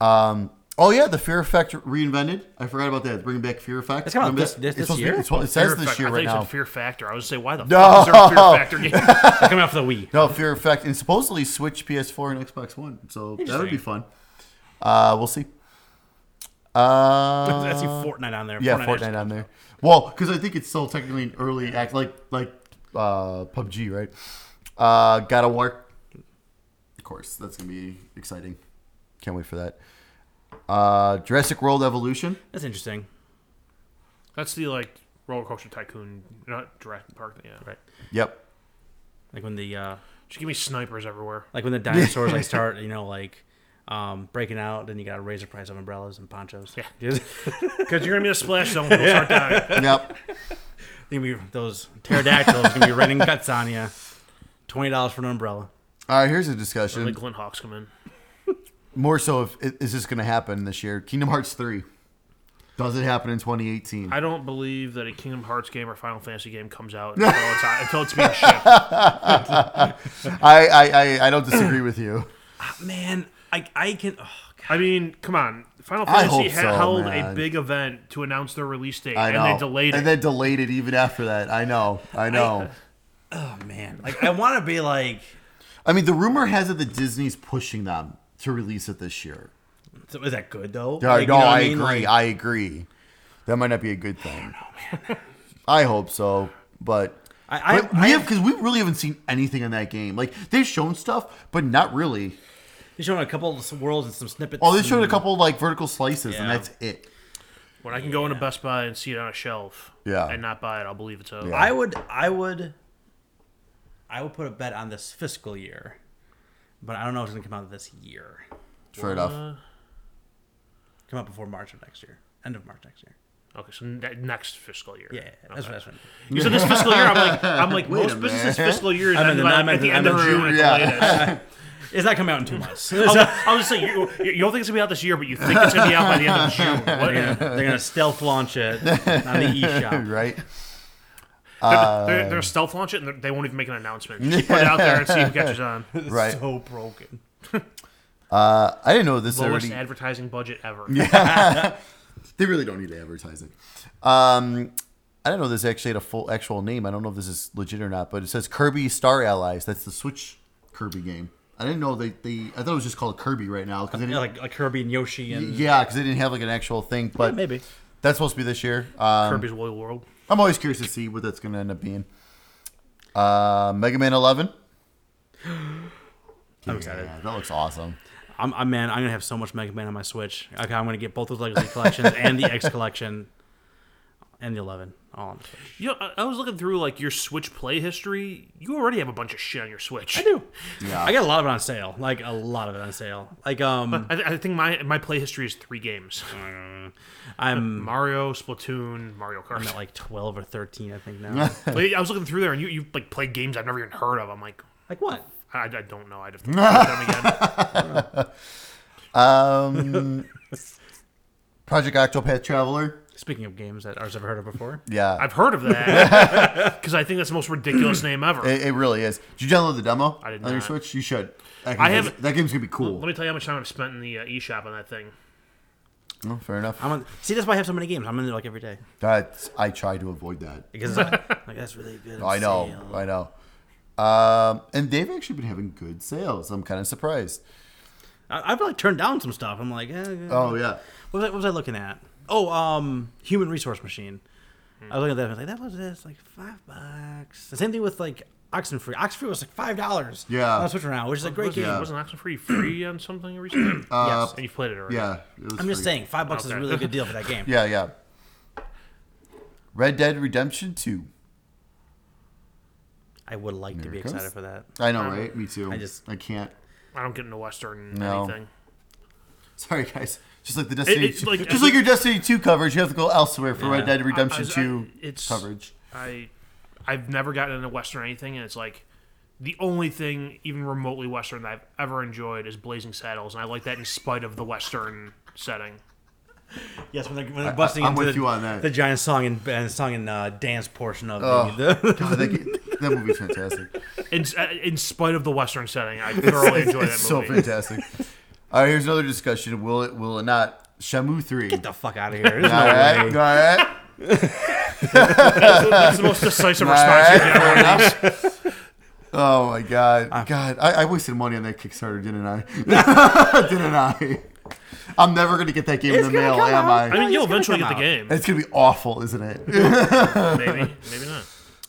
B: um. Oh yeah, the Fear Effect reinvented. I forgot about that. It's bringing back Fear Effect.
A: coming out
B: Remember
A: this-
B: that?
A: this-
B: It's
A: this
B: supposed to be-
A: year?
B: it's- it says
C: Fear
B: this
C: Fac-
B: year
C: I
B: right
C: thought you
B: now.
C: said Fear Factor. I was gonna say, why the
B: No.
C: fuck is there a Fear Factor game?
A: They're coming out for the Wii.
B: No, Fear Effect, and supposedly Switch, PS4, and Xbox One. So that would be fun. Uh, we'll see. Uh,
A: I see Fortnite on there.
B: yeah,
A: is-
B: Fortnite on there. Well, because I think it's still technically an early act, like like uh, PUBG, right? Uh, gotta work. Of course, that's gonna be exciting. Can't wait for that. Uh, Jurassic World Evolution.
A: That's interesting.
C: That's the like roller coaster tycoon, not Jurassic Park. Yeah, right.
B: Yep.
A: Like when the uh,
C: Just give me snipers everywhere.
A: like when the dinosaurs like start, you know, like um, breaking out, then you got to raise the price of umbrellas and ponchos. Yeah,
C: Because you're gonna be in a splash zone. We'll start dying.
B: Yep.
A: gonna be those pterodactyls gonna be raining guts on you. Twenty dollars for an umbrella.
B: All right. Here's a
C: The
B: discussion.
C: Glen Hawks come in.
B: More so, if i- is this gonna happen this year? Kingdom Hearts three. Does it happen in 2018?
C: I don't believe that a Kingdom Hearts game or Final Fantasy game comes out until it's, until it's being shipped.
B: I, I, I, I don't disagree with you.
A: Ah, Man, I I can. Oh, God.
C: I mean, come on. Final
B: I
C: Fantasy
B: hope
C: ha-
B: so,
C: held
B: man.
C: a big event to announce their release date,
B: I
C: and
B: know.
C: they delayed it.
B: And then delayed it even after that. I know. I know.
A: oh man, like I want to be like.
B: I, mean, the rumor has it that Disney's pushing them to release it this year.
A: So is that good though?
B: Yeah,
A: Like, you
B: no,
A: know what
B: I
A: mean?
B: agree.
A: Like,
B: I agree. That might not be a good thing. I don't know, man. hope so, but.
A: I- I-
B: but we
A: I-
B: have because we really haven't seen anything in that game. Like they've shown stuff, but not really.
A: They showed a couple of worlds and some snippets.
B: Oh, they showed a
A: and-
B: couple like vertical slices, and
A: Hmm. Yeah.
B: that's it.
C: when I can go into Best Buy and see it on a shelf,
B: Yeah.
C: and not buy it, I'll believe it's a.
B: Yeah.
A: I would, I would, I would put a bet on this fiscal year, but I don't know if it's gonna come out this year.
B: Fair enough.
A: Uh, Come out before March of next year, end of March next year.
C: Okay, so ne- next fiscal year.
A: Yeah, that's what that's what.
C: You said this fiscal year. I'm like, I'm like
B: Wait a
C: most businesses
B: minute.
C: fiscal years
A: I'm in
C: end
A: the-
C: by-
A: I'm in
C: at the
A: the-
C: end
A: I'm
C: of
A: in
C: June at
B: yeah.
C: the latest.
A: It's not coming out in two months.
C: I
A: So-
C: was- I was saying you, you don't think it's gonna be out this year, but you think it's gonna be out by the end of June. What-
A: they're, gonna, they're gonna stealth launch it on the eShop.
B: Right? Uh,
C: they're, they're, they're stealth launch it, and they're- they won't even make an announcement. Just put it out there and see who catches on.
A: It's
B: Right.
A: so broken.
B: Uh, I didn't know this
C: Lowest
B: already.
C: advertising budget ever.
B: They really don't need to advertise it. Um, I don't know if this actually had a full actual name. I don't know if this is legit or not, but it says Kirby Star Allies. That's the Switch Kirby game. I didn't know they, they I thought it was just called Kirby right now because they
A: Yeah,
B: didn't,
A: like, like Kirby and Yoshi and
B: yeah, because they didn't have like an actual thing. But
A: maybe.
B: that's supposed to be this year. Um,
C: Kirby's Woolly World.
B: I'm always curious to see what that's going to end up being. Uh, Mega Man 11.
A: I'm excited.
B: Yeah, that looks awesome.
A: I'm, I'm man. I'm gonna have so much Mega Man on my Switch. Okay, I'm gonna get both those Legacy collections and the X collection and the 11 all on the Switch.
C: You know, I, I was looking through like your Switch play history. You already have a bunch of shit on your Switch.
A: do.
B: Yeah.
A: I got a lot of it on sale. Like a lot of it on sale. Like um,
C: I, th- I think my my play history is three games:
A: Mm. I'm
C: Mario, Splatoon, Mario Kart.
A: at like 12 or 13, I think now.
C: Like, I was looking through there, and you you like played games I've never even heard of. I'm like,
A: like what?
C: I, I don't know. I'd have to look at them again.
B: Um, Project Octopath Traveler.
A: Speaking of games that ours have heard of before,
B: Yeah,
C: I've heard of that because I think that's the most ridiculous name ever.
B: It, it really is. Did you download the demo
C: I did
B: on your
C: not.
B: Switch? You should. That
C: I
B: game's-
C: haven't-
B: That game's gonna be cool.
C: Let me tell you how much time I've spent in the uh, eShop on that thing.
B: Oh, fair enough.
A: I'm on. See, that's why I have so many games. I'm in there like every day
B: That's I try to avoid that.
A: because like, like that's really good. on
B: I know.
A: sale.
B: I know. Um, and they've actually been having good sales. I'm kind of surprised.
A: I, I've like turned down some stuff. I'm like, eh, eh.
B: Oh yeah.
A: What was, I, what was I looking at? Oh, um, Human Resource Machine. I was looking at that. and I was like, that was this like five bucks. The same thing with like Oxenfree. Oxenfree was like five dollars.
B: Yeah.
A: on Switch now, which is a great game.
B: Yeah.
C: Wasn't Oxenfree free on something recently?
B: Uh,
C: And you've played it already.
B: Yeah. it was
A: I'm just
B: free.
A: saying, five bucks is a
C: Okay.
A: really good deal for that game.
B: Yeah, yeah. Red Dead Redemption Two.
A: I would like to be
B: it goes.
A: excited for that.
B: I know, right? Me too. I
A: Um, just-
B: I can't.
C: I don't get into Western
B: No.
C: anything.
B: Sorry, guys. Just like the Destiny,
C: it's like-
B: just like your Destiny Two coverage, you have to go elsewhere for Red
A: Yeah.
B: Dead Redemption
C: I- I-
B: Two
C: it's-
B: coverage.
C: I I've never gotten into Western anything, and it's like the only thing even remotely Western that I've ever enjoyed is Blazing Saddles, and I like that in spite of the Western setting.
A: Yes, when they're, when they're busting
B: I'm
A: into
B: with
A: the,
B: you on that.
A: the giant song and, and song and uh, dance portion of the, the
B: God, that, game, that movie's fantastic.
C: In, uh, in spite of the Western setting, I thoroughly enjoy that movie.
B: It's so fantastic. All right, here's another discussion. Will it? Will it not? Shamu three.
A: Get the fuck out of here. There's
B: all
A: no
B: right,
A: way.
B: all right,
C: That's the most decisive
B: all
C: response
B: right.
C: you get.
B: fair enough. Oh my god,
A: Ah.
B: God! I, I wasted money on that Kickstarter, didn't I? didn't I? I'm never gonna get that game
A: It's
B: in the
A: gonna
B: mail,
A: come
B: am
A: out.
B: I?
C: I mean,
A: it's
C: you'll
A: gonna
C: eventually
A: come
C: get the game.
B: It's gonna be awful, isn't it?
C: Maybe, maybe not.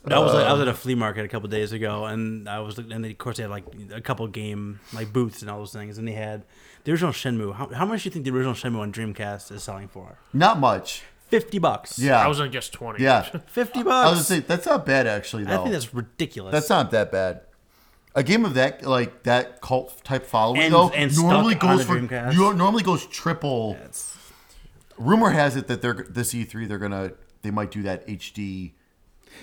A: No, I was like, I was at
B: Um,
A: a flea market a couple days ago, and I was, and of course they had like a couple game like booths and all those things, and they had the original Shenmue. How, how much do you think the original Shenmue on Dreamcast is selling for?
B: Not much.
A: Fifty bucks.
B: Yeah.
C: I was gonna guess twenty.
B: yeah.
A: fifty
B: I
A: bucks.
B: was gonna say that's not bad actually
A: I
B: though.
A: think that's ridiculous.
B: That's not that bad. A game of that like that cult type following
A: And-
B: though
A: and stuck
B: normally
A: on
B: goes
A: the
B: for
A: Dreamcast.
B: you normally goes triple.
A: That's-
B: Rumor has it that they're this E3 they're gonna they might do that HD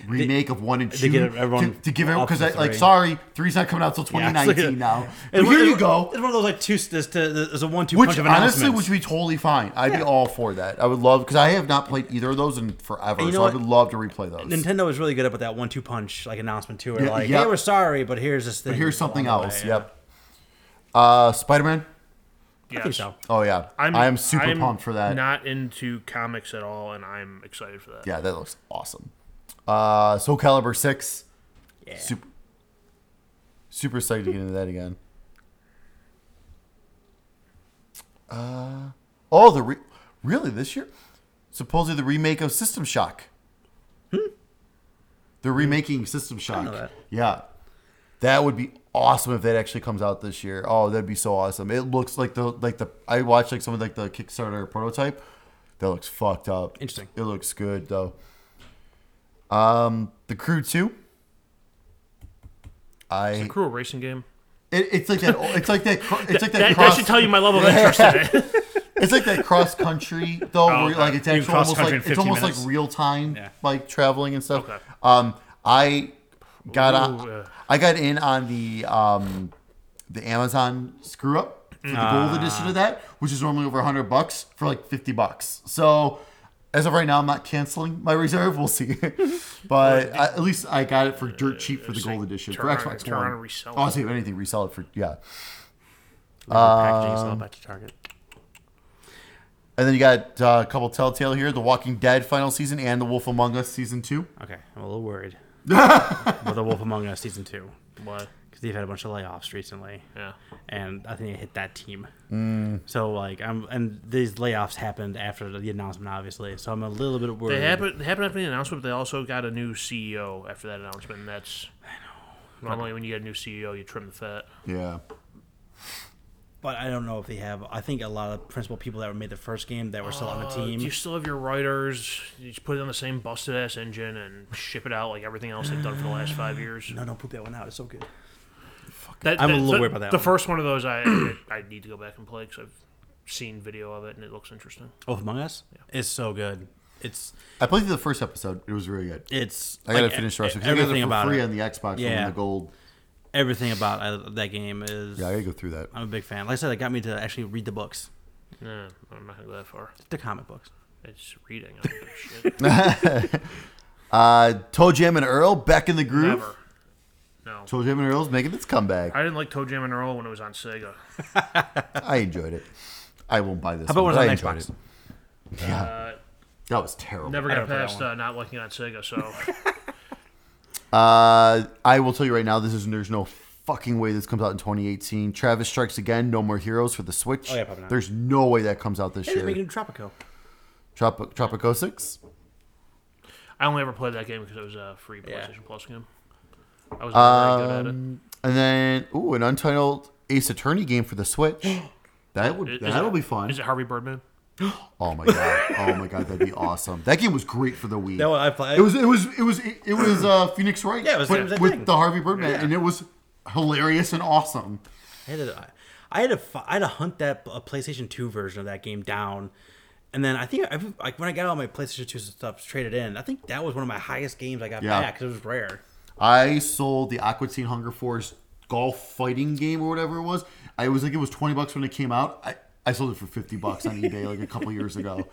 B: remake of one and two
A: get
B: to-
A: everyone
B: to, give everyone
A: off
B: because
A: the
B: like
A: three.
B: sorry three's not coming out till
A: yeah,
B: 2019
A: it's like a-
B: now.
A: it's
B: But
A: one-
B: here you
A: it's-
B: go.
A: It's one of those like two. There's, there's a one-two
B: Which
A: punch of
B: honestly,
A: announcements.
B: which would be totally fine. I'd be all for that. I would love because I have not played either of those in forever,
A: you know
B: so
A: what?
B: I would love to replay those.
A: Nintendo is really good about that one-two punch like announcement too. Where
B: Yeah,
A: like,
B: yeah.
A: hey, we're sorry, but here's this thing.
B: But here's something
A: along the
B: else.
A: way, yeah.
B: Yep. Uh, Spider Man.
C: yes.
A: I think so.
B: Oh yeah, I'm, I am super
C: I'm
B: pumped for that.
C: Not into comics at all, and I'm excited for that.
B: yeah, that looks awesome. Uh, Soul Calibur six.
A: Yeah.
B: Super. Super excited to get into that again. Uh, oh the re- really this year, supposedly the remake of System Shock. They're remaking System Shock.
A: know that.
B: Yeah, That would be awesome if that actually comes out this year. Oh, that'd be so awesome. It looks like the like the I watched like some of like the Kickstarter prototype. That looks fucked up.
A: Interesting.
B: It looks good though. Um, the crew two. I
C: Cruel racing game.
B: it, it's like that it's like that cro- it's like that,
C: That, that
B: cross
C: should tell you my level of interest in it.
B: it's like that cross country though
C: Oh,
B: where
C: okay.
B: like it's
C: You can
B: actually
C: cross
B: almost like
C: country in
B: it's
C: 15
B: almost
C: minutes.
B: like real time
A: Yeah.
B: like traveling and stuff.
C: Okay.
B: Um, I got on,
C: Ooh, uh.
B: I got in on the um, the Amazon screw up for the
C: Ah.
B: gold edition of that, which is normally over hundred bucks for like fifty bucks. So as of right now, I'm not canceling my reserve. We'll see, but I, at least I got it for dirt cheap for the gold edition for
C: turn around-
B: Xbox
C: turn around
B: One. Oh,
C: and resell
B: I'll
C: it.
B: see if anything resell it for yeah.
A: Packaging
B: Um,
A: is all back to Target.
B: And then you got uh, a couple Telltale here: The Walking Dead final season and The Wolf Among Us season two.
A: Okay, I'm a little worried. about The Wolf Among Us season two,
C: What?
A: because they've had a bunch of layoffs recently,
C: Yeah.
A: and I think it hit that team.
B: Mm.
A: So like, I'm and these layoffs happened after the announcement, obviously. So I'm a little bit worried.
C: They happened, they happened after the announcement, but they also got a new CEO after that announcement, and that's. I know. Normally, when you get a new CEO, you trim the fat.
B: Yeah.
A: but I don't know if they have. I think a lot of the principal people that made the first game that were still on the
C: Uh,
A: team.
C: do you still have your writers? You just put it on the same busted ass engine and ship it out like everything else they've done for the last five years.
A: no, don't poop that one out. It's so good.
C: That-
A: I'm a
C: that-
A: little
C: the,
A: worried about that
C: The
A: one.
C: first one of those, I I I need to go back and play because I've seen video of it and it looks interesting.
A: Wolf Among Us is so good. It's
B: I played through the first episode. It was really good.
A: it's.
B: I gotta
A: like,
B: finish the rest because I got it
A: everything
B: for
A: about
B: free
A: it.
B: on the Xbox
A: Yeah.
B: and the gold.
A: Everything about uh, that game is.
B: Yeah, I gotta go through that.
A: I'm a big fan. Like I said, it got me to actually read the books,
C: Nah, I'm not gonna go that far.
A: the comic books.
C: It's reading. I don't give a
A: Uh-huh.
C: shit.
B: Uh, Toe Jam and Earl back in the groove.
C: Never. No.
B: Toe Jam and Earl's making its comeback.
C: I didn't like Toe Jam and Earl when it was on Sega.
B: I enjoyed it. I won't buy this.
A: How about
B: one,
A: what's
B: but
A: on
B: I enjoyed
A: Xbox?
B: it. Yeah,
C: Uh,
B: that was terrible.
C: never
A: I
C: got
A: don't play that
C: past
A: one.
C: uh, not liking it on Sega, so
B: Uh, I will tell you right now, this is there's no fucking way this comes out in 2018. Travis Strikes Again, No More Heroes for the Switch.
A: Oh, yeah, probably not.
B: There's no way that comes out this
A: They're making
B: year.
A: a Tropico.
B: Tropi- Tropico Six.
C: I only ever played that game because it was a free PlayStation
A: Yeah.
C: Plus game. I was not very good at it.
B: And then, ooh, an untitled Ace Attorney game for the Switch. That would
C: Is- is
B: that'll
C: it-
B: be fun.
C: Is it Harvey Birdman?
B: Oh my god! Oh my god! That'd be awesome. That game was great for the Wii.
A: That one I played.
B: It was. It was. It was. It was uh, Phoenix Wright.
A: Yeah, it was the
B: but
A: same
B: with
A: thing.
B: the Harvey Birdman,
A: Yeah.
B: and it was hilarious and awesome.
A: I had to, I had to, fi- I had to hunt that a PlayStation Two version of that game down, and then I think I, like when I got all my PlayStation Two stuff traded in, I think that was one of my highest games I got
B: Yeah.
A: back 'cause back because it was rare.
B: I sold the Aqua Teen Hunger Force golf fighting game or whatever it was. I was like, it was twenty bucks when it came out. I, I sold it for fifty bucks on eBay like a couple years ago.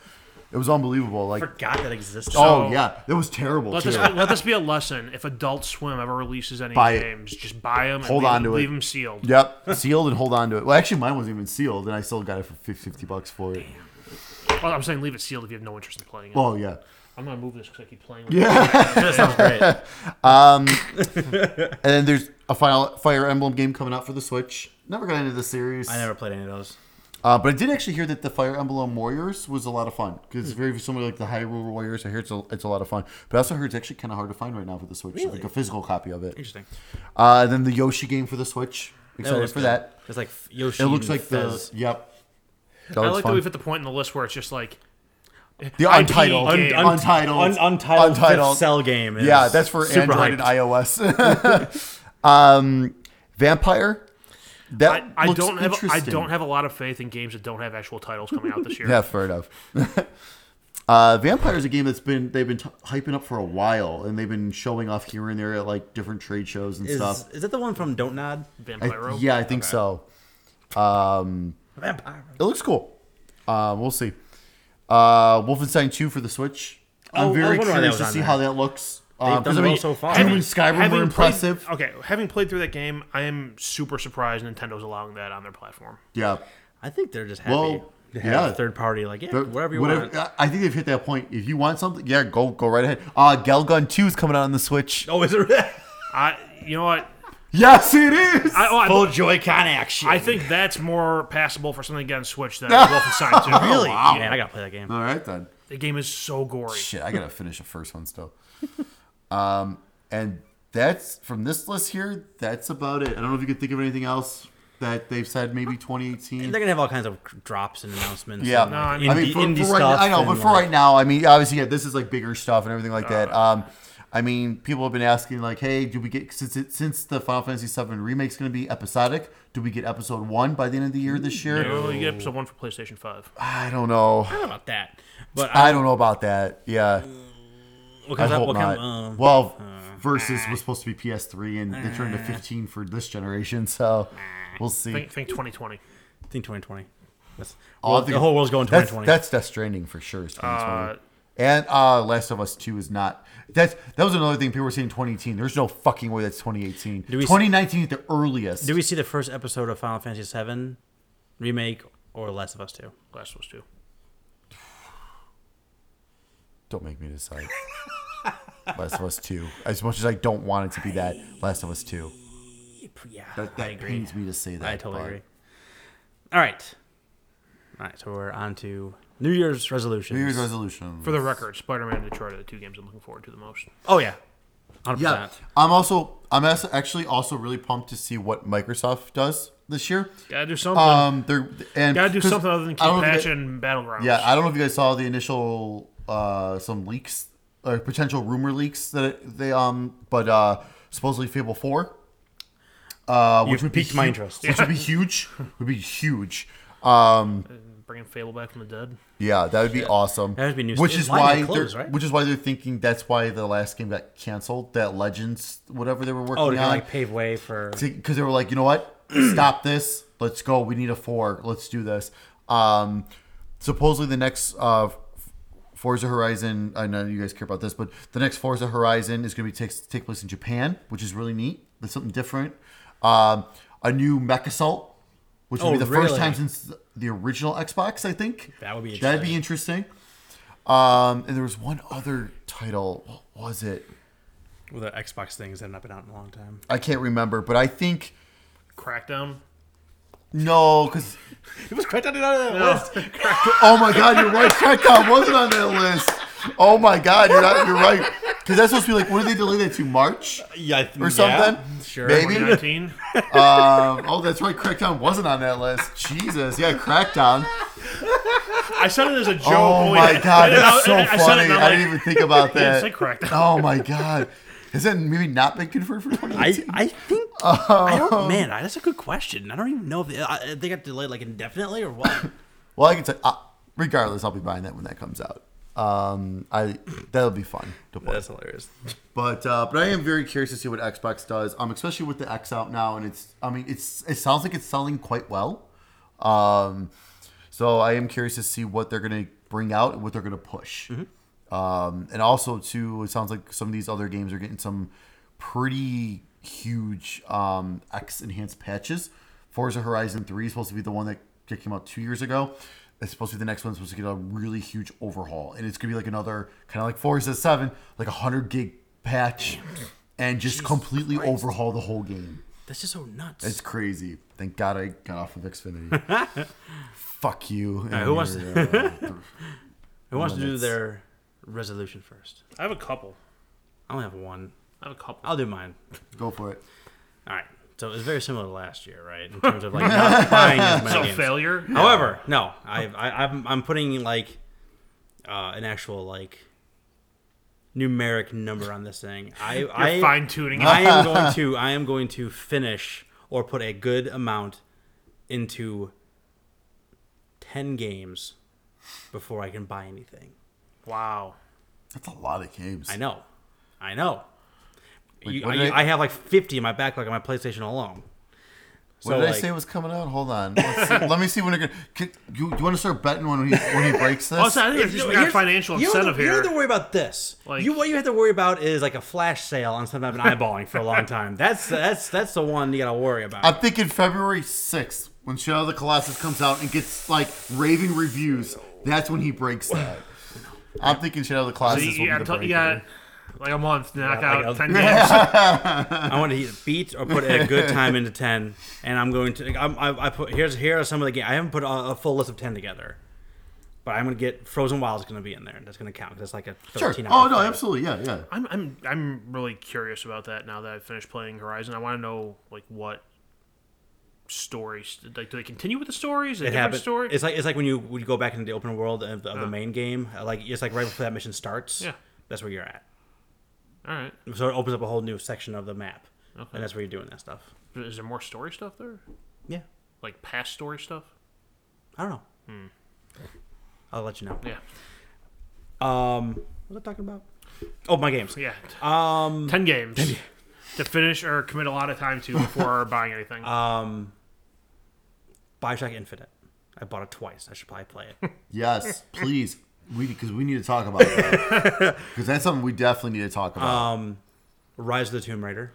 B: It was unbelievable. Like,
A: Forgot that existed.
B: oh yeah, it was terrible
C: Let
B: too.
C: this, let this be a lesson. If Adult Swim ever releases any
B: Buy it.
C: games, just buy them.
B: Hold
C: leave,
B: on to it.
C: Leave them sealed.
B: Yep, sealed and hold on to it. Well, actually, mine wasn't even sealed, and I still got it for 50, 50 bucks for it.
C: Well, I'm saying leave it sealed if you have no interest in playing it.
B: Oh yeah,
C: I'm gonna move this because I keep playing. With yeah.
A: that sounds great.
B: and then there's a Final Fire Emblem game coming out for the Switch. Never got into the series.
A: I never played any of those.
B: Uh, but I did actually hear that the Fire Emblem Warriors was a lot of fun because it's very similar like the Hyrule Warriors. I hear it's a, it's a lot of fun, but I also heard it's actually kind of hard to find right now for the Switch, like a physical copy of it.
A: Interesting.
B: Uh, then the Yoshi game for the Switch. Excited
A: looks
B: for
A: good.
B: that.
A: It's like Yoshi.
B: It looks
A: and
B: like the
A: Fez.
B: yep. That
C: I
B: looks
C: like that
B: fun.
C: we've hit the point in the list where it's just like
B: the
C: IP
B: untitled,
C: game.
B: Un- untitled,
A: un- untitled,
B: Untitled.
A: Fifth cell game. Is
B: Yeah, that's for
A: super
B: Android
A: hyped.
B: and iOS. um, Vampire. That
C: I
B: looks
C: don't have I
B: interesting.
C: don't have a lot of faith in games that don't have actual titles coming out this year.
B: Yeah, fair enough. uh, Vampire is a game that's been they've been t- hyping up for a while, and they've been showing off here and there at like different trade shows and
A: Is,
B: stuff.
A: is that the one from Don't Nod?
B: I-
C: Vampiro.
B: yeah, I think so. Um,
A: Vampire.
B: it looks cool. Uh, we'll see. Uh, Wolfenstein 2 for the Switch.
A: Oh,
B: I'm
A: I
B: very
A: wonder why that
B: curious
A: was
B: to
A: on
B: see
A: there.
B: how that looks.
A: They've done
B: Um, 'cause, I
A: well
B: mean,
A: so far.
B: Doom
A: Having-
B: and Skyrim
C: Having
B: were impressive.
C: Played, okay, having played through that game, I am super surprised Nintendo's allowing that on their platform.
B: yeah.
A: I think they're just happy
B: Well,
A: to have
B: yeah.
A: a third party. Like, yeah,
B: But
A: whatever you want.
B: I- I think they've hit that point. If you want something, yeah, go go right ahead. Uh, Galgun 2 is coming out on the Switch.
A: Oh, is it?
C: I, you know what?
B: Yes, it is!
C: I, oh,
A: Full
C: I,
A: Joy-Con action.
C: I think that's more passable for something on Switch than Wolfenstein 2.
A: really,
B: Oh, wow.
A: man, I gotta play that game.
B: All right, then.
C: The game is so gory.
B: Shit, I gotta finish the first one still. Um, and that's from this list here. That's about it. I don't know if you could think of anything else that they've said. Maybe 2018.
A: They're gonna have all kinds of drops and announcements.
B: Yeah,
A: and,
C: No, I
A: like,
C: mean-
A: indie,
B: I mean, for,
A: indie
B: for right,
A: stuff.
B: I know, but
A: and,
B: for
A: like, Uh.
B: right now, I mean, obviously, yeah, this is like bigger stuff and everything like that. Um, I mean, people have been asking, like, hey, do we get since it, since the Final Fantasy VII remake's going to be episodic? Do we get episode one by the end of the year this year?
C: Oh, you get episode one for PlayStation 5.
B: I don't know.
A: I don't know about that, but I,
B: I don't know about that. Yeah,
A: what
B: I
A: comes out,
B: hope
A: what
B: not.
A: come, um, uh.
B: well, Versus was supposed to be PS3, and they turned to 15 for this generation, so we'll see.
C: Think, think 2020.
A: I think 2020. That's,
B: All
A: well,
B: the-
A: the whole world's going
B: Oh, That's
A: 2020.
B: that's Death Stranding for sure. Is 2020.
C: Uh,
B: And uh, Last of Us Two is not. That's that was another thing people were saying 2018. There's no fucking way that's 2018.
A: we s-
B: 2019 at the earliest.
A: Do we see the first episode of Final Fantasy VII remake or Last of Us Two?
C: Last of Us 2.
B: Don't make me decide. Last of Us Two. As much as I don't want it to be that, Last of Us Two.
A: Yeah,
B: That,
A: I
B: that
A: agree.
B: pains me to say that.
A: I totally
B: but-
A: agree. All right, all right. So we're on to New Year's resolutions.
B: New Year's resolution.
C: For the record, Spider Man and Detroit are the two games I'm looking forward to the most.
A: Oh yeah, 100%.
B: Yeah, I'm also I'm as- actually also really pumped to see what Microsoft does this year.
C: Gotta do something.
B: Um, they're and
C: Gotta do
B: 'cause
C: something other than
B: I
C: keep
B: don't know if you guys-
C: patching Battlegrounds.
B: Yeah, I don't know if you guys saw the initial uh, some leaks or potential rumor leaks that it, they um, but uh, supposedly Fable Four, uh, which
A: You've
B: would be
A: piqued my
B: hu-
A: interest.
B: which would be huge, would be huge. Um,
C: Bringing Fable back from the dead.
B: yeah, that would be awesome.
A: That would be new-
B: Which
A: it's
B: is
A: lining
B: why
A: to close,
B: they're
A: right?
B: which is why they're thinking that's why the last game got canceled. That Legends, whatever they were working
A: Oh,
B: on,
A: to kind of like pave way for.
B: because they were like, you know what, stop this, let's go. We need a four, let's do this. Um, supposedly the next uh, Forza Horizon. I know you guys care about this, but the next Forza Horizon is going to be takes take place in Japan, which is really neat. That's something different. Um, a new Mech Assault, which will
A: Oh,
B: be the first
A: really?
B: time since the original Xbox. I think
A: That would be
B: that'd be interesting. Um, and there was one other title. What was it?
A: Well, the Xbox things have not been out in a long time.
B: I can't remember, but I think
C: Crackdown.
B: no, because.
A: It was quite out of that list.
B: Oh my God, you're right. Crackdown wasn't on that list. Oh my God, you're not. You're right. Because that's supposed to be like, when did they delay that to? March
A: Yeah, I th-
B: or something?
A: yeah, sure.
B: Maybe. um,
C: 2019.
B: oh, that's right. Crackdown wasn't on that list. Jesus. Yeah, Crackdown.
C: I said it as a joke.
B: Oh
C: only-
B: my God,
C: and I-
B: that's so
C: and I said it,
B: funny.
C: and I'm
B: I
C: like,
B: didn't even think about
C: Yeah,
B: that.
C: it's like Crackdown.
B: Oh my God. Has that maybe not been confirmed for 2018?
A: I, I think I don't, man, I- that's a good question. I don't even know if they, I, they got delayed like indefinitely or what.
B: Well, I can say, uh, regardless, I'll be buying that when that comes out. Um, I that'll be fun to play.
A: hilarious.
B: But uh, but I am very curious to see what Xbox does. Um, especially with the X out now, and it's I mean it's it sounds like it's selling quite well. Um, so I am curious to see what they're gonna bring out and what they're going to push. Um, and also, too, it sounds like some of these other games are getting some pretty huge um, X enhanced patches. Forza Horizon 3 is supposed to be the one that came out two years ago. It's supposed to be the next one, supposed to get a really huge overhaul. And it's going to be like another, kind of like Forza 7, like a 100 gig patch and just completely overhaul the whole game.
A: That's just so nuts.
B: It's crazy. Thank God I got off of Xfinity. Fuck you. and
A: who wants-
B: your, uh,
A: Who wants to do
B: limits.
A: their resolution first?
C: I have a couple.
A: I only have one.
C: I have a couple.
A: I'll do mine.
B: go for it.
A: All right. So it's very similar to last year, right? In terms of like not buying as many
C: So
A: games.
C: failure.
A: However, no, I, I, I'm, I'm putting like uh, an actual like numeric number on this thing. I, I
C: fine tuning.
A: I am going to, I am going to finish or put a good amount into ten games before I can buy anything.
C: Wow.
B: That's a lot of games.
A: I know, I know. You-
B: what
A: I,
B: did
A: you-
B: I-
A: I have like 50 in my backlog on my PlayStation alone.
B: What
A: So,
B: did I
A: like-
B: say was coming out? Hold on. Let's see. Let me see when it. can- Can, you, do you want to start betting when he when he breaks this?
C: Also, I think there's
A: If-
C: just
A: no,
C: we got a
A: here's-
C: financial
A: you don't have
C: incentive
A: to- You
C: here.
A: don't have to worry about this.
C: Like-
A: you what you have to worry about is like a flash sale on something I've been eyeballing for a long time. That's that's that's the one you gotta worry about.
B: I'm thinking February 6th when Shadow of the Colossus comes out and gets like raving reviews. That's when he breaks that. I'm thinking Shadow of the
C: So
B: Colossus
C: you,
B: will be
C: got
B: the
C: to-
B: breaker.
C: you got like a month to knock
A: Yeah, like
C: out
A: a-
C: ten games.
A: I want to either beat or put a good time into ten, and I'm going to. I'm, I, I put here's here are some of the games. I haven't put a, a full list of ten together, but I'm gonna get Frozen Wild is gonna be in there. That's gonna count. 'cause That's like a
B: Sure.
A: 13 hour
B: Oh no,
A: play.
B: absolutely. Yeah, yeah.
C: I'm, I'm I'm really curious about that now that I've finished playing Horizon. I want to know like what stories like do they continue with the stories? A
A: It
C: different
A: happens.
C: story?
A: It's like it's like when you when you go back into the open world of, the- of the main game. Like it's like right before that mission starts.
C: Yeah.
A: that's where you're at.
C: All right.
A: So it opens up a whole new section of the map, and that's where you're doing that stuff.
C: But Is there more story stuff there?
A: Yeah,
C: Like past story stuff?
A: I don't know.
C: Hmm.
A: I'll let you know.
C: Yeah.
A: Um, what was I talking about? Oh, my games.
C: Yeah. Um, ten games to finish or commit a lot of time to before buying anything.
A: Uh, Bioshock Infinite. I bought it twice. I should probably play it.
B: Yes, please. We because we need to talk about that because that's something we definitely need to talk about.
A: Um, Rise of the Tomb Raider.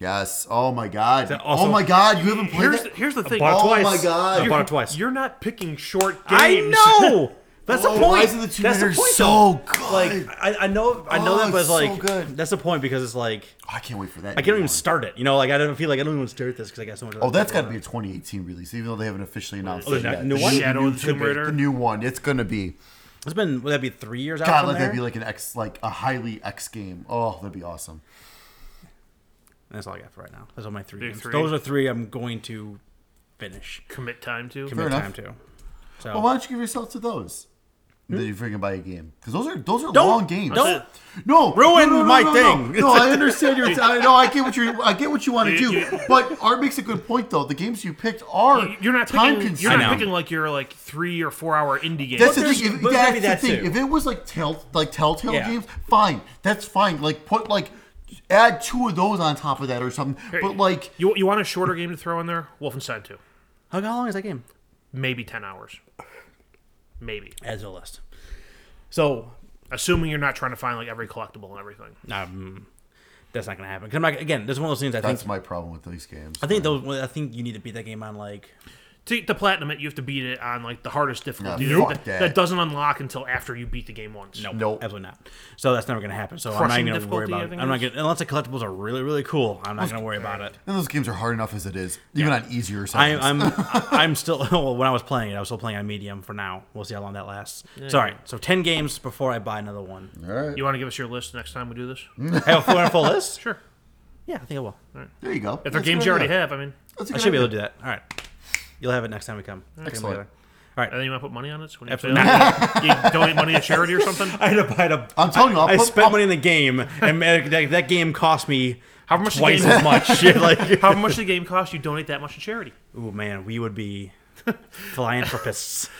B: yes. Oh my god.
A: that also-
B: oh my god. You haven't played
C: here's
B: it.
C: the, here's the thing.
A: Bought it
B: Oh my
A: twice.
B: God.
A: I bought it twice.
C: You're not picking short games.
A: I know. That's
B: Oh,
A: the point.
B: Rise of the Tomb
A: that's
B: Raider
A: the
B: is
A: point.
B: so
A: though.
B: good.
A: Like I, I know, I know
B: Oh,
A: that, but it's
B: it's so
A: like
B: good.
A: that's the point because it's like
B: I can't wait for that.
A: I can't even start it. You know, like I don't feel like I don't even start this because I got so much.
B: Oh, that's got to be a 2018 release, even though they haven't officially announced
A: Oh,
B: it
A: the
B: yet.
A: new
B: The
A: one?
C: Shadow of the
B: could
C: Tomb
B: be-
C: Raider?
B: The new one. It's gonna be.
A: It's been would that be three years out?
B: God,
A: from
B: let
A: there?
B: that be like an X, like a highly X game. Oh, that'd be awesome.
A: That's all I got for right now. Those are my three
C: Do
A: games.
C: three.
A: Those are three I'm going to finish.
C: Commit time to.
A: Commit
B: enough.
A: time to. So
B: Well, why don't you give yourself to those? Then you freaking buy a game because those are those are
A: Hmm? Don't-
B: long games.
A: don't
B: no
A: ruin
B: no, no, no,
A: my
B: no,
A: thing.
B: No, No, I understand your. I know I get what you I get what you want to
C: You-
B: do.
C: you-
B: But Art makes a good point though. The games you picked are
C: Oh, You're not
B: time
C: picking. You're
A: I know.
B: consuming.
C: not picking like your like three or four hour indie game.
B: That's the
A: there's-
B: thing. If,
A: but
B: that's
A: maybe
B: the
A: that
B: thing.
A: too.
B: If it was like tell like Telltale
A: Yeah.
B: games, fine. That's fine. Like put like add two of those on top of that or something. But like
C: You, you want a shorter game to throw in there? Wolfenstein 2.
A: how, how long is that game?
C: Maybe 10 hours. Maybe.
A: As a list. So
C: Assuming you're not trying to find like every collectible and everything.
A: um, that's not gonna happen. 'Cause I'm not, again, this is one of those things I
B: that's
A: think.
B: my problem with these games.
A: I think those. I think you need to beat that game on like.
C: To get the platinum it, you have to beat it on like the hardest difficulty.
B: Nah, fuck
C: that,
B: that.
C: that doesn't unlock until after you beat the game once.
A: No,
B: Nope.
A: absolutely not. So that's never gonna happen. So I'm not
C: Crushing
A: even gonna worry
C: difficulty, I
A: about it.
C: think
A: I'm not
C: it is.
A: gonna unless the collectibles are really really cool. I'm not gonna worry about it.
B: And those games are hard enough as it is, even on easier
A: I,
B: settings.
A: I'm I'm still well, when I was playing it, I was still playing on medium for now. We'll see how long that lasts. Sorry. So ten games before I buy another one.
B: All right,
C: You want to give us your list next time we do this?
B: Mm.
A: Hey, if I want a full list?
C: Sure.
A: Yeah, I think I will.
B: there you go.
C: If they're games you already have, I mean,
A: I should be able to do that. All right. You'll have it next time we come. Bring 'em
B: Excellent.
A: together.
C: and then you want to put money on it? So when you
A: Absolutely.
C: fail, you donate money to charity or something?
A: I had to buy the.
B: I'm telling you, I'll
A: I
B: put-
A: spent
B: I'll-
A: money in the game, and that, that- that game cost me
C: How much the
A: twice
C: game-
A: as much. like,
C: How much the game costs, you donate that much to charity.
A: oh man, we would be philanthropists.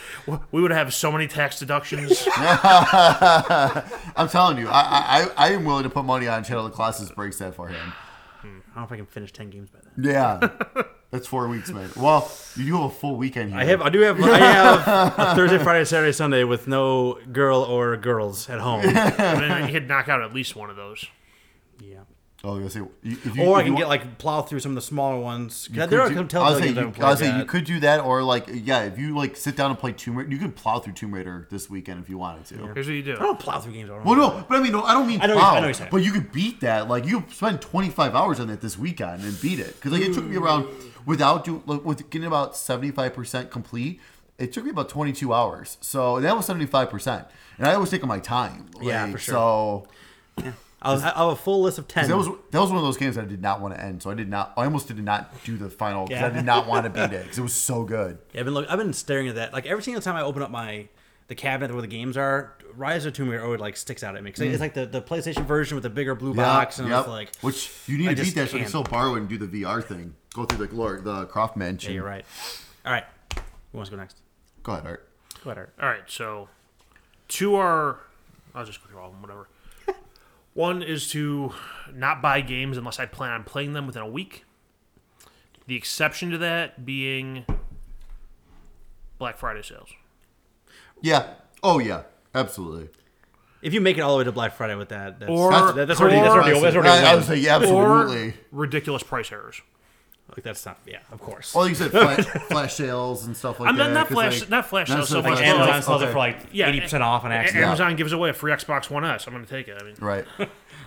C: We would have so many tax deductions.
B: I'm telling you, I, I, I am willing to put money on Channel of the Classes breaks that for him.
A: I don't know if I can finish ten games by then.
B: Yeah. That's four weeks, man. Well, you do have a full weekend here.
A: I have, I do have, I have a Thursday, Friday, Saturday, Sunday with no girl or girls at home.
C: I mean, he'd knock out at least one of those.
A: Yeah.
B: Oh, I was gonna say, you- if you-
A: Or I
B: if
A: can
B: you want-
A: get like plow through some of the smaller ones. 'Cause
B: could
A: There are
B: do-
A: some
B: I was
A: Telltale
B: saying
A: games I
B: you,
A: haven't
B: I was
A: played
B: saying you
A: yet.
B: could do that, or like yeah, if you like sit down and play Tomb Raider, you could plow through Tomb Raider this weekend if you wanted to.
C: Here's what you do.
A: I don't plow through games. I don't
B: Well, no, but I mean, no, I don't mean
A: I know what you- I
B: plow,
A: know what you're saying.
B: but you could beat that. Like you spend 25 hours on that this weekend and beat it because like it took me around without doing like, with getting about 75 percent complete. It took me about 22 hours, so and that was 75 percent, and I always take my time.
A: Yeah,
B: like,
A: for sure.
B: So
A: I'll, I'll have a full list of ten.
B: that was that was one of those games that I did not want to end, so I did not. I almost did not do the final because
A: Yeah.
B: I did not want to beat it because it was so good.
A: Yeah, I've been look, I've been staring at that. Like every single time I open up my the cabinet where the games are, Rise of Tomb Raider always like sticks out at me 'Cause
B: Mm.
A: it's like the, the PlayStation version with the bigger blue box, and
B: yep.
A: it's like,
B: which you need
A: I
B: to beat
A: just
B: that so you can
A: can't.
B: still borrow it and do the VR thing. Go through the Lord, the Croft Mansion.
A: yeah, you're right. All right, who wants to go next?
B: Go ahead, Art.
A: Go ahead, Art.
C: All right, so two are. I'll just go through all of them, whatever. One is to not buy games unless I plan on playing them within a week. The exception to that being Black Friday sales.
B: Yeah. Oh yeah. Absolutely.
A: If you make it all the way to Black Friday with that, that's,
C: Or-
A: that- that's already that's
C: or-
A: already, that's already a
B: I, I
A: win.
B: would say yeah, absolutely.
C: Or ridiculous price errors.
A: like that's not yeah, of course.
B: Well, you said flash, flash sales and stuff like
C: I'm
B: that.
C: not- not
B: 'cause,
C: flash-
B: like,
C: not flash
B: that's
C: sales so
B: the
C: much,
A: like
B: thing.
C: Amazon
A: Amazon sells it
B: Okay.
A: for like
C: Yeah,
A: eighty percent off on
C: A-
A: accident.
C: Amazon gives away a free Xbox One S. I'm going to take it. I mean,
B: right.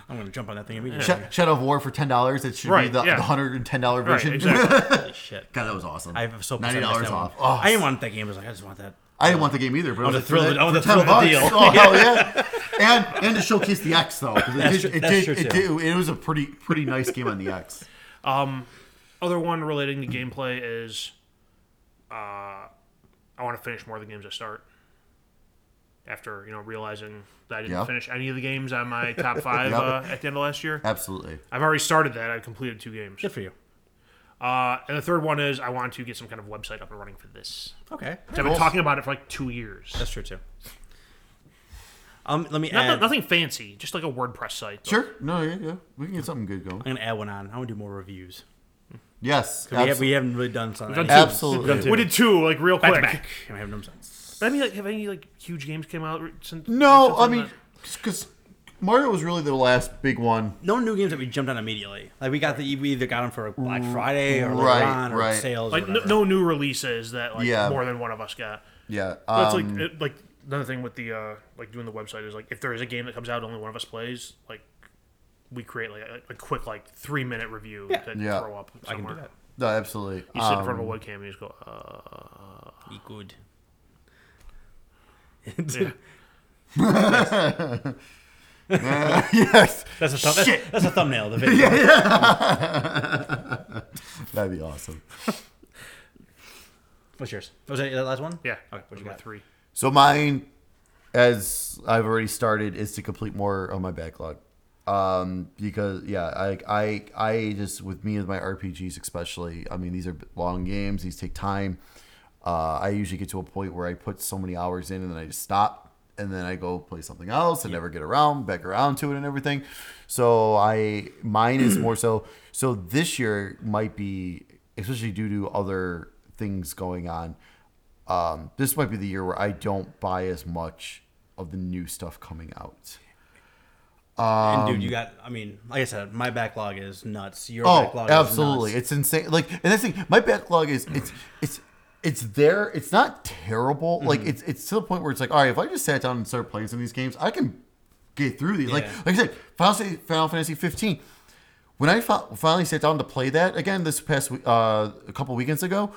A: I'm gonna jump on that thing immediately.
B: Sh- Shadow of War for ten dollars. It should be
C: Right,
B: the,
C: yeah.
B: the hundred and ten dollar
C: right,
B: version.
C: exactly.
A: Holy shit.
B: God, that was awesome.
A: I have so
B: ninety dollars off.
A: One.
B: Oh,
A: I didn't want that game. I was like, I just want that.
B: I didn't want the game either, but I
A: Oh, the
B: was
A: thrill of
B: like,
A: it- I want
B: for
A: the thrill of
B: $10.
A: the deal.
B: Oh hell yeah! And and to showcase the X though, 'cause it
A: That's
B: did,
A: true-
B: it,
A: that's
B: did,
A: true,
B: it,
A: too.
B: did, it was a pretty pretty nice game on the X.
C: Other one relating to gameplay is uh, I want to finish more of the games I start. After you know realizing that I didn't
B: Yeah.
C: finish any of the games on my top five
B: Yeah.
C: uh, at the end of last year,
B: Absolutely.
C: I've already started that. I've completed two games.
A: Good for you.
C: Uh, and the third one is I want to get some kind of website up and running for this.
A: Okay,
C: 'Cause I've been talking about it for like two years.
A: that's true too. Um, let me
C: Not
A: add.
C: th- nothing fancy, just like a WordPress site. though.
B: Sure. No. Yeah. Yeah. We can get something good going.
A: I'm gonna add one on. I want to do more reviews.
B: Yes.
A: We, have,
B: absolutely.
A: we haven't really done something.
C: done two.
B: Absolutely.
A: We've done two.
C: We did two like real
A: back to
C: quick.
A: back. And we haven't done since.
C: But I mean, like, have any like huge games came out re- since?
B: No,
C: since
B: I
C: then
B: mean,
C: that-
B: because Mario was really the last big one.
A: No new games that we jumped on immediately. Like we got the we either got them for Black Friday or
B: Mm, Right,
A: right, on or
B: right.
A: sales.
C: like
A: or
C: no,
A: whatever.
C: no new releases that like
B: Yeah.
C: more than one of us got.
B: Yeah.
C: That's
B: Um,
C: like it, like another thing with the uh, like doing the website is like if there is a game that comes out only one of us plays, like we create like a, a quick like three minute review to
B: Yeah.
C: throw up
A: I can
C: somewhere.
A: do that.
B: no, absolutely.
C: You sit in
B: Um,
C: front of a webcam and you just go, uh,
A: Be good.
C: yeah.
B: yes.
A: that's a thumb, that's, that's a thumbnail. of The video.
B: Um, That'd be awesome.
A: What's yours? Was that the last one?
C: yeah.
A: Okay, what you
C: Number
A: got?
C: Three.
B: So mine, as I've already started, is to complete more of my backlog. Um, because yeah, I, I, I just with me with my RPGs especially. I mean, these are long games; these take time. Uh, I usually get to a point where I put so many hours in, and then I just stop, and then I go play something else, and never get around back around to it and everything. So I mine is more so. So this year might be especially due to other things going on um, this might be the year where I don't buy as much of the new stuff coming out.
A: and
B: Um,
A: dude, you got. I mean, like I said, my backlog is nuts. Your
B: Oh,
A: backlog
B: absolutely,
A: is nuts.
B: it's insane. Like, and that's the thing. My backlog is it's it's it's there. It's not terrible.
A: Mm-hmm.
B: Like, it's it's to the point where it's like, all right, if I just sat down and started playing some of these games, I can get through these.
A: Yeah.
B: Like, like I said, Final Fantasy, Final Fantasy 15. When I fi- finally sat down to play that again this past we- uh, a couple weekends ago,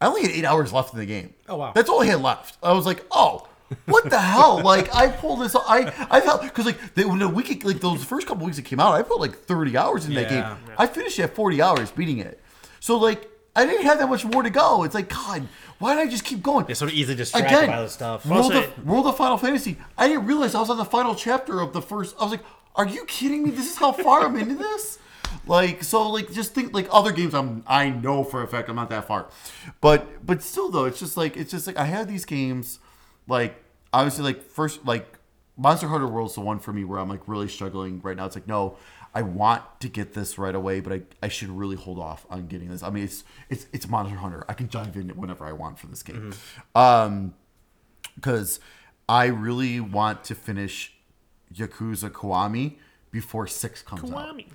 B: I only had eight hours left in the game.
A: Oh, wow.
B: That's all I had left. I was like, oh, what the hell? Like I pulled this. I I felt because like the, when the week like those first couple weeks it came out, I put like thirty hours in that game.
A: Yeah.
B: I finished at forty hours beating it. So like I didn't have that much more to go. It's like God, why did I just keep going?
A: It's so easily distracted
B: Again,
A: by other stuff.
B: World,
C: Also-
B: of, World of Final Fantasy. I didn't realize I was on the final chapter of the first. I was like, "Are you kidding me? This is how far I'm into this." Like so, like just think like other games. I'm I know for a fact I'm not that far, but but still though, it's just like it's just like I had these games, like obviously like first like Monster Hunter World's the one for me where I'm like really struggling right now. It's like no, I want to get this right away, but I, I should really hold off on getting this. I mean, it's it's it's Monster Hunter. I can dive in whenever I want for this game, Um 'cause because I really want to finish Yakuza Kiwami before six comes out
C: Kiwami.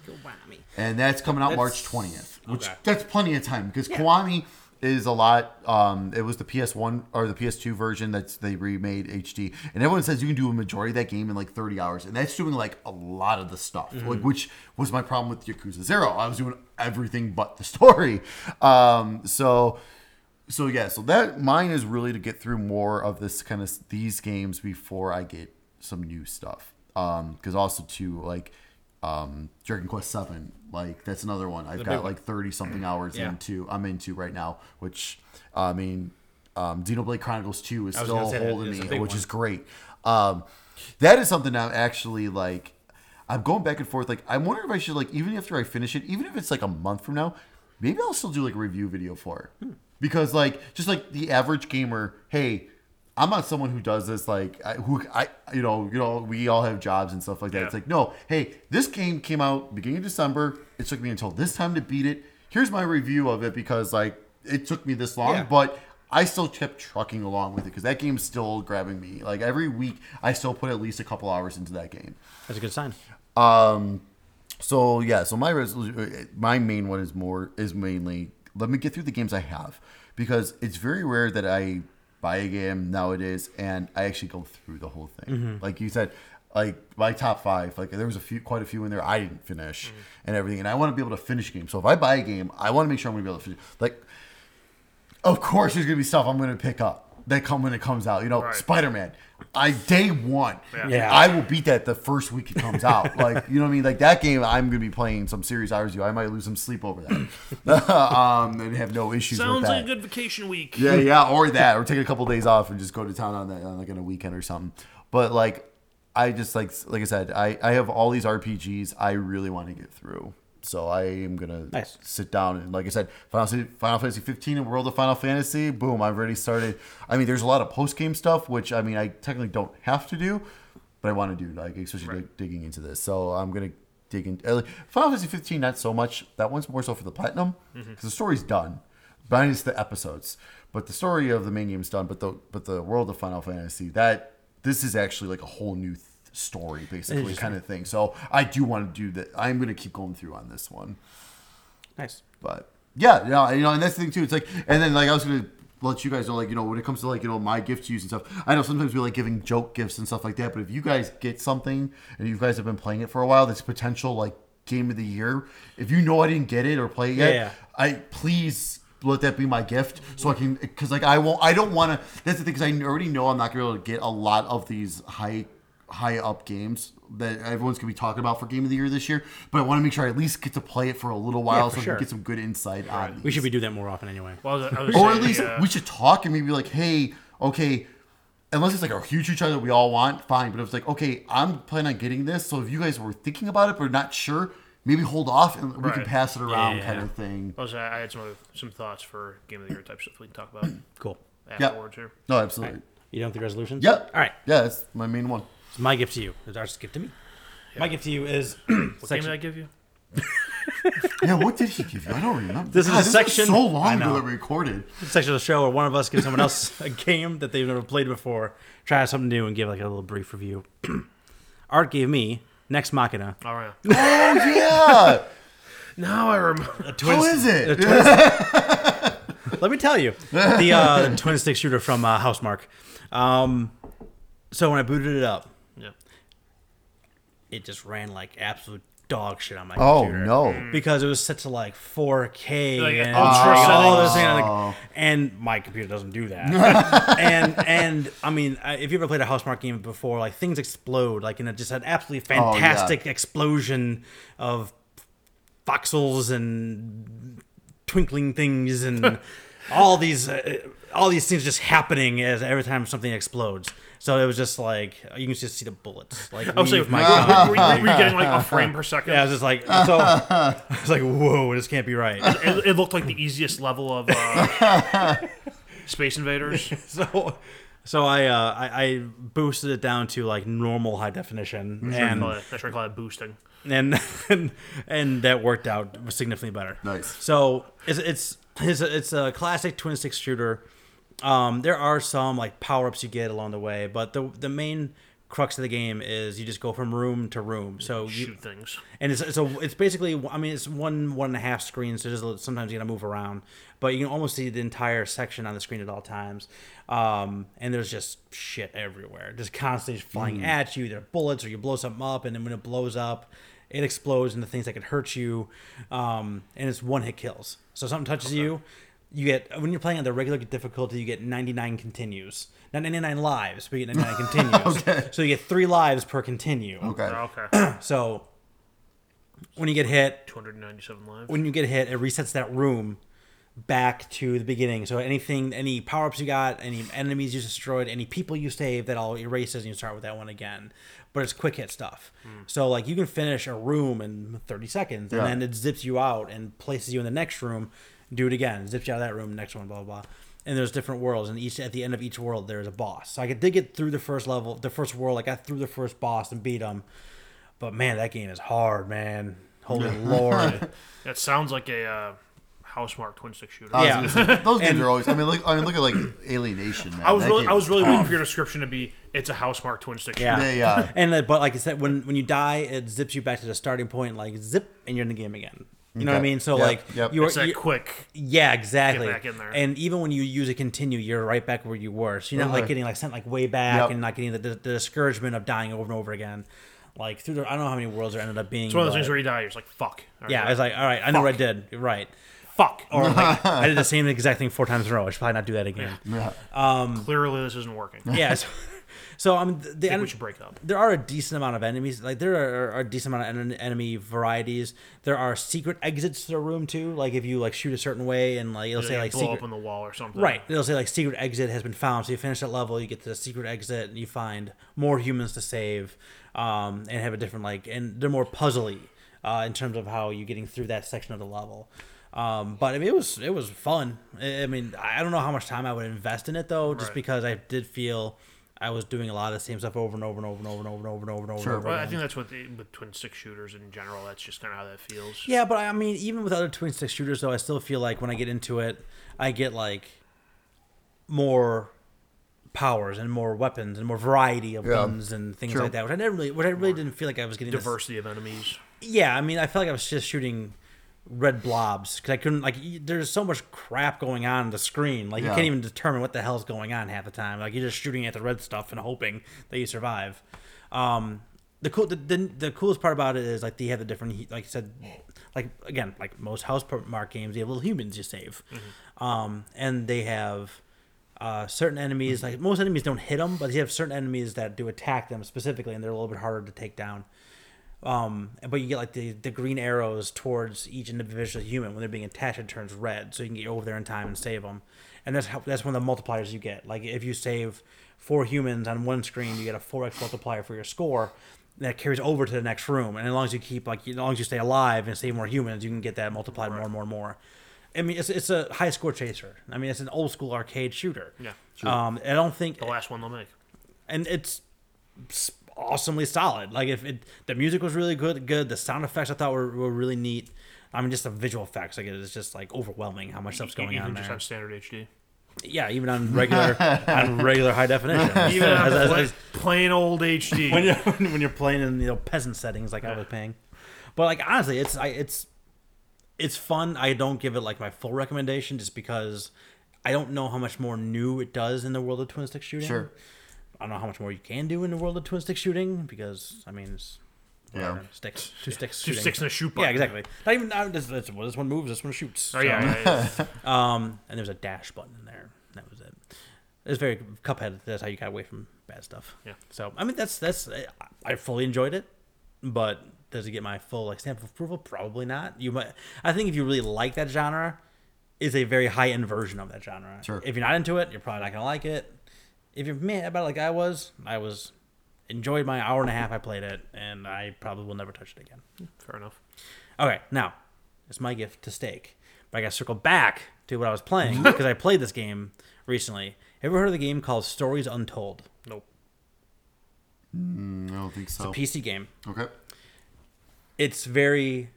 B: and that's coming out
A: That's-
B: March 20th, which
A: okay.
B: that's plenty of time because Kiwami is a lot. Um, it was the PS1 or the PS2 version that they remade HD, and everyone says you can do a majority of that game in like 30 hours, and that's doing like a lot of the stuff,
A: Mm-hmm.
B: like which was my problem with Yakuza Zero. I was doing everything but the story, um, so. So yeah, so that mine is really to get through more of this kind of these games before I get some new stuff. Um, because also too like, um, Dragon Quest Seven, like that's another one I've got like thirty something hours
A: Mm, Yeah.
B: into. I'm into right now, which I mean, um, Xenoblade Chronicles Two is
A: was
B: still
A: gonna say that
B: holding
A: is a
B: me,
A: big
B: which
A: one.
B: is great. Um, that is something I'm actually like. I'm going back and forth. Like, I wonder if I should like, even after I finish it, even if it's like a month from now, maybe I'll still do like a review video for it. Because like, just like the average gamer, hey, I'm not someone who does this. Like, I, who I, you know, you know, we all have jobs and stuff like that.
C: Yeah.
B: It's like, no, hey, this game came out beginning of December. It took me until this time to beat it. Here's my review of it because like it took me this long,
A: Yeah.
B: but I still kept trucking along with it because that game's still grabbing me. Like every week, I still put at least a couple hours into that game.
A: That's a good sign.
B: So yeah, so my resolution, my main one is more is mainly let me get through the games I have because it's very rare that I buy a game nowadays and I actually go through the whole thing. Like you said, like my top five, like there was a few, quite a few in there I didn't finish and everything, and I want to be able to finish games. So if I buy a game, I want to make sure I'm gonna be able to finish. Like, of course, there's gonna be stuff I'm gonna pick up. That come when it comes out, you know,
C: Right.
B: Spider Man. I day one,
A: Yeah.
B: I will beat that the first week it comes out. Like you know what I mean? Like that game, I'm gonna be playing some serious hours. You, I might lose some sleep over that, um, and have no issues
C: Sounds
B: with that.
C: like a good vacation week.
B: yeah, yeah, or that, or take a couple days off and just go to town on that, on like on a weekend or something. But like, I just like like I said, I I have all these RPGs I really want to get through. So I am gonna
A: Nice.
B: sit down and like I said, Final Fantasy, Final Fantasy 15 and World of Final Fantasy. Boom! I've already started. I mean, there's a lot of post game stuff, which I mean, I technically don't have to do, but I want to do like especially dig- digging into this. So I'm gonna dig in. uh, like, Final Fantasy 15, not so much. That one's more so for the platinum because the story's done, minus the episodes. But the story of the main game's done. But the but the World of Final Fantasy that this is actually like a whole new. Th- story basically
A: Interesting.
B: kind of thing so i do want to do that i'm going to keep going through on this one
A: Nice.
B: but yeah, yeah, you know, and that's the thing too. It's like, and then like I was gonna let you guys know, like you know, when it comes to like you know my gift to you and stuff. I know sometimes we like giving joke gifts and stuff like that, but if you guys get something and you guys have been playing it for a while, that's potential like game of the year. If you know I didn't get it or play it yet,
A: Yeah.
B: I please let that be my gift so I can because like I won't I don't want to. That's the thing because I already know I'm not gonna be able to get a lot of these high high up games that everyone's gonna be talking about for game of the year this year but i want to make sure i at least get to play it for a little while
A: for
B: so i
A: sure.
B: can get some good insight on
A: We
B: these.
A: should be doing that more often anyway.
C: Well, I was- I was
B: or
C: saying,
B: at least
C: uh,
B: we should talk and maybe like hey okay unless it's like a huge huge title that we all want fine but if it's like okay i'm planning on getting this so if you guys were thinking about it but not sure maybe hold off and we can
C: Right.
B: pass it around
A: Yeah.
B: kind of thing
C: I was- I had some other- some thoughts for game of the year type stuff we can talk about
A: Cool.
C: afterwards here.
B: no absolutely
A: You done with the resolutions?
B: yep
A: All right.
B: yeah that's my main one
A: So my gift to you. Is our gift to me? My gift to you is
C: What game
A: section-
C: did I give you?
B: yeah what did he give you i don't remember
A: This is a
B: this was
A: section-
B: so
A: I
B: long ago
A: know.
B: that we recorded
A: section of the show where one of us gives someone else a game that they've never played before, try something new, and give like a little brief review. Art gave me Next Machina.
C: All right.
B: oh yeah
C: Now I remember.
A: A twin,
B: how is it
A: Let me tell you, the, uh, the twin stick shooter from uh, Housemark. Um, so when I booted it up,
C: Yeah.
A: it just ran like absolute dog shit on my
B: oh
A: computer.
B: no
A: Because it was set to like 4K
C: Mm. Like, uh,
A: and
C: ultra
A: all
C: settings.
A: this thing, like, and my computer doesn't do that. and and I mean, I- if you ever played a Housemark game before, like things explode, like in a, just an absolutely
B: yeah.
A: fantastic explosion of voxels and twinkling things and all these uh, all these things just happening as every time something explodes. So it was just like you can just see the bullets. Like
C: I was saying,
A: leave
C: were,
A: my
C: Oh, were- were you- were you getting like a frame per second?
A: yeah, I was just like, so I was like, whoa, this can't be right.
C: It, it looked like the easiest level of uh, Space Invaders.
A: So So I, uh, I I boosted it down to like normal high definition,
C: I
A: and
C: call it- That's what I call it boosting.
A: and and, and that worked out significantly better.
B: Nice.
A: So it's it's it's a, it's a classic twin stick shooter. Um, there are some like power ups you get along the way, but the the main crux of the game is you just go from room to room. So you,
C: Shoot things.
A: and it's it's a it's basically I mean it's one one and a half screens. So there's a, sometimes you gotta move around, but you can almost see the entire section on the screen at all times. Um, and there's just shit everywhere, just constantly flying at you. There are bullets, or you blow something up, and then when it blows up, it explodes into things that could hurt you. Um, and it's one hit kills. So something touches you. You get when you're playing on the regular difficulty, you get 99 continues, not 99 lives, but you get 99 continues. So you get three lives per continue.
B: Okay.
C: Okay.
A: So when you get hit,
C: 297 lives.
A: when you get hit, it resets that room back to the beginning. So anything, any power ups you got, any enemies you destroyed, any people you saved, that all erases, and you start with that one again. But it's quick hit stuff. So like you can finish a room in 30 seconds, and
B: Yeah.
A: then it zips you out and places you in the next room. Do it again, zips you out of that room, next one, blah blah. blah. And there's different worlds, and each at the end of each world there is a boss. So I could dig it through the first level, the first world. I got through the first boss and beat him. But man, that game is hard, man. Holy lord!
C: That sounds like a uh, house mark twin stick shooter.
B: I was
A: Yeah.
B: gonna say, those games are always. I mean, look. I mean, look at like Alienation. Man.
C: I was
B: That
C: really,
B: game
C: I was really waiting for your description to be it's a house mark twin stick
A: Yeah.
C: shooter.
B: They, uh,
A: And uh, but like I said, when when you die, it zips you back to the starting point, like zip, and you're in the game again. You know what I
B: Okay.
A: mean? So
B: Yep,
A: like
B: yep.
A: you're,
C: It's that
A: you-
C: quick.
A: yeah, exactly.
C: Get back in there.
A: And even when you use a continue, you're right back where you were. So you're not like
B: Okay.
A: getting like sent like way back
B: Uh-huh. Yep.
A: and not getting the, the, discouragement of dying over and over again. Like through the I don't know how many worlds there ended up being.
C: It's one of those
A: but-
C: things where you die. You're just like fuck. All right,
A: yeah, I was like, all right, I know what I did. You're right.
C: fuck.
A: Or like, I did the same exact thing four times in a row. I should probably not do that again.
B: yeah.
C: Clearly this isn't working. I
A: Yeah. so, so I mean, the, the
C: think
A: en-
C: we should break up.
A: there are a decent amount of enemies. Like there are, are a decent amount of en- enemy varieties. There are secret exits to the room too. Like if you like shoot a certain way and like it'll say
C: Like,
A: like
C: blow
A: secret.
C: up on the wall or something.
A: Right. It'll say like secret exit has been found. So you finish that level, you get to the secret exit, and you find more humans to save, um, and have a different like, and they're more puzzly uh, in terms of how you're getting through that section of the level. Um, but I mean, it was it was fun. I I mean, I I don't know how much time I would invest in it though, just
C: Right.
A: because I did feel I was doing a lot of the same stuff over and over and over and over and over and over and over and over.
B: Sure.
A: and over
C: Well, I
A: again.
C: think that's what the, with twin stick shooters in general. That's just kind of how that feels.
A: Yeah, but I mean, even with other twin stick shooters, though, I still feel like when I get into it, I get like more powers and more weapons and more variety of
B: Yeah.
A: guns and things
B: Sure.
A: like that, which I never really, which I really didn't feel like I was getting this-
C: Diversity of enemies.
A: yeah, I mean, I felt like I was just shooting red blobs because I couldn't like. y- There's so much crap going on on the screen, like you
B: Yeah.
A: can't even determine what the hell's going on half the time. Like you're just shooting at the red stuff and hoping that you survive. Um, the cool, the, the, the coolest part about it is like they have the different, he- like I said, like again, like most house mark games, you have little humans you save, um, and they have. Uh, certain enemies, like most enemies, don't hit them, but you have certain enemies that do attack them specifically, and they're a little bit harder to take down. Um, but you get like the, the green arrows towards each individual human when they're being attached. It turns red, so you can get over there in time and save them. And that's how that's one of the multipliers you get. Like if you save four humans on one screen, you get a four x multiplier for your score. That carries over to the next room, and as long as you keep like as long as you stay alive and save more humans, you can get that multiplied more and more and more. I mean, it's it's a high score chaser. I mean, it's an old school arcade shooter.
C: Yeah.
A: Um, I don't think
C: The last one they'll make.
A: and it's s- awesomely solid. Like if it, the music was really good, good. The sound effects I thought were, were really neat. I mean, just the visual effects. Like it's just like overwhelming how much stuff's going
C: E-, Even
A: on
C: just
A: there.
C: on standard HD.
A: Yeah, even on regular on regular high definition.
C: Even on
A: As- as-
C: pla-
A: as-
C: plain old HD.
A: when you're when you're playing in you know peasant settings like I was playing. But like honestly, it's I, it's it's fun. I don't give it like my full recommendation just because I don't know how much more new it does in the world of twin stick shooting.
B: Sure.
A: I don't know how much more you can do in the world of twin stick shooting because I mean it's
B: Yeah.
A: whatever, sticks two sticks
C: Two
A: shooting.
C: sticks and a shoot
A: yeah
C: button.
A: exactly not even not, this, this, this one moves this one shoots
C: Oh yeah,
A: So,
C: yeah, yeah.
A: um and there's a dash button in there that was it it's very cuphead that's how you got away from bad stuff
C: Yeah.
A: so I mean that's that's I- I fully enjoyed it but does it get my full like stamp of approval probably not you might I think if you really like that genre is a very high end version of that genre
B: Sure.
A: if you're not into it you're probably not gonna like it if you're mad about it like I was I was enjoyed my hour and a half I played it and I probably will never touch it again
C: Fair enough.
A: Okay, now it's my gift to Stake But I got to circle back to what I was playing because I played this game recently. Ever heard of the game called Stories Untold?
C: Nope.
B: I don't think so.
A: PC game.
B: okay.
A: it's very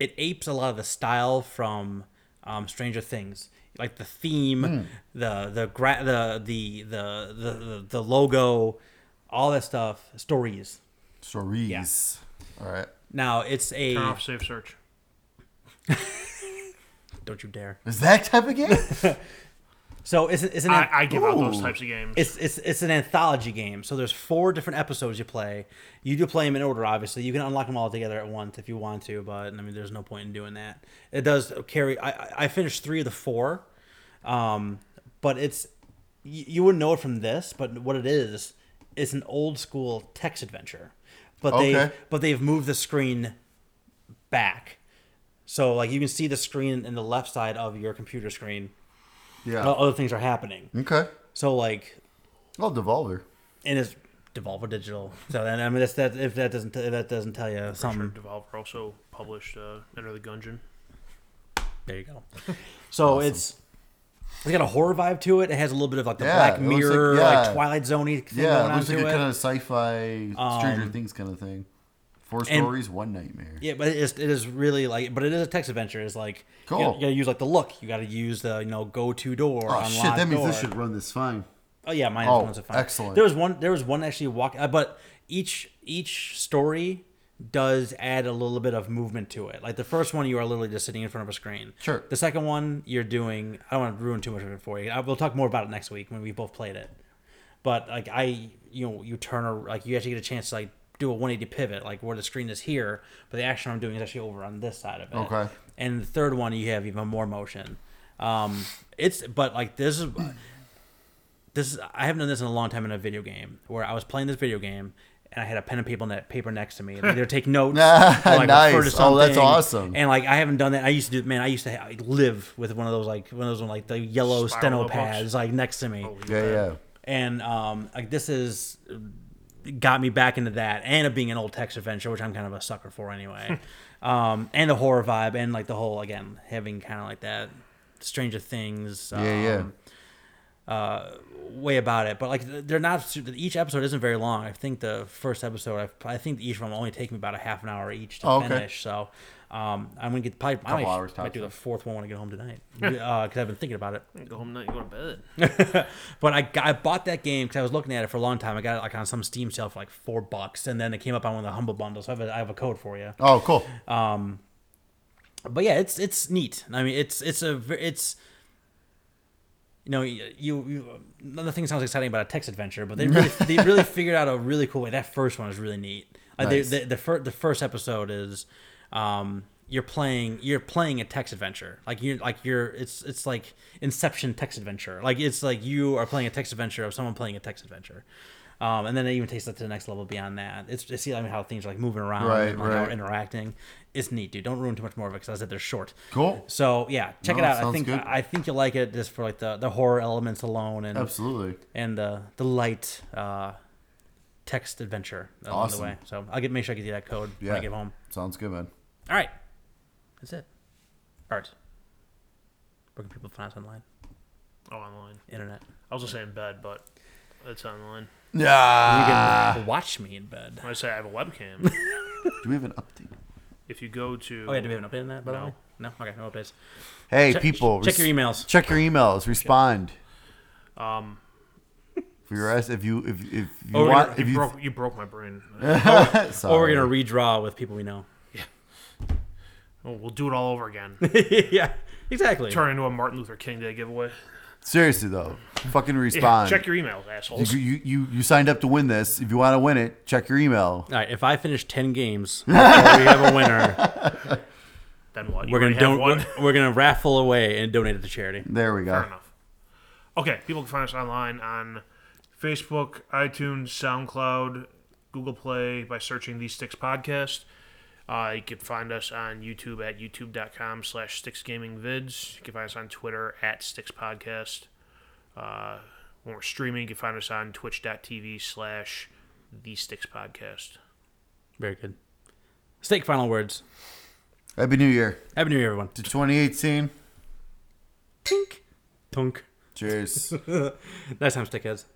A: it apes a lot of the style from um, Stranger Things, like the theme, the the gra- the, the the the the the logo, all that stuff. Stories.
B: Stories. All right.
A: Now it's a
C: Turn off safe search.
A: don't you dare.
B: Is that type of game?
A: So it's it's an
C: I, I give out those
B: Ooh.
C: types of games.
A: it's, it's it's an anthology game. So there's four different episodes you play. You do play them in order, obviously. You can unlock them all together at once if you want to, but I mean, there's no point in doing that. It does carry. I I- I finished three of the four, um, but it's you, you wouldn't know it from this, but what it is, it's an old school text adventure. But they
B: Okay.
A: but they've moved the screen back. So like you can see the screen in the left side of your computer screen.
B: yeah.
A: while Other things are happening.
B: Okay.
A: So like
B: Oh, Devolver.
A: and it's Devolver Digital. So then I mean that's that if that doesn't if that doesn't tell you
C: Sure,
A: something,
C: Devolver also published uh, Enter the Gungeon.
A: there you go. So it's it's got a horror vibe to it. It has a little bit of like the
B: Yeah,
A: Black
B: it looks like-
A: Mirror, like,
B: yeah.
A: Twilight Zoney thing going
B: Yeah, it Um,
A: on
B: looks
A: to
B: like a
A: it.
B: kind of sci-fi Stranger Things kind of thing. Four
A: and-
B: stories, one nightmare.
A: Yeah, but it is, it is really like, but it is a text adventure. It's like
B: Cool.
A: you, gotta, you gotta use like the look. You gotta use the you know go to door.
B: Oh
A: unlock
B: shit! That means
A: door.
B: this should run this fine.
A: Oh yeah, mine
B: Oh,
A: ones are fine.
B: excellent.
A: There was one. There was one actually walk, uh, but each each story does add a little bit of movement to it. Like the first one, you are literally just sitting in front of a screen.
B: Sure.
A: The second one, you're doing. I don't want to ruin too much of it for you. I, we'll talk more about it next week when we both played it. But like I, you know, you turn or like you actually get a chance to like do a 180 pivot, like where the screen is here, but the action I'm doing is actually over on this side of it.
B: Okay.
A: And the third one, you have even more motion. Um, it's but like this is this is I haven't done this in a long time in a video game where I was playing this video game and I had a pen and paper ne- paper next to me and either take notes or like refer to
B: Nice.
A: something.
B: Oh, that's awesome.
A: And like I haven't done that. I used to do man. I used to ha- like, live with one of those like one of those like the yellow
C: Spiral
A: steno
C: Oh. notebooks?
A: pads like next to me.
B: Yeah, yeah.
A: And um like this is got me back into that and of being an old text adventure which I'm kind of a sucker for anyway. um and the horror vibe and like the whole again having kind of like that Stranger Things um,
B: Yeah, yeah.
A: uh, way about it, but like they're not. su- Each episode isn't very long. I think the first episode, I, I think each one will only take me about a half an hour each to
B: Oh, okay.
A: finish. So um, I'm gonna get probably I might,
B: hours
A: might
B: tops,
A: do the
B: yeah.
A: fourth one when I get home tonight because I've been thinking about it.
C: Go home tonight. You go to bed.
A: But I, got- I bought that game because I was looking at it for a long time. I got it like on some Steam sale for like four bucks, and then it came up on one of the humble bundles. So I have a, I have a code for you.
B: Oh, cool.
A: but yeah, it's it's neat. I mean, it's it's a ver- it's you know you, you nothing sounds exciting about a text adventure, but they really they really figured out a really cool way. That first one is really neat. Like
B: Nice.
A: they, the the first the first episode is um you're playing you're playing a text adventure like you're like you're it's it's like inception text adventure like it's like you are playing a text adventure of someone playing a text adventure um, and then it even takes it to the next level beyond that it's just see I mean, how things are like moving around
B: Right,
A: and like how
B: right.
A: we're interacting it's neat dude don't ruin too much more of it because i said they're short
B: Cool.
A: so yeah, check it
B: No, that
A: out. I
B: sounds
A: think
B: good.
A: I think you'll like it just for like the, the horror elements alone and
B: Absolutely.
A: and the the light uh, text adventure along
B: Awesome.
A: the way. So I'll get make sure I get you that code when
B: Yeah.
A: I get home.
B: Sounds good, man.
A: All right, that's it. Art. Where can people find us online?
C: Oh, online.
A: Internet.
C: I was just saying bed, but it's online.
A: You can
B: Yeah.
A: watch me in bed.
C: When I say I have a webcam,
B: Do we have an update?
C: if you go to
A: Oh yeah, do we have an update on that? By the
C: No.
A: way, no. Okay, no updates.
B: Hey,
A: Check-
B: people.
A: check
B: res-
A: your emails.
B: Check your emails. Respond.
C: um,
B: If you're asked, if you if if you
A: Or we're
B: want
A: gonna-
B: if
C: you,
B: you
C: broke you broke my brain.
A: Or we're
B: Sorry.
A: gonna redraw with people we know.
C: oh, we'll do it all over again.
A: yeah, exactly.
C: Turn into a Martin Luther King Day giveaway.
B: seriously though, fucking
C: Yeah,
B: respond.
C: check your emails, assholes.
B: you, you you you signed up to win this. If you want to win it, check your email.
A: All right, if I finish ten games before we have a winner.
C: Then what? You
A: We're gonna
C: already have
A: don't.
C: one.
A: We're, we're gonna raffle away and donate it to charity.
B: There we
C: Fair
B: go.
C: enough. Okay, people can find us online on Facebook, iTunes, SoundCloud, Google Play by searching the Sticks Podcast. Uh, you can find us on YouTube at youtube.com slash Sticks Gaming Vids. You can find us on Twitter at Sticks Podcast. Uh, when we're streaming, you can find us on twitch.tv slash the Sticks Podcast.
A: Very good. Steak final words.
B: Happy New Year
A: Happy New Year, everyone.
B: to 2018.
A: Tink. Tunk.
B: Cheers.
A: Next time, stickheads.